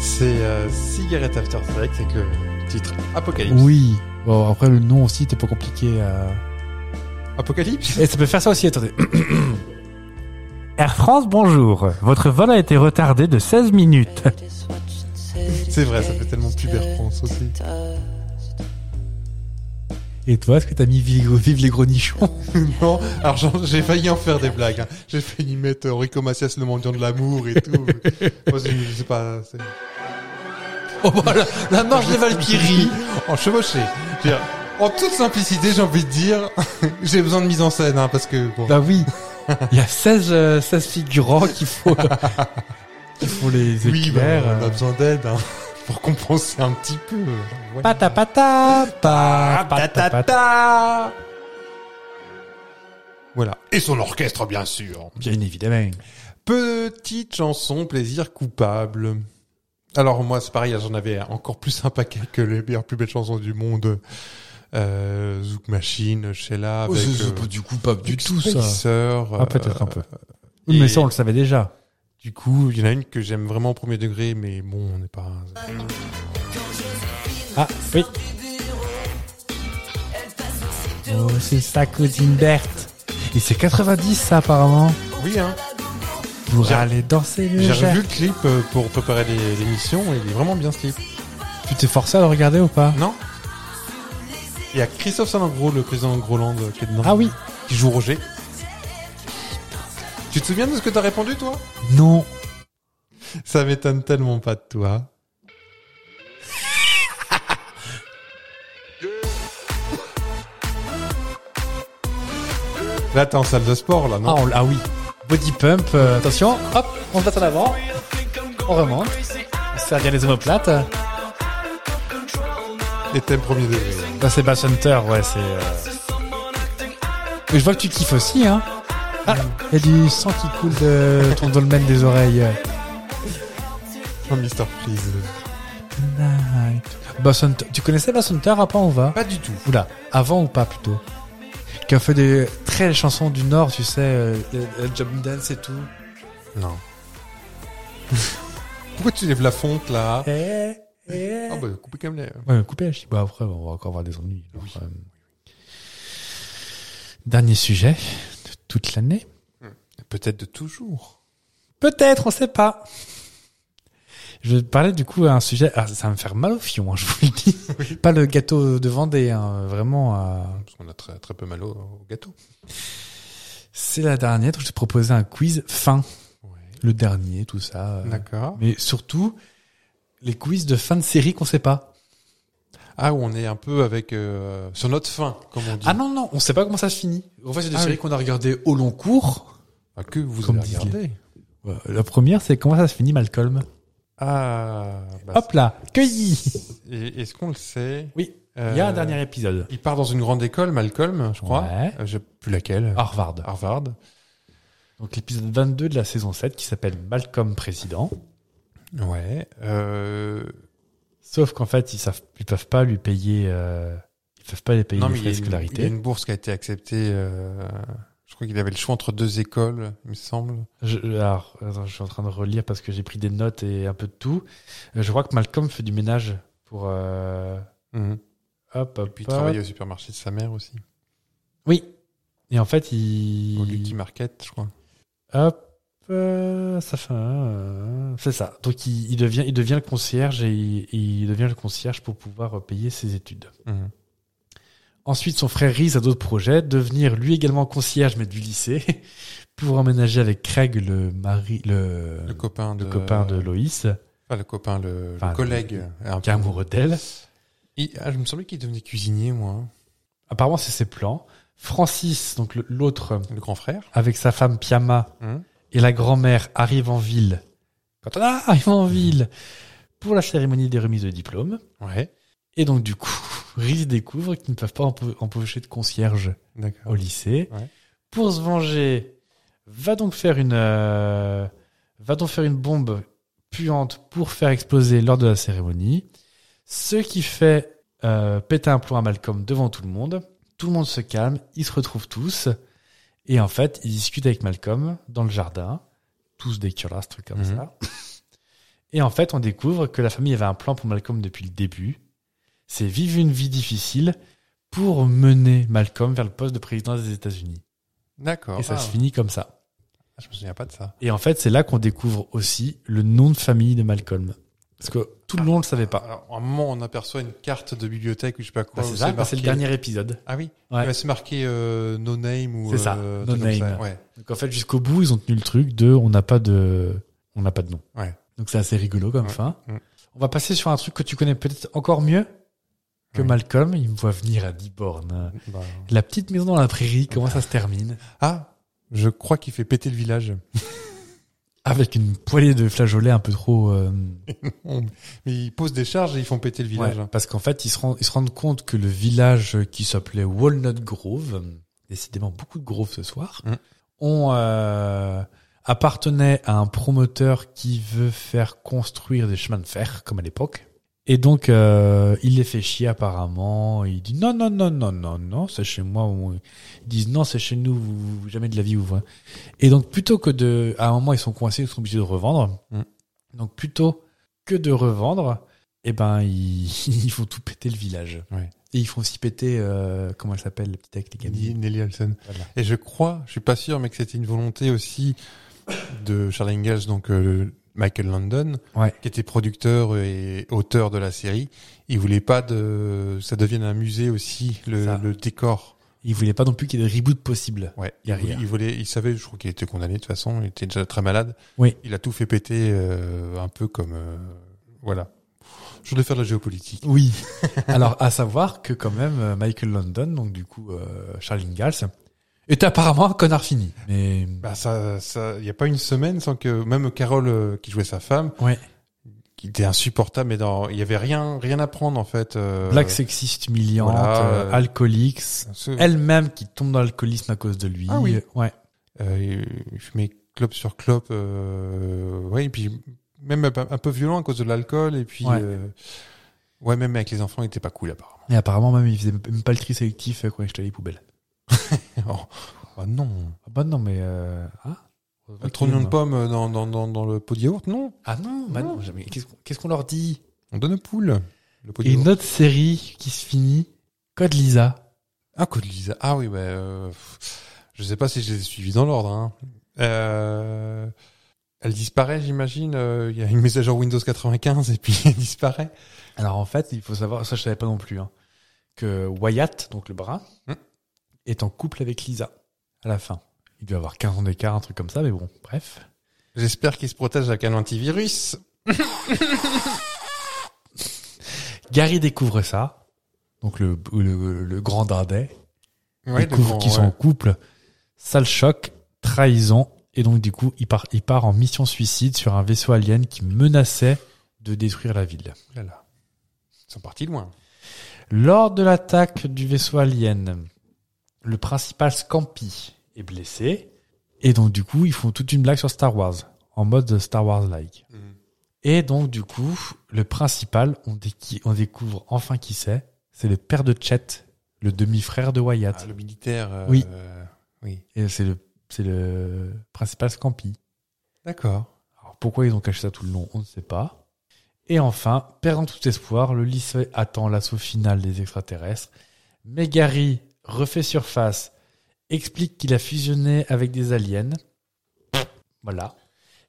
[SPEAKER 5] C'est euh, Cigarette After Sex avec euh, le titre Apocalypse.
[SPEAKER 4] oui. Bon, après le nom aussi, t'es pas compliqué. à...
[SPEAKER 5] Apocalypse
[SPEAKER 4] Et ça peut faire ça aussi, attendez. Air France, bonjour. Votre vol a été retardé de 16 minutes.
[SPEAKER 5] C'est vrai, ça fait tellement pub Air France aussi.
[SPEAKER 4] Et toi, est-ce que t'as mis vive, vive les gros nichons
[SPEAKER 5] Non, alors j'en- j'ai failli en faire des blagues. hein. J'ai failli mettre euh, Rico Macias, le mendiant de l'amour et tout. Moi, je, je sais pas. c'est-
[SPEAKER 4] Oh, voilà, la marche des Valkyries.
[SPEAKER 5] En chevauché. Je veux dire, En toute simplicité, j'ai envie de dire, j'ai besoin de mise en scène, hein, parce que bon.
[SPEAKER 4] Bah oui. Il y a 16, euh, 16 figurants qu'il faut, qu'il faut les
[SPEAKER 5] Oui, bah,
[SPEAKER 4] éclairs.
[SPEAKER 5] on a besoin d'aide hein, pour compenser un petit peu. Ouais.
[SPEAKER 4] Pata pata, pa, pata pata.
[SPEAKER 5] Voilà. Et son orchestre, bien sûr.
[SPEAKER 4] Bien évidemment.
[SPEAKER 5] Petite chanson, plaisir coupable. Alors moi, c'est pareil, j'en avais encore plus un paquet que les meilleures, plus belles chansons du monde. Euh, Zouk Machine, Sheila, avec euh,
[SPEAKER 4] Oh, du coupable
[SPEAKER 5] Spacer,
[SPEAKER 4] Ah, peut-être hein.
[SPEAKER 5] euh,
[SPEAKER 4] un peu. Oui, mais
[SPEAKER 5] et-
[SPEAKER 4] ça, on le savait déjà.
[SPEAKER 5] Du coup, il y en a une que j'aime vraiment au premier degré, mais bon, on n'est pas.
[SPEAKER 4] Ah, oui. Oh, c'est ça, cousine Berthe. Et c'est 90, ça, apparemment.
[SPEAKER 5] Oui, hein.
[SPEAKER 4] Pour
[SPEAKER 5] J'ai-
[SPEAKER 4] aller danser le
[SPEAKER 5] J'ai revu
[SPEAKER 4] jazz.
[SPEAKER 5] le clip euh, pour préparer les- l'émission, et il est vraiment bien ce clip.
[SPEAKER 4] Tu t'es forcé à le regarder ou pas
[SPEAKER 5] Non Il y a Christophe Salengro, le président de Groland, euh, qui est dedans.
[SPEAKER 4] Ah oui.
[SPEAKER 5] Qui joue Roger. Tu te souviens de ce que t'as répondu, toi
[SPEAKER 4] Non.
[SPEAKER 5] Ça m'étonne tellement pas de toi. Là, t'es en salle de sport, là,
[SPEAKER 4] Ah,
[SPEAKER 5] non
[SPEAKER 4] on- ah oui. Body pump. euh, attention. Hop, on se bat en avant. On remonte. On se fait bien les omoplates. Ah.
[SPEAKER 5] Et t'aimes premier degré. hein.
[SPEAKER 4] Bah, c'est Bass Hunter, ouais, c'est. euh, Mais je vois que tu kiffes aussi, hein. Ah, il y a du sang qui coule de ton dolmen des oreilles.
[SPEAKER 5] Oh, Mister Please.
[SPEAKER 4] Night. Bass Hunter. Tu connaissais Bass Hunter Après, on va.
[SPEAKER 5] Pas du tout.
[SPEAKER 4] Oula, avant ou pas plutôt Qui a fait des très chansons du Nord, tu sais, euh, euh, euh, Jump Dance et tout.
[SPEAKER 5] Non. Pourquoi tu lèves la fonte, là
[SPEAKER 4] Eh, eh.
[SPEAKER 5] Ah bah, coupé comme les...
[SPEAKER 4] Ouais, coupé la chic. Bah, après, on va encore avoir des ennuis. alors, euh. Dernier sujet de toute l'année.
[SPEAKER 5] Peut-être de toujours.
[SPEAKER 4] Peut-être, on sait pas. Je vais parler du coup à un sujet. ah, ça va me faire mal au fion, hein, je vous le dis. Pas le gâteau de Vendée, hein, vraiment. euh,
[SPEAKER 5] Parce qu'on a très, très peu mal au, au gâteau.
[SPEAKER 4] C'est la dernière. donc Je te proposais un quiz fin.
[SPEAKER 5] Ouais.
[SPEAKER 4] Le dernier, tout ça. euh,
[SPEAKER 5] D'accord.
[SPEAKER 4] Mais surtout, les quiz de fin de série qu'on sait pas.
[SPEAKER 5] Ah, où on est un peu avec... euh, sur notre fin, comme on dit.
[SPEAKER 4] Ah non, non, on sait pas comment ça se finit. En fait, c'est des
[SPEAKER 5] Ah
[SPEAKER 4] séries
[SPEAKER 5] oui.
[SPEAKER 4] qu'on a regardées au long cours.
[SPEAKER 5] Ah, que vous
[SPEAKER 4] Comme
[SPEAKER 5] avez
[SPEAKER 4] disent
[SPEAKER 5] regardé.
[SPEAKER 4] Ouais, La première, c'est comment ça se finit, Malcolm.
[SPEAKER 5] Ah, bah,
[SPEAKER 4] Hop là, cueilli.
[SPEAKER 5] et- est-ce qu'on le sait
[SPEAKER 4] Oui,
[SPEAKER 5] Euh,
[SPEAKER 4] il y a un dernier épisode.
[SPEAKER 5] Il part dans une grande école, Malcolm, je crois.
[SPEAKER 4] Ouais. Ah.
[SPEAKER 5] Euh, je sais plus laquelle.
[SPEAKER 4] Harvard.
[SPEAKER 5] Harvard.
[SPEAKER 4] Donc l'épisode 22 de la saison 7 qui s'appelle Malcolm Président.
[SPEAKER 5] Ouais. Euh...
[SPEAKER 4] Sauf qu'en fait, ils savent, ils peuvent pas lui payer, euh, ils peuvent pas les payer
[SPEAKER 5] Non,
[SPEAKER 4] les
[SPEAKER 5] mais il
[SPEAKER 4] frais
[SPEAKER 5] y, a
[SPEAKER 4] de
[SPEAKER 5] une, il y a
[SPEAKER 4] scolarité.
[SPEAKER 5] une bourse qui a été acceptée. euh, Je crois qu'il avait le choix entre deux écoles, il me semble.
[SPEAKER 4] Je, alors, attends, je suis en train de relire parce que j'ai pris des notes et un peu de tout. Euh, Je crois que Malcolm fait du ménage pour, euh,
[SPEAKER 5] Mhm.
[SPEAKER 4] hop, hop,
[SPEAKER 5] Et puis il
[SPEAKER 4] hop.
[SPEAKER 5] travaillait au supermarché de sa mère aussi.
[SPEAKER 4] Oui. Et en fait,
[SPEAKER 5] Au Lucky
[SPEAKER 4] il.
[SPEAKER 5] Market, je crois.
[SPEAKER 4] Hop. euh, ça fait un, euh, C'est ça. Donc, il, il devient, il devient le concierge et il, il devient le concierge pour pouvoir euh, payer ses études.
[SPEAKER 5] Mhm.
[SPEAKER 4] Ensuite, son frère Reese a d'autres projets, devenir lui également concierge, mais du lycée, pour emménager avec Craig, le mari, le,
[SPEAKER 5] Le copain de.
[SPEAKER 4] le copain de Loïs,
[SPEAKER 5] Enfin, le copain, le, le
[SPEAKER 4] Enfin, le-
[SPEAKER 5] collègue. euh, Un
[SPEAKER 4] qui est amoureux d'elle.
[SPEAKER 5] Il- Ah, je me semblais qu'il devenait cuisinier, moi.
[SPEAKER 4] Apparemment, c'est ses plans. Francis, donc le- l'autre,
[SPEAKER 5] Le grand frère.
[SPEAKER 4] avec sa femme Piama,
[SPEAKER 5] Mhm.
[SPEAKER 4] et la grand-mère arrive en ville. Quand on arrive en ville pour la cérémonie des remises de diplôme.
[SPEAKER 5] Ouais.
[SPEAKER 4] Et donc, du coup, Reese découvre qu'ils ne peuvent pas empo- embaucher de concierge
[SPEAKER 5] D'accord.
[SPEAKER 4] au lycée.
[SPEAKER 5] Ouais.
[SPEAKER 4] Pour se venger, va donc faire une, euh, va donc faire une bombe puante pour faire exploser lors de la cérémonie. Ce qui fait euh, péter un plomb à Malcolm devant tout le monde. Tout le monde se calme, ils se retrouvent tous. Et en fait, ils discutent avec Malcolm dans le jardin. Tous des cuirasses, trucs comme
[SPEAKER 5] Mhm.
[SPEAKER 4] ça. Et en fait, on découvre que la famille avait un plan pour Malcolm depuis le début. C'est vivre une vie difficile pour mener Malcolm vers le poste de président des États-Unis.
[SPEAKER 5] D'accord.
[SPEAKER 4] Et ça
[SPEAKER 5] Ah,
[SPEAKER 4] se finit comme ça.
[SPEAKER 5] Je me souviens pas de ça.
[SPEAKER 4] Et en fait, c'est là qu'on découvre aussi le nom de famille de Malcolm. Parce que tout le long, on le savait pas.
[SPEAKER 5] Alors, à un moment, on aperçoit une carte de bibliothèque ou je sais pas
[SPEAKER 4] Bah,
[SPEAKER 5] quoi.
[SPEAKER 4] c'est
[SPEAKER 5] où
[SPEAKER 4] ça, bah, c'est le
[SPEAKER 5] marqué-
[SPEAKER 4] dernier épisode.
[SPEAKER 5] Ah oui.
[SPEAKER 4] Ouais.
[SPEAKER 5] Il va se marquer euh, no name ou.
[SPEAKER 4] C'est ça,
[SPEAKER 5] euh,
[SPEAKER 4] no
[SPEAKER 5] truc comme
[SPEAKER 4] name.
[SPEAKER 5] ça. Ouais.
[SPEAKER 4] Donc en fait, jusqu'au bout, ils ont tenu le truc de on n'a pas de on n'a pas de nom.
[SPEAKER 5] Ouais.
[SPEAKER 4] Donc c'est assez rigolo comme
[SPEAKER 5] Ouais.
[SPEAKER 4] fin.
[SPEAKER 5] Mm.
[SPEAKER 4] On va passer sur un truc que tu connais peut-être encore mieux que
[SPEAKER 5] Ouais.
[SPEAKER 4] Malcolm. Il me voit venir à Diborne.
[SPEAKER 5] Bah.
[SPEAKER 4] La petite maison dans la prairie, comment ça se termine
[SPEAKER 5] Ah, je crois qu'il fait péter le village.
[SPEAKER 4] Avec une poignée de flageolets un peu trop. euh,
[SPEAKER 5] Mais ils posent des charges et ils font péter le village.
[SPEAKER 4] ouais, parce qu'en fait, ils se, rendent, ils se rendent compte que le village qui s'appelait Walnut Grove, euh, décidément beaucoup de groves ce soir,
[SPEAKER 5] Mm.
[SPEAKER 4] ont euh, appartenait à un promoteur qui veut faire construire des chemins de fer, comme à l'époque. Et donc, euh, il les fait chier apparemment. Il dit non, non, non, non, non, non, c'est chez moi. Ils disent non, c'est chez nous, vous- vous- jamais de la vie ouvrez. Et donc, plutôt que de, à un moment, ils sont coincés, ils sont obligés de revendre.
[SPEAKER 5] Mm.
[SPEAKER 4] Donc, plutôt que de revendre, eh ben, ils, ils font tout péter le village.
[SPEAKER 5] Ouais.
[SPEAKER 4] Et ils font aussi péter, euh, comment elle s'appelle, la petite avec les gamines.
[SPEAKER 5] Nelly, Nelly Olson.
[SPEAKER 4] Voilà.
[SPEAKER 5] Et je crois, je suis pas sûr, mais que c'était une volonté aussi de Charles Ingalls, donc euh, Michael London,
[SPEAKER 4] Ouais.
[SPEAKER 5] qui était producteur et auteur de la série. Il voulait pas de, ça devienne un musée aussi le,
[SPEAKER 4] Ça.
[SPEAKER 5] le décor.
[SPEAKER 4] Ils voulaient pas non plus qu'il y ait de reboot possible.
[SPEAKER 5] Ouais. Il,
[SPEAKER 4] Derrière.
[SPEAKER 5] voulait- il voulait, il savait, je crois qu'il était condamné de toute façon. Il était déjà très malade.
[SPEAKER 4] Oui.
[SPEAKER 5] Il a tout fait péter, euh, un peu comme, euh, voilà. Je voulais faire de la géopolitique.
[SPEAKER 4] Oui. Alors, à savoir que quand même, euh, Michael London, donc du coup, euh, Charles Ingalls, est apparemment un connard fini. Mais,
[SPEAKER 5] Bah ça, ça, il y a pas une semaine sans que même Carole, euh, qui jouait sa femme,
[SPEAKER 4] ouais.
[SPEAKER 5] qui était insupportable, mais dans, il y avait rien, rien à prendre en fait. euh,
[SPEAKER 4] Black sexiste humiliante,
[SPEAKER 5] voilà,
[SPEAKER 4] euh,
[SPEAKER 5] euh,
[SPEAKER 4] alcoolique,
[SPEAKER 5] ce-
[SPEAKER 4] elle-même qui tombe dans l'alcoolisme à cause de lui.
[SPEAKER 5] Ah oui.
[SPEAKER 4] Ouais.
[SPEAKER 5] euh, il fumait clope sur clope, euh, ouais, et puis même un peu- un peu violent à cause de l'alcool, et puis
[SPEAKER 4] Ouais.
[SPEAKER 5] euh, ouais, même avec les enfants, il était pas cool apparemment.
[SPEAKER 4] Et apparemment, même, il faisait même pas le tri sélectif euh, quand il jetait les poubelles.
[SPEAKER 5] Oh, oh non,
[SPEAKER 4] Ah bah non, mais, euh, ah.
[SPEAKER 5] Un trop mignon de pommes euh, dans, dans, dans, dans le pot de yaourt, non
[SPEAKER 4] Ah non, bah non, jamais. Qu'est-ce qu'on- qu'est-ce qu'on leur dit?
[SPEAKER 5] On donne aux poules. Le pot de
[SPEAKER 4] Et une
[SPEAKER 5] yaourt.
[SPEAKER 4] autre série qui se finit, Code Lisa.
[SPEAKER 5] Ah, Code Lisa. Ah oui, bah, euh, pff, je sais pas si je les ai suivis dans l'ordre. Hein. Euh, elle disparaît, j'imagine. euh, Il y a une mise à jour Windows 95 et puis elle disparaît.
[SPEAKER 4] Alors en fait, il faut savoir, ça je savais pas non plus, hein, que Wyatt, donc le brun,
[SPEAKER 5] Hmm.
[SPEAKER 4] est en couple avec Lisa à la fin. Il doit avoir 15 ans d'écart, un truc comme ça, mais bon, bref.
[SPEAKER 5] J'espère qu'il se protège avec un antivirus.
[SPEAKER 4] Gary découvre ça, donc le, le, le grand dardet,
[SPEAKER 5] Ouais, le
[SPEAKER 4] découvre
[SPEAKER 5] grand,
[SPEAKER 4] qu'ils sont
[SPEAKER 5] ouais.
[SPEAKER 4] en couple, ça le choque, trahison, et donc du coup, il part, il part en mission suicide sur un vaisseau alien qui menaçait de détruire la ville.
[SPEAKER 5] Ouh Oh là là. Ils sont partis loin.
[SPEAKER 4] Lors de l'attaque du vaisseau alien, le principal Scampi est blessé. Et donc, du coup, ils font toute une blague sur Star Wars, en mode Star Wars-like.
[SPEAKER 5] Mhm.
[SPEAKER 4] Et donc, du coup, le principal, on, dé- qui- on découvre enfin qui c'est. C'est le père de Chet, le demi-frère de Wyatt.
[SPEAKER 5] Ah, le militaire. euh,
[SPEAKER 4] Oui.
[SPEAKER 5] euh, oui.
[SPEAKER 4] Et c'est le, c'est le principal Scampi.
[SPEAKER 5] D'accord.
[SPEAKER 4] Alors, pourquoi ils ont caché ça tout le long, on ne sait pas. Et enfin, perdant tout espoir, le lycée attend l'assaut final des extraterrestres. Mais Gary refait surface, explique qu'il a fusionné avec des aliens. Voilà.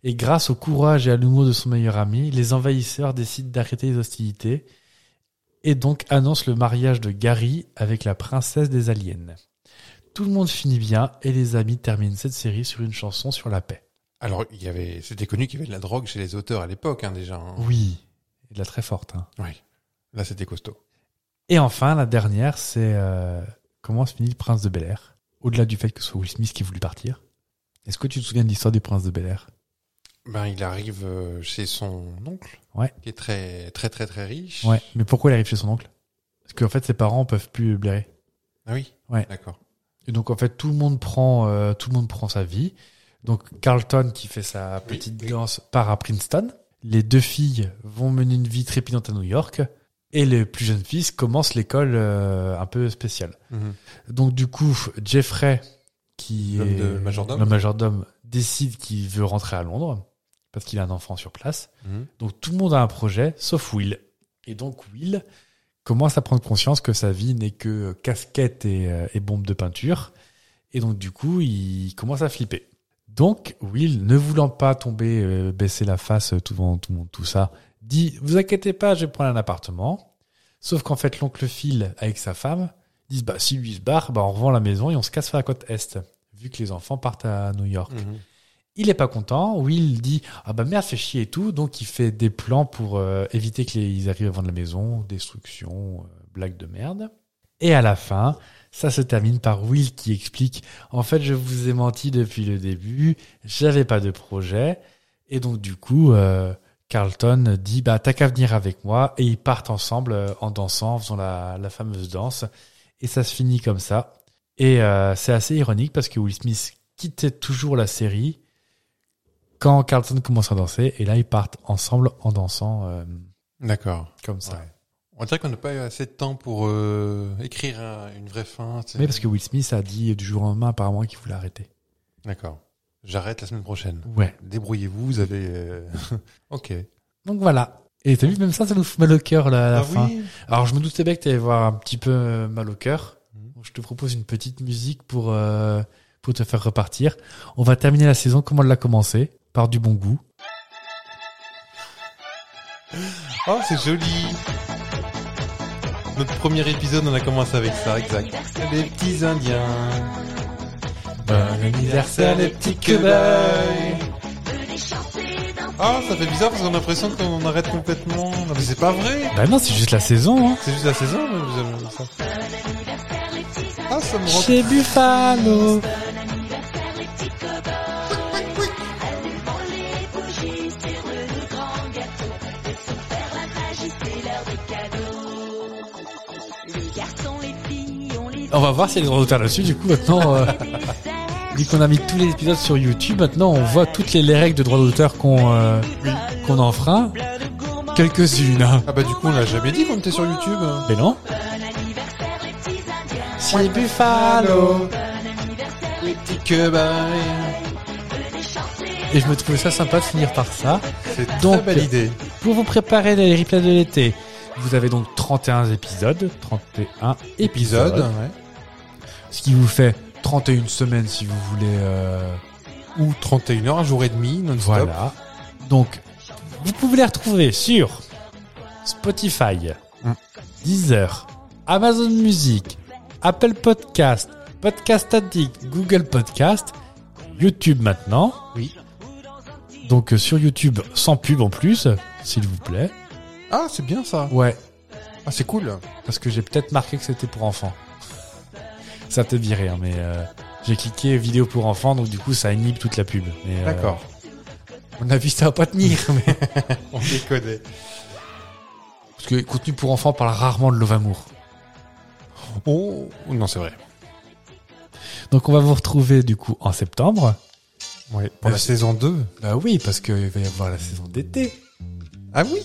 [SPEAKER 4] Et grâce au courage et à l'humour de son meilleur ami, les envahisseurs décident d'arrêter les hostilités et donc annoncent le mariage de Gary avec la princesse des aliens. Tout le monde finit bien et les amis terminent cette série sur une chanson sur la paix.
[SPEAKER 5] Alors, il y avait, c'était connu qu'il y avait de la drogue chez les auteurs à l'époque, hein, déjà. hein.
[SPEAKER 4] Oui, et de la très forte. hein.
[SPEAKER 5] Oui. Là, c'était costaud.
[SPEAKER 4] Et enfin, la dernière, c'est euh, comment se finit le prince de Bel Air Au-delà du fait que ce soit Will Smith qui voulait partir. Est-ce que tu te souviens de l'histoire du prince de Bel Air
[SPEAKER 5] Ben, il arrive euh, chez son oncle.
[SPEAKER 4] Ouais.
[SPEAKER 5] Qui est très, très, très, très riche.
[SPEAKER 4] Ouais, mais pourquoi il arrive chez son oncle Parce qu'en fait, ses parents peuvent plus blairer.
[SPEAKER 5] Ah oui
[SPEAKER 4] Ouais.
[SPEAKER 5] D'accord.
[SPEAKER 4] Et donc en fait, tout le monde prend, euh, tout le monde prend sa vie. Donc Carlton qui fait sa petite danse part à Princeton. Les deux filles vont mener une vie trépidante à New York. Et le plus jeune fils commence l'école euh, un peu spéciale.
[SPEAKER 5] Mhm.
[SPEAKER 4] Donc du coup, Jeffrey, qui
[SPEAKER 5] L'homme
[SPEAKER 4] est
[SPEAKER 5] de majordome.
[SPEAKER 4] le majordome, décide qu'il veut rentrer à Londres parce qu'il a un enfant sur place.
[SPEAKER 5] Mhm.
[SPEAKER 4] Donc tout le monde a un projet, sauf Will. Et donc Will commence à prendre conscience que sa vie n'est que casquette et, euh, et bombe de peinture. Et donc du coup, il commence à flipper. Donc Will, ne voulant pas tomber, euh, baisser la face euh, tout devant tout le monde, tout ça, dit "Vous inquiétez pas, je vais prendre un appartement." Sauf qu'en fait, l'oncle Phil avec sa femme disent "Bah si lui se barre, bah on revend la maison et on se casse vers la côte est." Vu que les enfants partent à New York.
[SPEAKER 5] Mhm.
[SPEAKER 4] Il est pas content. Will dit ah bah merde fait chier et tout, donc il fait des plans pour euh, éviter qu'ils arrivent à vendre la maison, destruction, euh, blague de merde. Et à la fin, ça se termine par Will qui explique en fait je vous ai menti depuis le début, j'avais pas de projet et donc du coup euh, Carlton dit bah t'as qu'à venir avec moi et ils partent ensemble euh, en dansant, en faisant la, la fameuse danse et ça se finit comme ça. Et euh, c'est assez ironique parce que Will Smith quittait toujours la série quand Carlton commence à danser, et là ils partent ensemble en dansant euh,
[SPEAKER 5] D'accord.
[SPEAKER 4] comme ça.
[SPEAKER 5] Ouais. On dirait qu'on n'a pas eu assez de temps pour euh, écrire un- une vraie fin. tu sais.
[SPEAKER 4] Mais parce que Will Smith a dit du jour au lendemain apparemment qu'il voulait arrêter.
[SPEAKER 5] D'accord. J'arrête la semaine prochaine.
[SPEAKER 4] Ouais.
[SPEAKER 5] Débrouillez-vous, vous avez... euh, ok.
[SPEAKER 4] Donc voilà. Et t'as vu, même ça, ça nous fout mal au cœur là, à la
[SPEAKER 5] ah
[SPEAKER 4] fin.
[SPEAKER 5] oui
[SPEAKER 4] Alors je me doutais bien que t'allais voir un petit peu euh, mal au cœur.
[SPEAKER 5] Mhm.
[SPEAKER 4] Donc, Je te propose une petite musique pour, euh, pour te faire repartir. On va terminer la saison comme on l'a commencé, par du bon goût.
[SPEAKER 5] Oh, c'est joli Notre premier épisode, on a commencé avec ça, exact. Les petits Indiens. Bon anniversaire, les petits que Ah, ça fait bizarre parce qu'on a l'impression qu'on arrête complètement. Non, mais c'est pas vrai
[SPEAKER 4] Bah non, c'est juste la saison. Hein.
[SPEAKER 5] C'est juste la saison, mais vous avez ça. Ah, ça me rend...
[SPEAKER 4] Chez Buffalo. On va voir si elle est de faire là-dessus. Du coup, maintenant, euh, vu qu'on a mis tous les épisodes sur YouTube, maintenant on voit toutes les, les règles de droit d'auteur qu'on euh, qu'on enfreint. Quelques-unes. hein.
[SPEAKER 5] Ah bah du coup, on l'a jamais dit qu'on était sur YouTube.
[SPEAKER 4] Mais non. Chez Buffalo.
[SPEAKER 5] Les petits que
[SPEAKER 4] Et je me trouvais ça sympa de finir par ça.
[SPEAKER 5] C'est très
[SPEAKER 4] Donc,
[SPEAKER 5] belle idée.
[SPEAKER 4] Pour vous préparer les replays de l'été, vous avez donc 31 épisodes. 31 épisodes.
[SPEAKER 5] Épisode, ouais.
[SPEAKER 4] Ce qui vous fait 31 semaines si vous voulez. euh,
[SPEAKER 5] ou 31 heures, un jour et demi, non-stop.
[SPEAKER 4] Voilà. Donc, vous pouvez les retrouver sur Spotify,
[SPEAKER 5] Mm.
[SPEAKER 4] Deezer, Amazon Music, Apple Podcast, Podcast Addict, Google Podcast, YouTube maintenant.
[SPEAKER 5] Oui.
[SPEAKER 4] Donc euh, sur YouTube, sans pub en plus, s'il vous plaît.
[SPEAKER 5] Ah, c'est bien ça.
[SPEAKER 4] Ouais,
[SPEAKER 5] Ah, c'est cool.
[SPEAKER 4] parce que j'ai peut-être marqué que c'était pour enfants. Ça peut virer, hein, mais euh, j'ai cliqué vidéo pour enfants, donc du coup ça inhibe toute la pub. Mais, euh,
[SPEAKER 5] D'accord.
[SPEAKER 4] à mon avis, ça va pas tenir. Mais...
[SPEAKER 5] On déconne.
[SPEAKER 4] Parce que contenu pour enfants parle rarement de Love Amour.
[SPEAKER 5] Oh, non, c'est vrai.
[SPEAKER 4] Donc on va vous retrouver du coup en septembre.
[SPEAKER 5] Ouais, pour la
[SPEAKER 4] Euh,
[SPEAKER 5] saison 2.
[SPEAKER 4] Bah oui, parce qu'il va y avoir la saison d'été.
[SPEAKER 5] Ah oui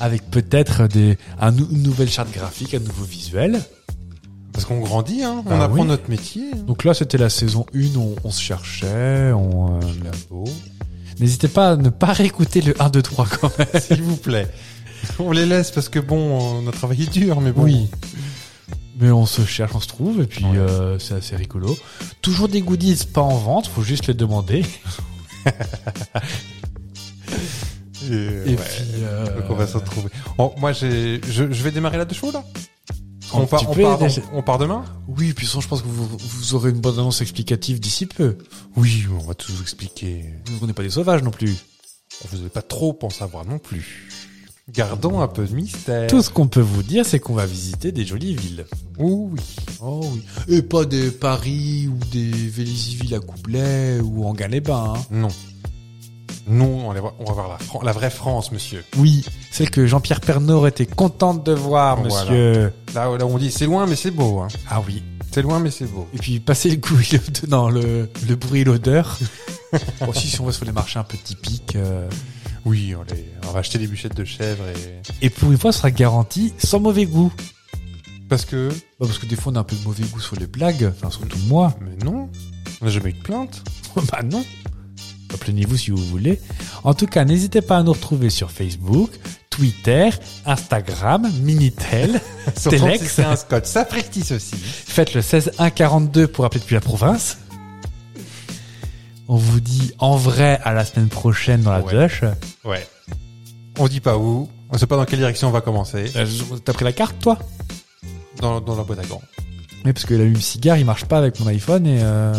[SPEAKER 4] Avec peut-être des un nou- une nouvelle charte graphique, un nouveau visuel.
[SPEAKER 5] Parce qu'on grandit, hein. on
[SPEAKER 4] Bah
[SPEAKER 5] apprend
[SPEAKER 4] oui.
[SPEAKER 5] notre métier. hein.
[SPEAKER 4] Donc là, c'était la saison 1, on, on se cherchait. On, euh,
[SPEAKER 5] Labo.
[SPEAKER 4] N'hésitez pas à ne pas réécouter le 1, 2, 3 quand même.
[SPEAKER 5] S'il vous plaît. On les laisse parce que bon, on a travaillé dur, mais bon.
[SPEAKER 4] Oui. Mais on se cherche, on se trouve, et puis
[SPEAKER 5] Ouais.
[SPEAKER 4] euh, c'est assez rigolo. Toujours des goodies pas en vente, faut juste les demander.
[SPEAKER 5] Et, euh,
[SPEAKER 4] Et
[SPEAKER 5] ouais.
[SPEAKER 4] puis, euh,
[SPEAKER 5] Donc on va se retrouver. Oh, moi, j'ai, je, je vais démarrer là de chaud là.
[SPEAKER 4] Oh,
[SPEAKER 5] On part,
[SPEAKER 4] tu
[SPEAKER 5] on,
[SPEAKER 4] peux
[SPEAKER 5] part,
[SPEAKER 4] déjà-
[SPEAKER 5] on part demain
[SPEAKER 4] Oui, puis sinon, je pense que vous, vous aurez une bonne annonce explicative d'ici peu.
[SPEAKER 5] Oui, on va tout vous expliquer.
[SPEAKER 4] Vous n'est pas des sauvages non plus.
[SPEAKER 5] Vous n'allez pas trop en savoir non plus. Gardons un peu de mystère.
[SPEAKER 4] Tout ce qu'on peut vous dire, c'est qu'on va visiter des jolies villes.
[SPEAKER 5] Oh oui.
[SPEAKER 4] Oh oui. Et pas des
[SPEAKER 5] hein.
[SPEAKER 4] Paris ou des Vélizyville à Coublet ou en Galébain.
[SPEAKER 5] Non. Non, on, les voit- on va voir la, Fran- la vraie France, monsieur.
[SPEAKER 4] Oui, celle que Jean-Pierre Pernaud était content de voir,
[SPEAKER 5] Voilà.
[SPEAKER 4] monsieur.
[SPEAKER 5] Là, là, on dit c'est loin, mais c'est beau. Hein.
[SPEAKER 4] Ah oui.
[SPEAKER 5] C'est loin, mais c'est beau.
[SPEAKER 4] Et puis passer le goût et le, non, le, le bruit et l'odeur. Aussi, si on va sur les marchés un peu typiques. euh,
[SPEAKER 5] Oui, on, les- on va acheter des bûchettes de chèvre et
[SPEAKER 4] et pour une fois, ce sera garanti sans mauvais goût.
[SPEAKER 5] parce que
[SPEAKER 4] Bah, parce que des fois, on a un peu de mauvais goût sur les blagues, enfin surtout moi.
[SPEAKER 5] mais non, on n'a jamais eu de plainte.
[SPEAKER 4] bah non. Bah, Plaignez-vous si vous voulez. En tout cas, n'hésitez pas à nous retrouver sur Facebook, Twitter, Instagram, Minitel. Telex.
[SPEAKER 5] C'est un Scott. Ça frictisse aussi.
[SPEAKER 4] Faites le 16 1 42 pour appeler depuis la province. On vous dit en vrai à la semaine prochaine dans la
[SPEAKER 5] Ouais.
[SPEAKER 4] douche.
[SPEAKER 5] Ouais. On dit pas où. On sait pas dans quelle direction on va commencer.
[SPEAKER 4] Euh, je- T'as pris la carte, toi
[SPEAKER 5] Dans, dans la boîte à gants.
[SPEAKER 4] Oui, parce que l'allume-cigare, il marche pas avec mon iPhone et... euh,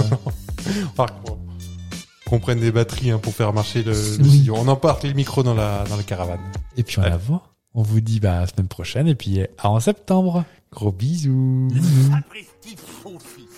[SPEAKER 5] Par quoi Qu'on prenne des batteries hein, pour faire marcher le, le
[SPEAKER 4] Oui.
[SPEAKER 5] sillon. On emporte les micros dans la, dans la caravane.
[SPEAKER 4] et puis en avant, on vous dit bah, à la semaine prochaine et puis euh, à en septembre.
[SPEAKER 5] Gros bisous.
[SPEAKER 2] Sapristi, faux fils.